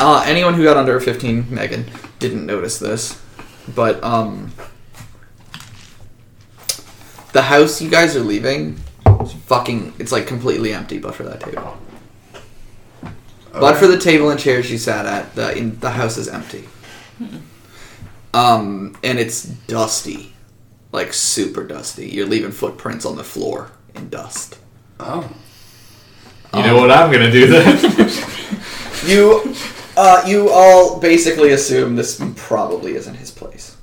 Speaker 1: Uh, anyone who got under a 15, Megan, didn't notice this. But, um. The house you guys are leaving, is fucking. It's like completely empty, but for that table. But for the table and chairs you sat at, the, in, the house is empty. Um, and it's dusty. Like, super dusty. You're leaving footprints on the floor in dust.
Speaker 2: Oh.
Speaker 6: You know what I'm gonna do then?
Speaker 1: You, uh, you all basically assume this probably isn't his place.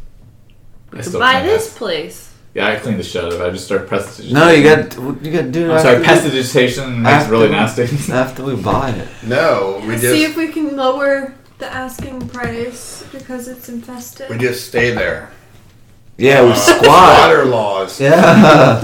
Speaker 6: I
Speaker 4: To
Speaker 6: still
Speaker 4: buy
Speaker 6: can't.
Speaker 4: this place.
Speaker 6: Yeah, I cleaned the shit out of it. I just started prestidigitation.
Speaker 5: No, you got Ah. you got to do it.
Speaker 6: I'm sorry,
Speaker 5: after
Speaker 6: prestidigitation makes
Speaker 5: after-
Speaker 6: really nasty.
Speaker 5: we- After we buy it,
Speaker 2: No, we
Speaker 3: See if
Speaker 2: just
Speaker 3: we can lower the asking price because it's infested.
Speaker 2: we just stay there.
Speaker 5: yeah, we
Speaker 2: Uh,
Speaker 5: squat.
Speaker 2: Water laws.
Speaker 5: Yeah,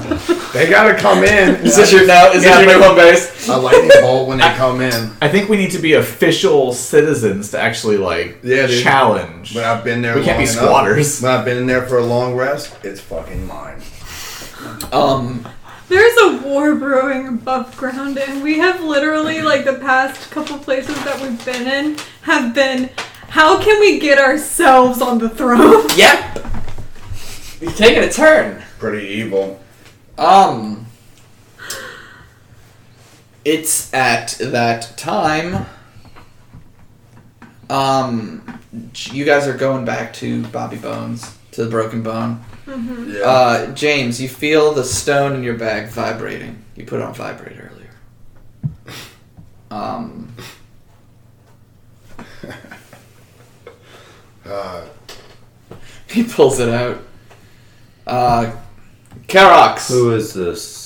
Speaker 2: They gotta come in.
Speaker 1: Is this your now? Is
Speaker 6: Yeah,
Speaker 1: this your new
Speaker 6: but-
Speaker 1: home base?
Speaker 2: a lightning bolt when they come in.
Speaker 6: I think we need to be official citizens to actually like
Speaker 2: Yeah, dude.
Speaker 6: challenge.
Speaker 2: When I've been there,
Speaker 6: We can't be
Speaker 2: long enough-
Speaker 6: squatters.
Speaker 2: when I've been in there for a long rest, it's fucking mine.
Speaker 1: Um,
Speaker 3: There's a war brewing above ground, and we have literally, like, the past couple places that we've been in have been how can we get ourselves on the throne?
Speaker 1: yep. You've taken a turn.
Speaker 2: Pretty evil.
Speaker 1: Um, it's at that time. Um, you guys are going back to Bobby Bones to the Broken Bone.
Speaker 2: Yeah.
Speaker 1: Uh, James, you feel the stone in your bag vibrating. You put it on vibrate earlier. Um,
Speaker 2: Uh,
Speaker 1: he pulls it out. Uh, Karox.
Speaker 5: who is this?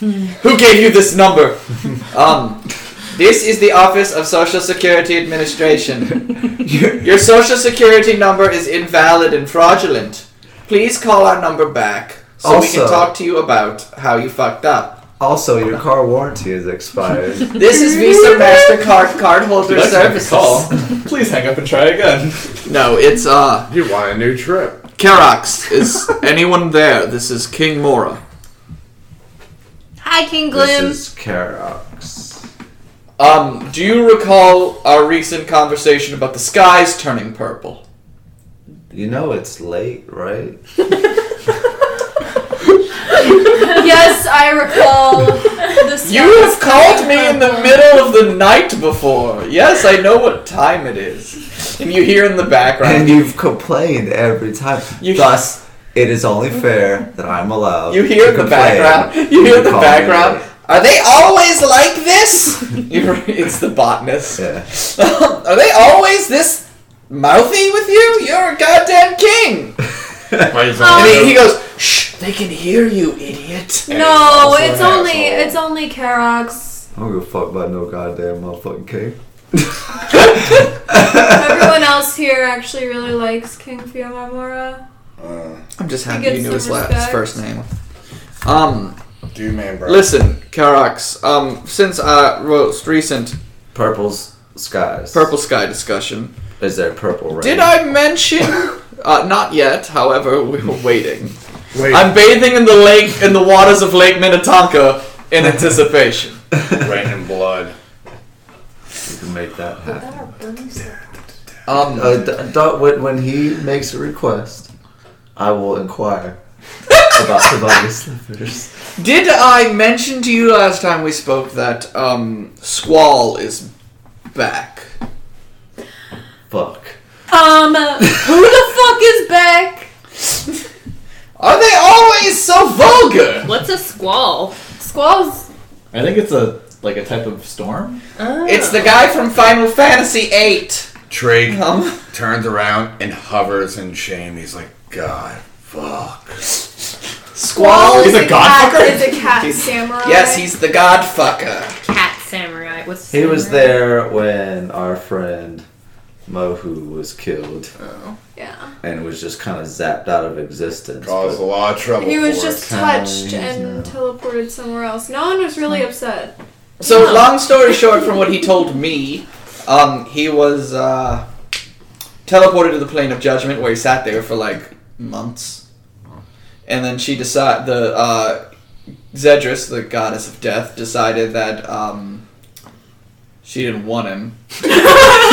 Speaker 1: Who gave you this number? um, this is the Office of Social Security Administration. your, your Social Security number is invalid and fraudulent. Please call our number back so we can
Speaker 5: Also-
Speaker 1: talk to you about how you fucked up.
Speaker 5: Also, your car warranty is expired.
Speaker 1: This is Visa MasterCard cardholder
Speaker 6: That's not the
Speaker 1: services.
Speaker 6: call. Please hang up and try again.
Speaker 1: No, it's, uh,
Speaker 2: you want a new trip?
Speaker 1: Karax. Is anyone there? This is King Mora.
Speaker 4: Hi, King
Speaker 5: this
Speaker 4: Glim.
Speaker 5: is Karox.
Speaker 1: Um, do you recall our recent conversation about the skies turning purple?
Speaker 5: You know it's late, right?
Speaker 4: yes, I recall.
Speaker 1: You have called me in the middle of the night before. Yes, I know what time it is. And you hear in the
Speaker 5: And
Speaker 1: background. You,
Speaker 5: you've complained every time.
Speaker 1: You-
Speaker 5: Thus, it is only fair that I'm allowed.
Speaker 1: hear
Speaker 5: to
Speaker 1: in the
Speaker 5: complain
Speaker 1: background. You
Speaker 5: when
Speaker 1: hear in the
Speaker 5: call me
Speaker 1: background. Are they always like this? You're, it's the botanist.
Speaker 5: late. Yeah.
Speaker 1: Are they always this mouthy with you? You're a goddamn king. And he, he goes, "Shh, they can hear you, idiot."
Speaker 3: Oh, No,
Speaker 2: Hey,
Speaker 3: it's
Speaker 2: also
Speaker 3: only
Speaker 2: asshole.
Speaker 3: it's only Karox.
Speaker 5: I don't give a fuck about no goddamn motherfucking cake.
Speaker 3: Everyone else here actually really likes King Fiamamura.
Speaker 2: Uh,
Speaker 1: I'm just
Speaker 3: He
Speaker 1: happy you
Speaker 3: gets
Speaker 1: knew
Speaker 3: some
Speaker 1: his last his
Speaker 3: respect.
Speaker 1: first name. Um,
Speaker 2: do man, bro.
Speaker 1: listen, Karax. Um, since our most recent
Speaker 5: Purple's skies.
Speaker 1: purple sky discussion,
Speaker 5: Is there purple rain?
Speaker 1: Did I mention? Uh, not yet. However, we were waiting.
Speaker 2: Wait,
Speaker 1: I'm bathing in the lake in the waters of Lake Minnetonka in anticipation.
Speaker 2: rain and blood.
Speaker 5: You can make that happen.
Speaker 1: Um,
Speaker 5: Uh, d- d- when, when he makes a request, I will inquire about Savannah's slippers.
Speaker 1: did I mention to you last time we spoke that um, Squall is back?
Speaker 5: Fuck.
Speaker 3: Um, who the fuck is back?
Speaker 1: Are they always so vulgar?
Speaker 4: What's a squall?
Speaker 3: Squall's
Speaker 6: I think it's a like a type of storm.
Speaker 4: Oh.
Speaker 1: It's the guy from Final Fantasy VIII.
Speaker 2: Trig
Speaker 1: Um,
Speaker 2: turns around and hovers in shame. He's like, God, fuck.
Speaker 1: Squall.
Speaker 6: He's a
Speaker 3: cat,
Speaker 6: godfucker?
Speaker 3: is a cat samurai.
Speaker 1: Yes, he's the godfucker.
Speaker 4: cat samurai. What's
Speaker 12: He was
Speaker 4: samurai?
Speaker 12: there when our friend Mohu was killed
Speaker 3: yeah.
Speaker 12: and was just kind of zapped out of existence.
Speaker 2: Caused a
Speaker 12: but
Speaker 2: lot of trouble.
Speaker 3: He was
Speaker 2: for
Speaker 3: just
Speaker 2: us.
Speaker 3: touched
Speaker 1: uh,
Speaker 3: and teleported somewhere else. No one was
Speaker 1: Hmm.
Speaker 3: really upset.
Speaker 1: So long story short, from what he told me, um, he was uh, teleported to the plane of judgment where he sat there for like months, and then she decided the uh, Zedris, the goddess of death, decided that um, she didn't want him.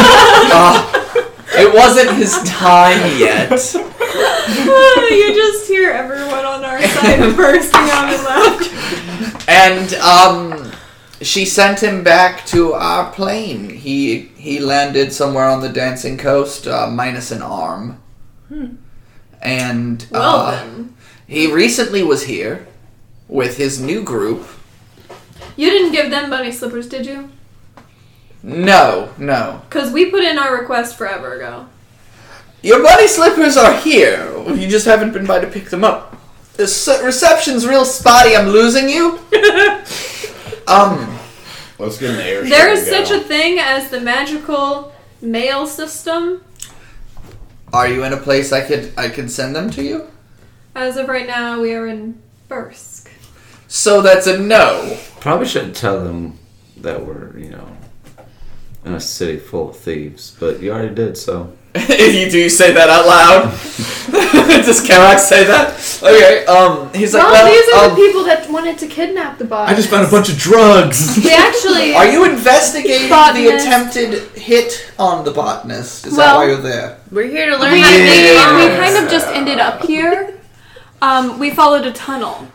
Speaker 1: Uh, it wasn't his time yet.
Speaker 3: you just hear everyone on our side bursting out in laughter.
Speaker 1: And um, she sent him back to our plane. He he landed somewhere on the dancing coast, uh, minus an arm. And uh,
Speaker 3: Hmm. Well then,
Speaker 1: he recently was here with his new group.
Speaker 3: you didn't give them bunny slippers, did you?
Speaker 1: No, no,
Speaker 3: Because we put in our request forever ago.
Speaker 1: your bunny slippers are here. You just haven't been by to pick them up. The se- reception's real spotty. I'm losing you. um.
Speaker 2: Let's get an air
Speaker 3: There is such a thing as the magical mail system.
Speaker 1: Are you in a place I could I could send them to you?
Speaker 3: As of right now, we are in Bursk.
Speaker 1: So that's a no.
Speaker 7: Probably shouldn't tell them that we're, you know, in a city full of thieves, but you already did, so.
Speaker 1: If you do say that out loud. Does Karak say that? Okay, um, he's like,
Speaker 3: well, these are
Speaker 1: well,
Speaker 3: the
Speaker 1: um,
Speaker 3: people that wanted to kidnap the box.
Speaker 6: I just found a bunch of drugs.
Speaker 3: They actually.
Speaker 1: are you investigating the
Speaker 3: Botanist.
Speaker 1: attempted hit on the botanist? Is that
Speaker 3: Well-
Speaker 1: why you're there?
Speaker 4: We're here to
Speaker 3: We,
Speaker 4: learn how to make
Speaker 3: we- we
Speaker 4: bombs.
Speaker 3: kind of just ended up here. Um, we followed a tunnel.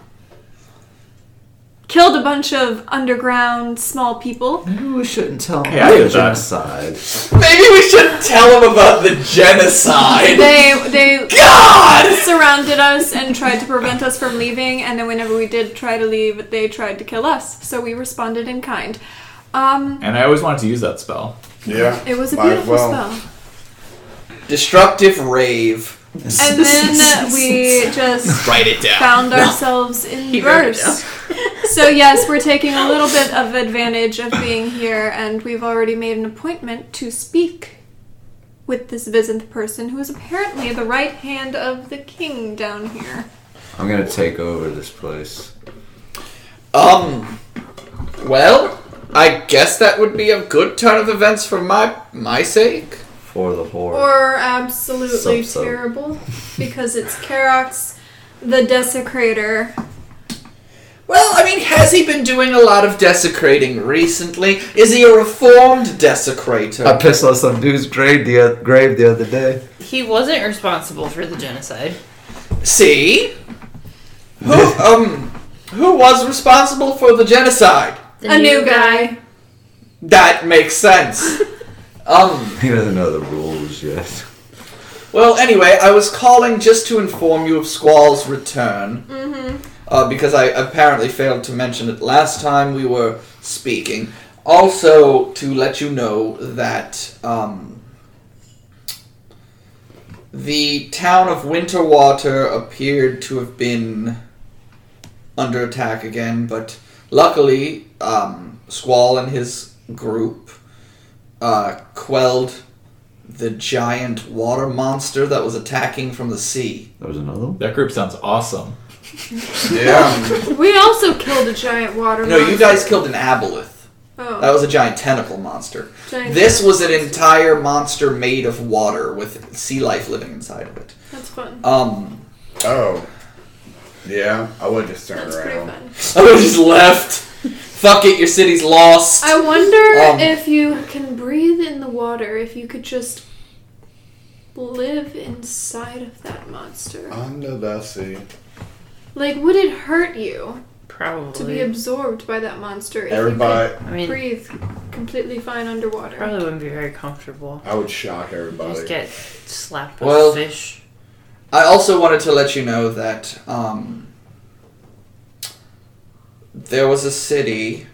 Speaker 3: Killed a bunch of underground small people.
Speaker 7: Maybe we shouldn't tell them
Speaker 6: Hey, I did that.
Speaker 7: genocide.
Speaker 1: Maybe we should tell him about the genocide.
Speaker 3: They they
Speaker 1: God!
Speaker 3: surrounded us and tried to prevent us from leaving, and then whenever we did try to leave, they tried to kill us. So we responded in kind. Um,
Speaker 6: and I always wanted to use that spell.
Speaker 2: Yeah.
Speaker 3: it was a
Speaker 2: Might as
Speaker 3: beautiful
Speaker 2: well.
Speaker 3: spell.
Speaker 1: Destructive rave.
Speaker 3: And then we just
Speaker 1: Write it down.
Speaker 3: found ourselves in
Speaker 4: wrote it
Speaker 3: verse. So yes, we're taking a little bit of advantage of being here, and we've already made an appointment to speak with this Visinth person, who is apparently the right hand of the king down here.
Speaker 7: I'm gonna take over this place.
Speaker 1: Um, well, I guess that would be a good turn of events for my my sake.
Speaker 7: For the whore.
Speaker 3: Or absolutely
Speaker 7: So-so.
Speaker 3: terrible, because it's Karax, the desecrator.
Speaker 1: Well, I mean, has he been doing a lot of desecrating recently? Is he a reformed desecrator?
Speaker 7: I pissed on some dude's grave the, oth- grave the other day.
Speaker 4: He wasn't responsible for the genocide.
Speaker 1: See, who um, who was responsible for the genocide?
Speaker 4: The
Speaker 3: A new guy.
Speaker 1: That makes sense. um,
Speaker 7: He doesn't know the rules yet.
Speaker 1: well, anyway, I was calling just to inform you of Squall's return.
Speaker 3: Mm-hmm.
Speaker 1: uh, because I apparently failed to mention it last time we were speaking. Also, to let you know that um, the town of Winterwater appeared to have been under attack again, but luckily, um, Squall and his group uh, quelled the giant water monster that was attacking from the sea.
Speaker 7: There was another one?
Speaker 6: That group sounds awesome.
Speaker 2: Yeah.
Speaker 3: We also killed a giant water.
Speaker 1: Um, No, you
Speaker 3: monster.
Speaker 1: guys killed an aboleth.
Speaker 3: Oh,
Speaker 1: That was a giant tentacle monster.
Speaker 3: giant
Speaker 1: This was an entire monster made of water with sea life living inside of it.
Speaker 3: That's fun.
Speaker 1: Um,
Speaker 2: oh. Yeah. I would just turn
Speaker 3: That's pretty
Speaker 2: around.
Speaker 3: fun.
Speaker 1: I would've just left. Fuck it, your city's lost.
Speaker 3: I wonder
Speaker 1: Um,
Speaker 3: if you can breathe in the water, if you could just live inside of that monster.
Speaker 2: Under the sea.
Speaker 3: Like, would it hurt you
Speaker 4: Probably.
Speaker 3: to be absorbed by that monster if
Speaker 2: Everybody.
Speaker 4: I
Speaker 3: you could
Speaker 4: mean,
Speaker 3: breathe completely fine underwater?
Speaker 4: probably wouldn't be very comfortable.
Speaker 2: I would shock
Speaker 4: Just
Speaker 2: everybody.
Speaker 4: get slapped with
Speaker 1: Well-
Speaker 4: fish.
Speaker 1: I also wanted to let you know that um, there was a city.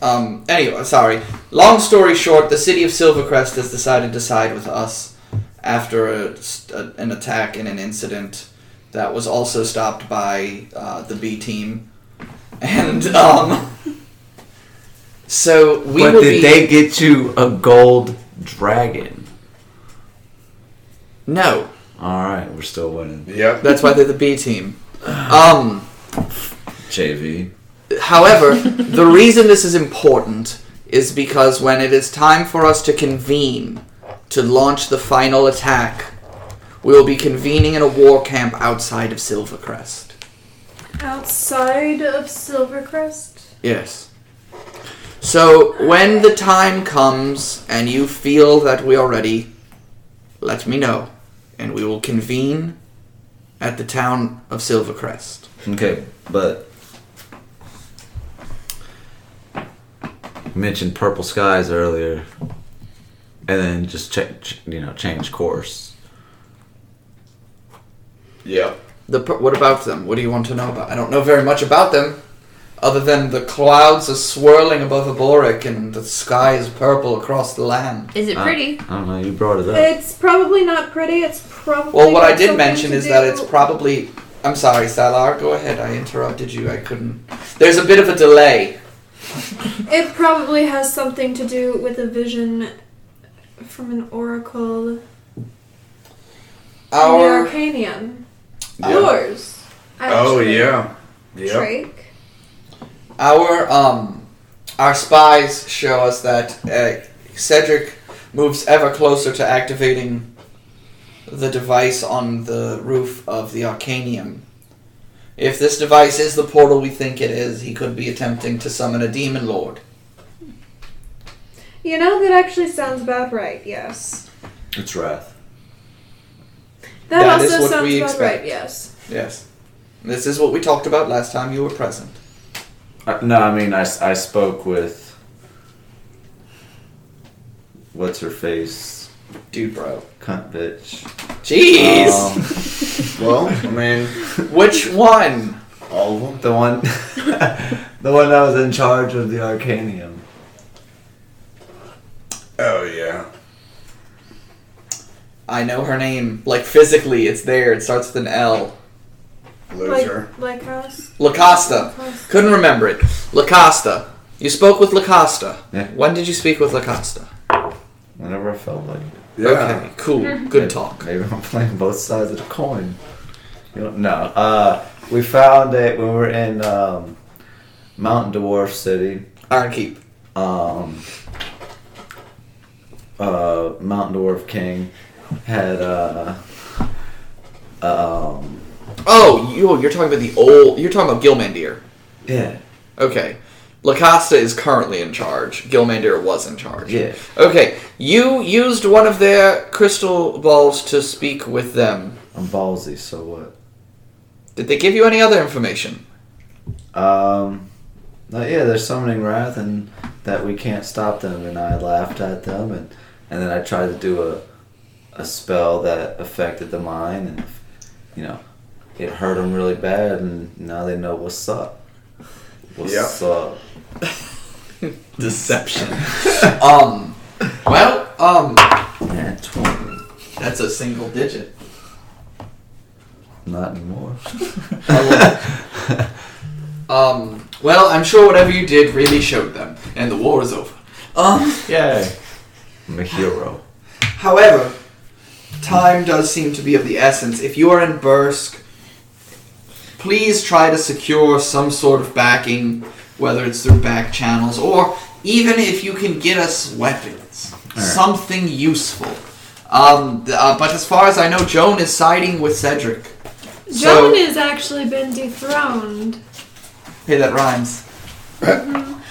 Speaker 1: Um, anyway, sorry. Long story short, the city of Silvercrest has decided to side with us after a, a- an attack and an incident that was also stopped by uh, the B team. And um, so we
Speaker 6: but
Speaker 1: will be-
Speaker 6: did they get you a gold dragon?
Speaker 1: no.
Speaker 6: All right, we're still winning.
Speaker 2: Yep.
Speaker 1: That's why they're the B team. Um.
Speaker 6: JV.
Speaker 1: However, the reason this is important is because when it is time for us to convene to launch the final attack, we will be convening in a war camp outside of Silvercrest.
Speaker 3: Outside of Silvercrest?
Speaker 1: Yes. So, when the time comes and you feel that we are ready, let me know, and we will convene at the town of Silvercrest.
Speaker 7: Okay, but
Speaker 6: You mentioned purple skies earlier, and then just check, you know, change course.
Speaker 2: Yep.
Speaker 1: The pur- what about them? What do you want to know about? I don't know very much about them, other than the clouds are swirling above Aboric and the sky is purple across the land.
Speaker 4: Is it
Speaker 6: Uh,
Speaker 4: pretty?
Speaker 6: I don't know. You brought it up.
Speaker 3: It's probably not pretty. It's probably.
Speaker 1: Uh, Well, what I
Speaker 3: got
Speaker 1: did
Speaker 3: something
Speaker 1: mention
Speaker 3: to
Speaker 1: is that
Speaker 3: do-
Speaker 1: it's probably. I'm sorry, Salar. Go ahead. I interrupted you. I couldn't. There's a bit of a delay.
Speaker 3: It probably has something to do with a vision from an oracle.
Speaker 1: Our
Speaker 3: in the Arcanium.
Speaker 2: Yeah.
Speaker 3: Yours.
Speaker 2: Oh
Speaker 3: actually.
Speaker 2: yeah. Yep.
Speaker 3: Drake.
Speaker 1: Our um, our spies show us that uh, Cedric moves ever closer to activating the device on the roof of the Arcanium. If this device is the portal we think it is, he could be attempting to summon a demon lord.
Speaker 3: You know that actually sounds about right. Yes.
Speaker 7: it's wrath.
Speaker 3: That,
Speaker 1: That
Speaker 3: also
Speaker 1: is what
Speaker 3: sounds
Speaker 1: we
Speaker 3: about
Speaker 1: expect.
Speaker 3: right. Yes.
Speaker 1: Yes, this is what we talked about last time you were present.
Speaker 7: I, Uh, no, I mean I, s- I spoke with what's her face
Speaker 1: Dude, bro.
Speaker 7: cunt bitch.
Speaker 1: Jeez,
Speaker 7: Um,
Speaker 2: Well, I mean,
Speaker 1: which one?
Speaker 2: all of them.
Speaker 7: the one the one that was in charge of the Arcanium.
Speaker 2: Oh yeah.
Speaker 1: I know her name. Like physically, it's there. It starts with an L.
Speaker 2: Loser.
Speaker 3: Like House.
Speaker 1: Lacosta. Couldn't remember it. Lacosta. You spoke with Lacosta.
Speaker 7: Yeah.
Speaker 1: When did you speak with Lacosta?
Speaker 7: Whenever I felt like it.
Speaker 2: yeah.
Speaker 1: Okay, cool. Good talk.
Speaker 7: Maybe I'm playing both sides of the coin. You don't know. Uh, we found it when we were in um, Mountain Dwarf City.
Speaker 1: Iron Keep.
Speaker 7: um, uh, Mountain Dwarf King had uh, um,
Speaker 1: Oh, you, you're talking about the old. You're talking about Gilmandir.
Speaker 7: yeah
Speaker 1: Okay. Lacosta is currently in charge. Gilmandir was in charge.
Speaker 7: yeah
Speaker 1: Okay, you used one of their crystal balls to speak with them.
Speaker 7: I'm ballsy so what
Speaker 1: Did they give you any other information?
Speaker 7: um but yeah they're summoning wrath and that we can't stop them and I laughed at them and and then I tried to do a a spell that affected the mind and you know it hurt them really bad and now they know what's up what's
Speaker 2: Yeah.
Speaker 7: up
Speaker 1: Deception. um. Well, um.
Speaker 7: yeah 20
Speaker 1: That's a single digit.
Speaker 7: not anymore
Speaker 1: Um, well, I'm sure whatever you did really showed them, and the war is over. Um,
Speaker 7: Yay.
Speaker 6: I'm a hero.
Speaker 1: however, time does seem to be of the essence. If you are in Bursk, please try to secure some sort of backing, whether it's through back channels or even if you can get us weapons, something useful. Um, th- uh, but as far as I know, Joan is siding with Cedric.
Speaker 3: Joan
Speaker 1: so,
Speaker 3: has actually been dethroned.
Speaker 1: hey, that rhymes.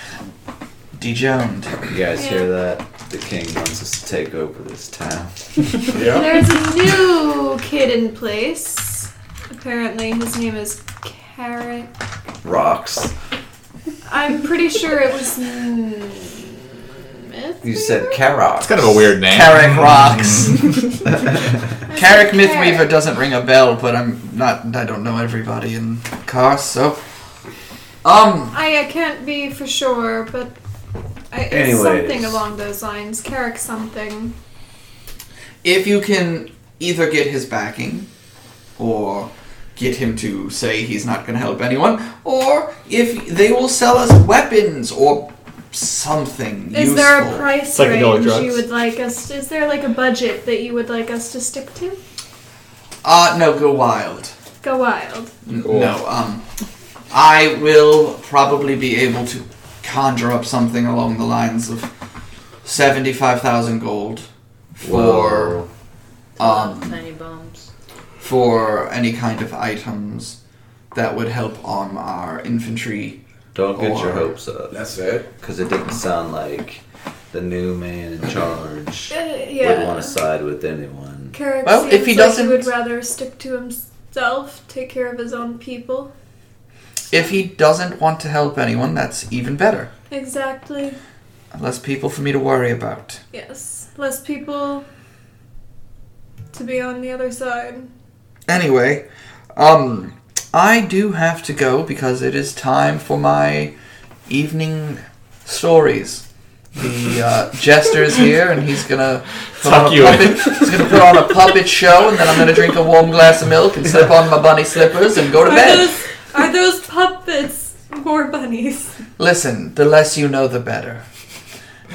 Speaker 1: Dejoned.
Speaker 7: You guys
Speaker 3: Yeah.
Speaker 7: hear that? The king wants us to take over this town.
Speaker 2: Yep.
Speaker 3: There's a new kid in place. Apparently, his name is Carrot.
Speaker 7: Rocks.
Speaker 3: I'm pretty sure it was. Miss?
Speaker 4: myth?
Speaker 7: You said Karok.
Speaker 6: It's kind of a weird name.
Speaker 1: Carrick rocks. Carrick
Speaker 4: Carrick.
Speaker 1: Mythweaver doesn't ring a bell, but I'm not. I don't know everybody in Kars, so. Um.
Speaker 3: I, I can't be for sure, but I, it's
Speaker 7: Anyways.
Speaker 3: something along those lines. Carrick something.
Speaker 1: If you can either get his backing, or get him to say he's not going to help anyone, or if they will sell us weapons or something.
Speaker 3: Is there a
Speaker 1: useful.
Speaker 3: price
Speaker 6: Psychedelic
Speaker 3: range
Speaker 6: drugs.
Speaker 3: you would like us? is there like a budget that you would like us to stick to?
Speaker 1: Uh, no, go wild.
Speaker 3: Go wild.
Speaker 1: N- No, um, I will probably be able to conjure up something along the lines of seventy-five thousand gold for um
Speaker 4: Tiny bombs.
Speaker 1: for any kind of items that would help arm our infantry.
Speaker 5: Don't get
Speaker 1: Or-
Speaker 5: your hopes up,
Speaker 2: That's it.
Speaker 5: because it didn't sound like the new man in
Speaker 7: Uh,
Speaker 5: charge would
Speaker 3: yeah.
Speaker 5: want to side with anyone.
Speaker 3: Carrick
Speaker 1: Well,
Speaker 3: seems
Speaker 1: if he
Speaker 3: like
Speaker 1: doesn't-
Speaker 3: he would rather stick to himself, take care of his own people.
Speaker 1: If he doesn't want to help anyone, that's even better.
Speaker 3: Exactly.
Speaker 1: Less people for me to worry about.
Speaker 3: Yes. Less people to be on the other side.
Speaker 1: Anyway, um, I do have to go because it is time for my evening stories. The uh, jester is here, and he's gonna put
Speaker 6: Tuck
Speaker 1: on a
Speaker 6: you in.
Speaker 1: puppet. He's gonna put on a puppet show, and then I'm gonna drink a warm glass of milk and slip on my bunny slippers and go to
Speaker 3: Are
Speaker 1: bed.
Speaker 3: those are those puppets more bunnies?
Speaker 1: Listen, the less you know, the better.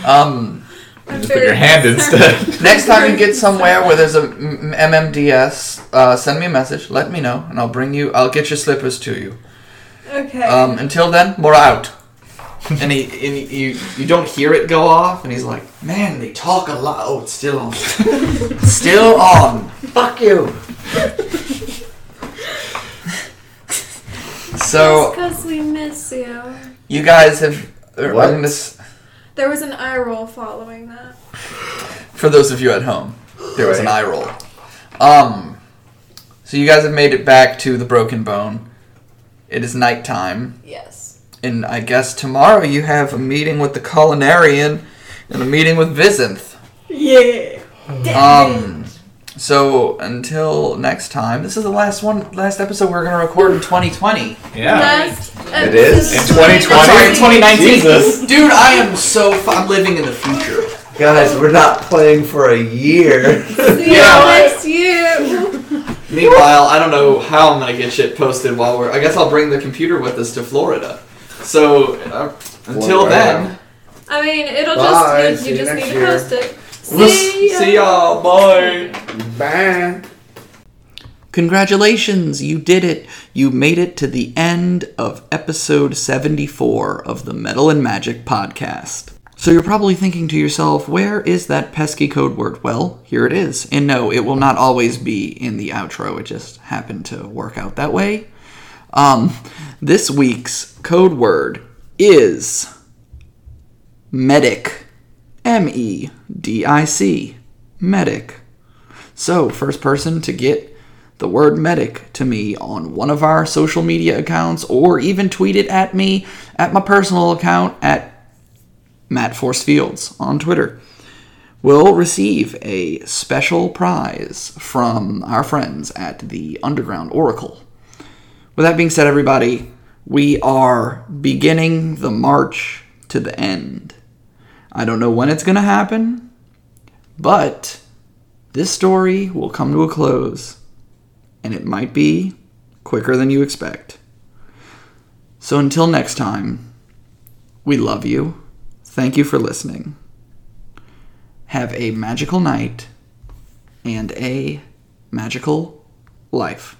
Speaker 1: Um,
Speaker 3: I'm
Speaker 6: Just put your
Speaker 3: very
Speaker 6: hand
Speaker 3: concerned.
Speaker 6: instead.
Speaker 1: next time you get somewhere where there's a m- m- MMDS, uh, send me a message. Let me know, and I'll bring you. I'll get your slippers to you.
Speaker 3: Okay.
Speaker 1: Um, until then, we're out. and he, and he- you, you don't hear it go off, and he's like, "Man, they talk a lot. Oh, it's still on. still on. Fuck you." so
Speaker 3: because we miss you.
Speaker 1: you guys have. er,
Speaker 7: What?
Speaker 1: I'm miss-
Speaker 3: There was an eye roll following that.
Speaker 1: for those of you at home, there was an eye roll. Um, so you guys have made it back to the Broken Bone. It is nighttime.
Speaker 3: Yes.
Speaker 1: and I guess tomorrow you have a meeting with the culinarian and a meeting with Visinth.
Speaker 3: Yeah.
Speaker 1: Um, so until next time, this is the last one, last episode we're gonna record in 2020.
Speaker 6: Yeah.
Speaker 3: it
Speaker 7: is?
Speaker 6: In 2020.
Speaker 1: Sorry, in 2019.
Speaker 6: Jesus.
Speaker 1: Dude, I am so f- I'm living in the future.
Speaker 7: Guys, we're not playing for a year.
Speaker 3: See you next year.
Speaker 1: Meanwhile, I don't know how I'm gonna get shit posted while we're. I guess I'll bring the computer with us to Florida. So uh, until
Speaker 7: Florida.
Speaker 1: then,
Speaker 3: I mean, it'll
Speaker 2: Bye,
Speaker 3: just
Speaker 2: see
Speaker 3: you,
Speaker 2: you
Speaker 3: just
Speaker 2: next
Speaker 3: need
Speaker 2: year.
Speaker 3: to post it.
Speaker 1: we'll s- see y'all. Bye.
Speaker 2: Bye.
Speaker 1: Congratulations, you did it. You made it to the end of episode 74 of the Metal and Magic podcast. So you're probably thinking to yourself, where is that pesky code word? Well, here it is. And no, it will not always be in the outro. It just happened to work out that way. Um, this week's code word is medic. M E D I C. Medic. So, first person to get the word medic to me on one of our social media accounts or even tweet it at me at my personal account at Matt Force Fields on Twitter will receive a special prize from our friends at the Underground Oracle. With that being said, everybody, we are beginning the march to the end. I don't know when it's going to happen, but this story will come to a close and it might be quicker than you expect. So until next time, we love you. Thank you for listening. Have a magical night and a magical life.